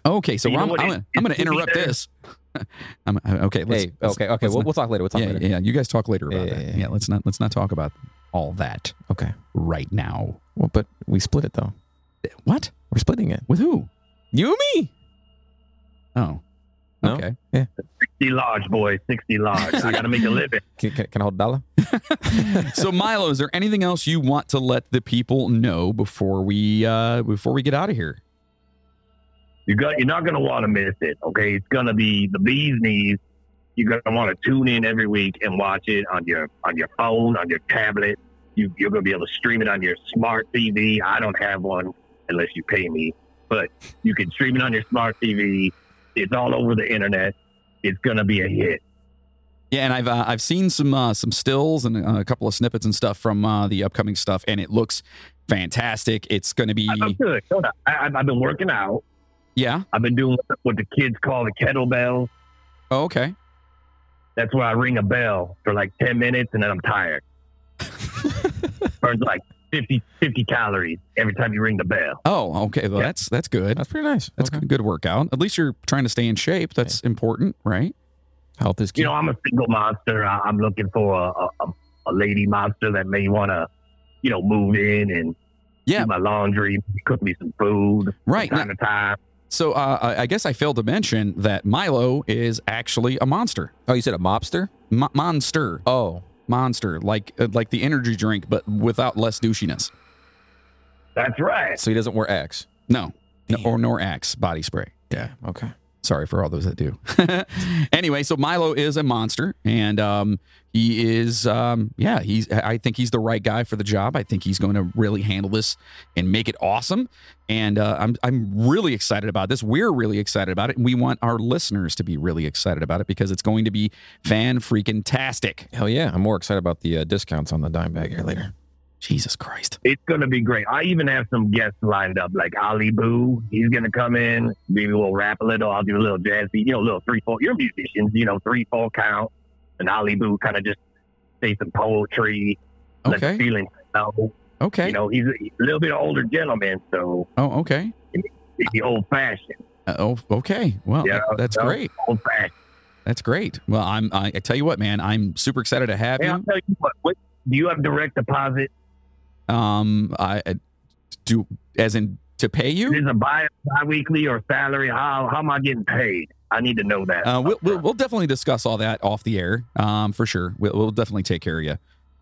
Okay, so
You know
I'm,
what?
I'm,
It-
gonna- I'm going to
it's really
interrupt
there.
this. I'm, I- okay, let's,
hey.
let's-
okay. Okay.
let's
We'll,
not-
we'll talk later. We'll talk
yeah,
later.
yeah, you guys talk later about
Yeah,
that.
yeah,
Yeah,
yeah.
let's not let's not talk about all that
Okay.
right now.
Well, but we split it though.
What?
We're splitting it.
With who?
You and me.
Oh,
No?
okay.
60 large, boy. 60 large. I got to make a living.
Can, can, can I hold a dollar?
so Milo, is there anything else you want to let the people know before we uh before we get out of here?
You got you're not gonna want to miss it. Okay, it's gonna be the bees knees. You're gonna want to tune in every week and watch it on your on your phone, on your tablet. You you're gonna be able to stream it on your smart TV. I don't have one unless you pay me, but you can stream it on your smart TV. It's all over the internet. It's gonna be a hit.
Yeah, and I've uh, I've seen some uh, some stills and uh, a couple of snippets and stuff from uh, the upcoming stuff, and it looks fantastic. It's going to be
I'm good. don't I? I, I've been working out.
yeah.
I've been doing what the kids call the kettlebell.
Oh, okay.
That's where I ring a bell for like 10 minutes and then I'm tired. Burns like 50, 50 calories every time you ring the bell.
Oh, okay. Well,
Yeah.
that's that's good.
That's pretty nice.
That's a good workout. At least you're trying to stay in shape. That's important, right?
Health is key.
You know, I'm a single monster. I, I'm looking for a, a, a- a lady monster that may want to, you know, move in and
Yeah.
do my laundry, cook me some food
Right.
from time to time.
So uh, I- I guess I failed to mention that Milo is actually a monster.
oh, you said a mobster?
Mo- monster,
Oh,
monster, like uh, like the energy drink, but without less douchiness.
That's right.
so he doesn't wear X.
No, no or nor Axe body spray.
Yeah. Okay.
Sorry for all those that do. anyway, so Milo is a monster, and um, he is, um, yeah, he's. I think he's the right guy for the job. I think he's going to really handle this and make it awesome. And uh, I'm, I'm really excited about this. We're really excited about it, and we want our listeners to be really excited about it because it's going to be fan freaking tastic.
Hell yeah. I'm more excited about the uh, discounts on the dime bag here later.
Jesus Christ!
It's going to be great. I even have some guests lined up, like Ali Boo. He's going to come in. Maybe we'll rap a little. I'll do a little jazz beat, you know, a little three, four. You're musicians, you know, three, four count. And Ali Boo kind of just say some poetry, let the
Okay.
feeling know.
Okay.
You know, he's a, he's a little bit older gentleman, so
Oh, okay.
he's old fashioned,
Uh, oh, okay. Well,
Yeah,
that- that's
no.
great.
old fashioned.
That's great. Well, I'm. I, I tell you what, man, I'm super excited to have
Hey, I'll
you.
tell you what, what. Do you have direct deposit?
Um, I I- do as in to pay you.
Is it bi weekly or salary? How how am I getting paid? I need to know that.
Uh, we'll, we'll we'll definitely discuss all that off the air. Um, for sure. We'll, we'll definitely take care of you.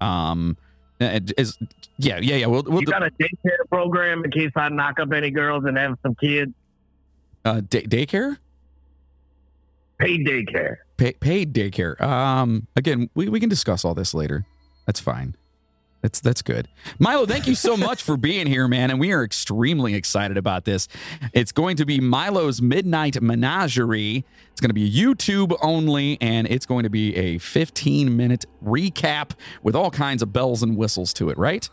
Um, and is yeah, yeah, yeah. We'll we'll
you got a daycare program in case I knock up any girls and have some kids?
uh, day, daycare.
Paid daycare.
Pay, paid daycare. Um, again, we, we can discuss all this later. That's fine. That's that's good. Milo, thank you so much for being here, man. And we are extremely excited about this. It's going to be Milo's Midnight Menagerie. It's going to be YouTube only, and it's going to be a 15 minute recap with all kinds of bells and whistles to it, right?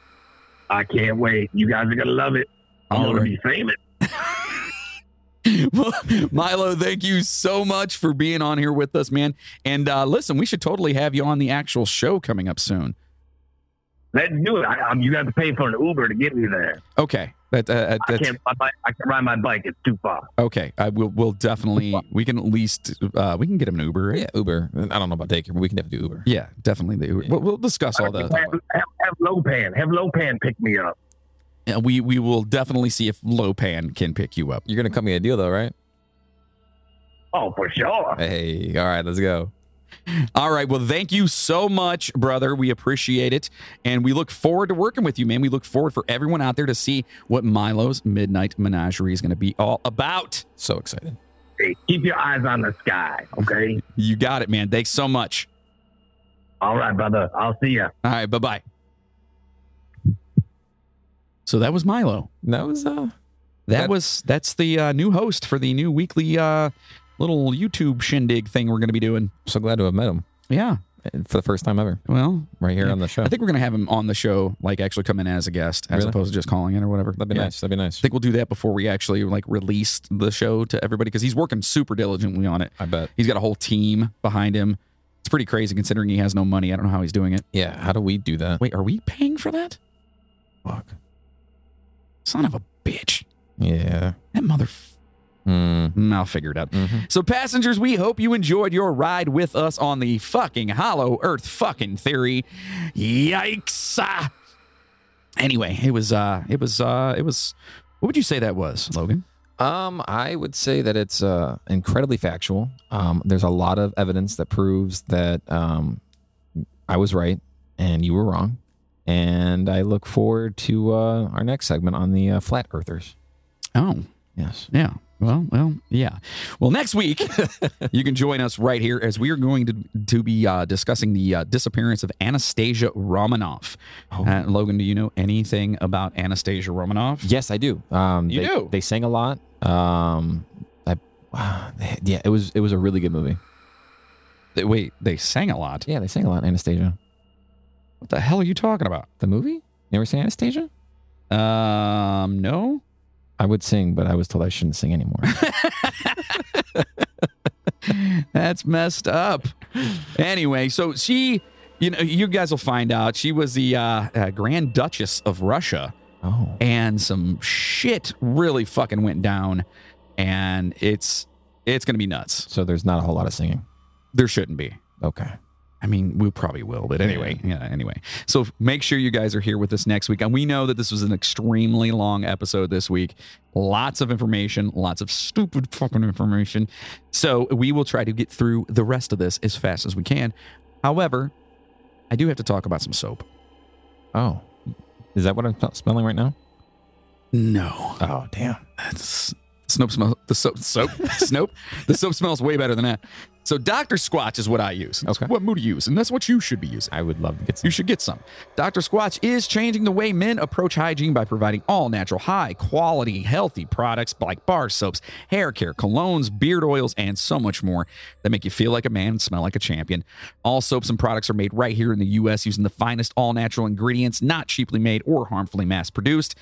I can't wait. You guys are gonna love it. I'm
All
gonna
right.
be famous.
Well, Milo, thank you so much for being on here with us, man. And uh, listen, we should totally have you on the actual show coming up soon.
Let's do it. I, I'm, you got to pay for an Uber to get me there.
Okay, that, uh,
I
that's
can't. My bike, I can ride my bike. It's too far.
okay. I will. We'll definitely. We can at least. Uh, we can get him an Uber. Right?
Yeah, Uber. I don't know about daycare, but we can definitely do Uber.
Yeah, definitely the Uber. We'll, we'll discuss all
have,
that.
have, have Lopan. Have Lopan pick me up.
Yeah, we we will definitely see if Lopan can pick you up.
You're gonna cut me a deal though, right?
Oh, for sure.
Hey, all right, let's go.
All right. Well, thank you so much, brother. We appreciate it, and we look forward to working with you, man. We look forward for everyone out there to see what Milo's Midnight Menagerie is going to be all about.
So excited.
Hey, keep your eyes on the sky. Okay.
You got it, man. Thanks so much.
All right, brother. I'll see ya.
All right. Bye bye. So that was Milo.
That was uh
That,
That-
was that's the uh, new host for the new weekly uh, little YouTube shindig thing we're going to be doing.
I'm so glad to have met him
Yeah.
and for the first time ever,
Well,
right here
Yeah.
on the show.
I think we're going to have him on the show, like actually come in as a guest, as
Really?
opposed to just calling in or whatever.
That'd be
Yeah.
nice. That'd be nice.
I think we'll do that before we actually like release the show to everybody because he's working super diligently on it.
I bet.
He's got a whole team behind him. It's pretty crazy considering he has no money. I don't know how he's doing it.
Yeah. How do we do that?
Wait, are we paying for that?
Fuck.
Son of a bitch.
Yeah.
That mother.
Mm.
Mm, I'll figure it out.
hmm
So, passengers, we hope you enjoyed your ride with us on the fucking hollow earth fucking theory. Yikes! Ah. Anyway, it was, uh, it was, uh, it was, what would you say that was, Logan?
Um, I would say that it's uh incredibly factual. Um, there's a lot of evidence that proves that um I was right and you were wrong. And I look forward to uh, our next segment on the uh, flat earthers.
Oh,
Yes.
yeah. Well, well, yeah. Well, next week you can join us right here as we are going to to be uh, discussing the uh, disappearance of Anastasia Romanoff. Uh, Logan, do you know anything about Anastasia Romanoff?
Yes, I do. Um,
You
they,
do?
They sang a lot. Um, I, yeah, it was it was a really good movie.
They- Wait, they sang a lot.
Yeah, they sang a lot. Anastasia,
What the hell are you talking about?
the movie. You Never seen Anastasia?
Um, no.
I would sing, but I was told I shouldn't sing anymore.
Uh, That's messed up. Anyway, so she, you know, you guys will find out she was the uh, uh, Grand Duchess of Russia,
Oh.
and some shit really fucking went down, and it's it's gonna be nuts.
So there's not a whole lot of singing.
There shouldn't be.
Okay.
I mean, we probably will, but anyway, yeah, anyway. So make sure you guys are here with us next week. And we know that this was an extremely long episode this week. Lots of information, lots of stupid fucking information. So we will try to get through the rest of this as fast as we can. However, I do have to talk about some soap.
Oh. Is that what I'm sp- smelling right now?
No.
Oh, damn.
That's Snope smells the soap soap Snope. The soap smells way better than that. So Dr. Squatch is what I use. That's
Okay.
what Moody use, and that's what you should be using.
I would love to get some.
You should get some. Dr. Squatch is changing the way men approach hygiene by providing all natural, high quality, healthy products like bar soaps, hair care, colognes, beard oils, and so much more that make you feel like a man and smell like a champion. All soaps and products are made right here in the U.S. using the finest all natural ingredients, not cheaply made or harmfully mass produced.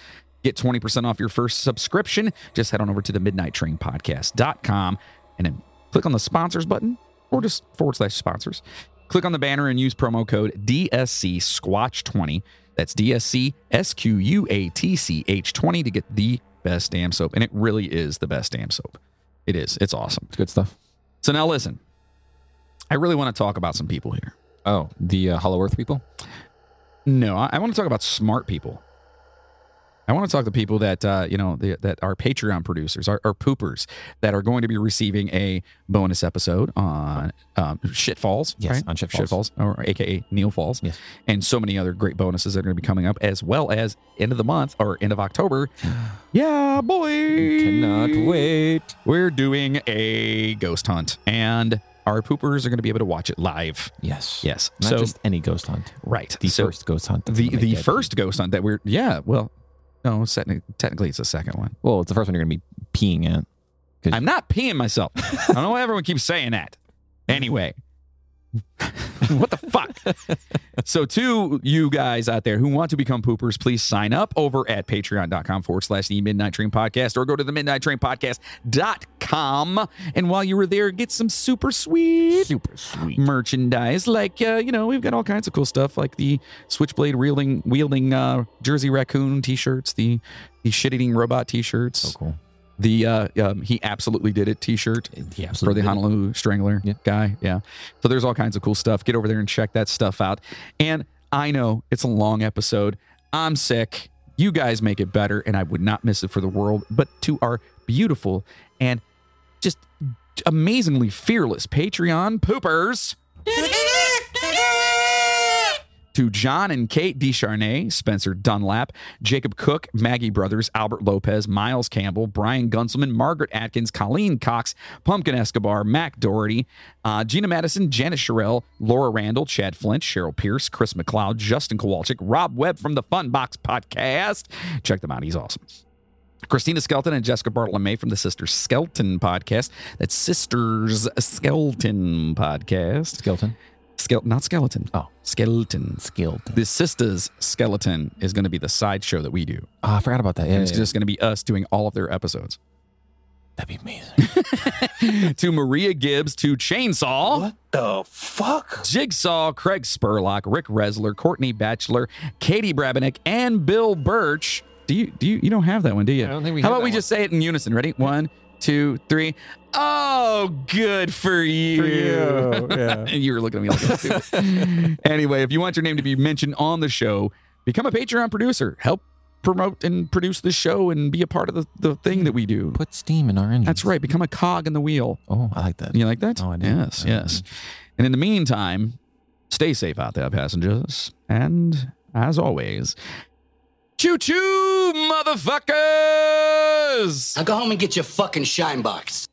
Get 20% off your first subscription. Just head on over to the Midnight Train Podcast.com and then click on the sponsors button or just forward slash sponsors. Click on the banner and use promo code DSC Squatch20. That's DSC S Q U A T C H 20 to get the best damn soap. And it really is the best damn soap. It is. It's awesome.
It's good stuff.
So now listen, I really want to talk about some people here.
Oh, the uh, Hollow Earth people?
No, I, I want to talk about smart people. I want to talk to people that uh, you know the, that are Patreon producers, are, are poopers that are going to be receiving a bonus episode on um, Shit Falls,
Yes,
right?
on Shit
Shit Falls, or AKA Neil Falls,
Yes.
and so many other great bonuses that are going to be coming up, as well as end of the month or end of October. yeah, boy,
Cannot wait.
We're doing a ghost hunt, and our poopers are going to be able to watch it live.
Yes.
Yes,
Not
so
just any ghost hunt.
right,
The
so,
first ghost hunt. that's
the
gonna
the
make it.
first ghost hunt that we're yeah well no it's techni- technically it's the second one
Well, it's the first one you're going to be peeing at.
i'm not peeing myself i don't know why everyone keeps saying that anyway what the fuck so to you guys out there who want to become poopers please sign up over at patreon.com forward slash the midnight train podcast or go to the midnight train podcast.com and while you were there get some super sweet
Super sweet.
merchandise. Like uh, you know, we've got all kinds of cool stuff, like the switchblade wielding wielding uh, Jersey raccoon T-shirts, the the shit eating robot
So
T-shirts,
Oh, cool.
the uh, um, he absolutely did it T-shirt
Yeah,
for the Honolulu Strangler
Yeah.
guy. Yeah, so there's all kinds of cool stuff. Get over there and check that stuff out. And I know it's a long episode. I'm sick. You guys make it better, and I would not miss it for the world. But to our beautiful and just amazingly fearless Patreon poopers. to John and Kate Descharnay, Spencer Dunlap, Jacob Cook, Maggie Brothers, Albert Lopez, Miles Campbell, Brian Gunselman, Margaret Atkins, Colleen Cox, Pumpkin Escobar, Mac Doherty, uh, Gina Madison, Janice Sherrill, Laura Randall, Chad Flint, Cheryl Pierce, Chris McLeod, Justin Kowalczyk, Rob Webb from the Fun Box Podcast. Check them out. He's awesome. Christina Skelton and Jessica Bartolome from the Sisters Skelton podcast. That's Sisters Skelton podcast.
Skeleton.
Skel- not skeleton.
Oh.
skeleton.
Skilled.
The sisters skeleton is going to be the sideshow that we do,
Oh, I forgot about that. Yeah,
and it's
yeah,
just going to be us doing all of their episodes.
yeah. that'd be amazing.
to Maria Gibbs, to Chainsaw.
the fuck?
Jigsaw, Craig Spurlock, Rick Resler, Courtney Batchelor, Katie Brabenick, and Bill Birch. Do you do you you don't have that one, do you?
I don't think we
How
had
about
that
we
one.
just say it in unison? Ready? One, two, three. Oh, good for you.
you, yeah.
you were looking at me like that too. anyway, if you want your name to be mentioned on the show, become a Patreon producer. Help promote and produce the show and be a part of the, the thing that we do.
Put steam in our engine.
That's right. Become a cog in the wheel.
Oh, I like that.
You like that?
Oh, I do.
Yes,
I do.
yes. And in the meantime, stay safe out there, passengers. And as always, choo choo, motherfuckers!
Now go home and get your fucking shine box.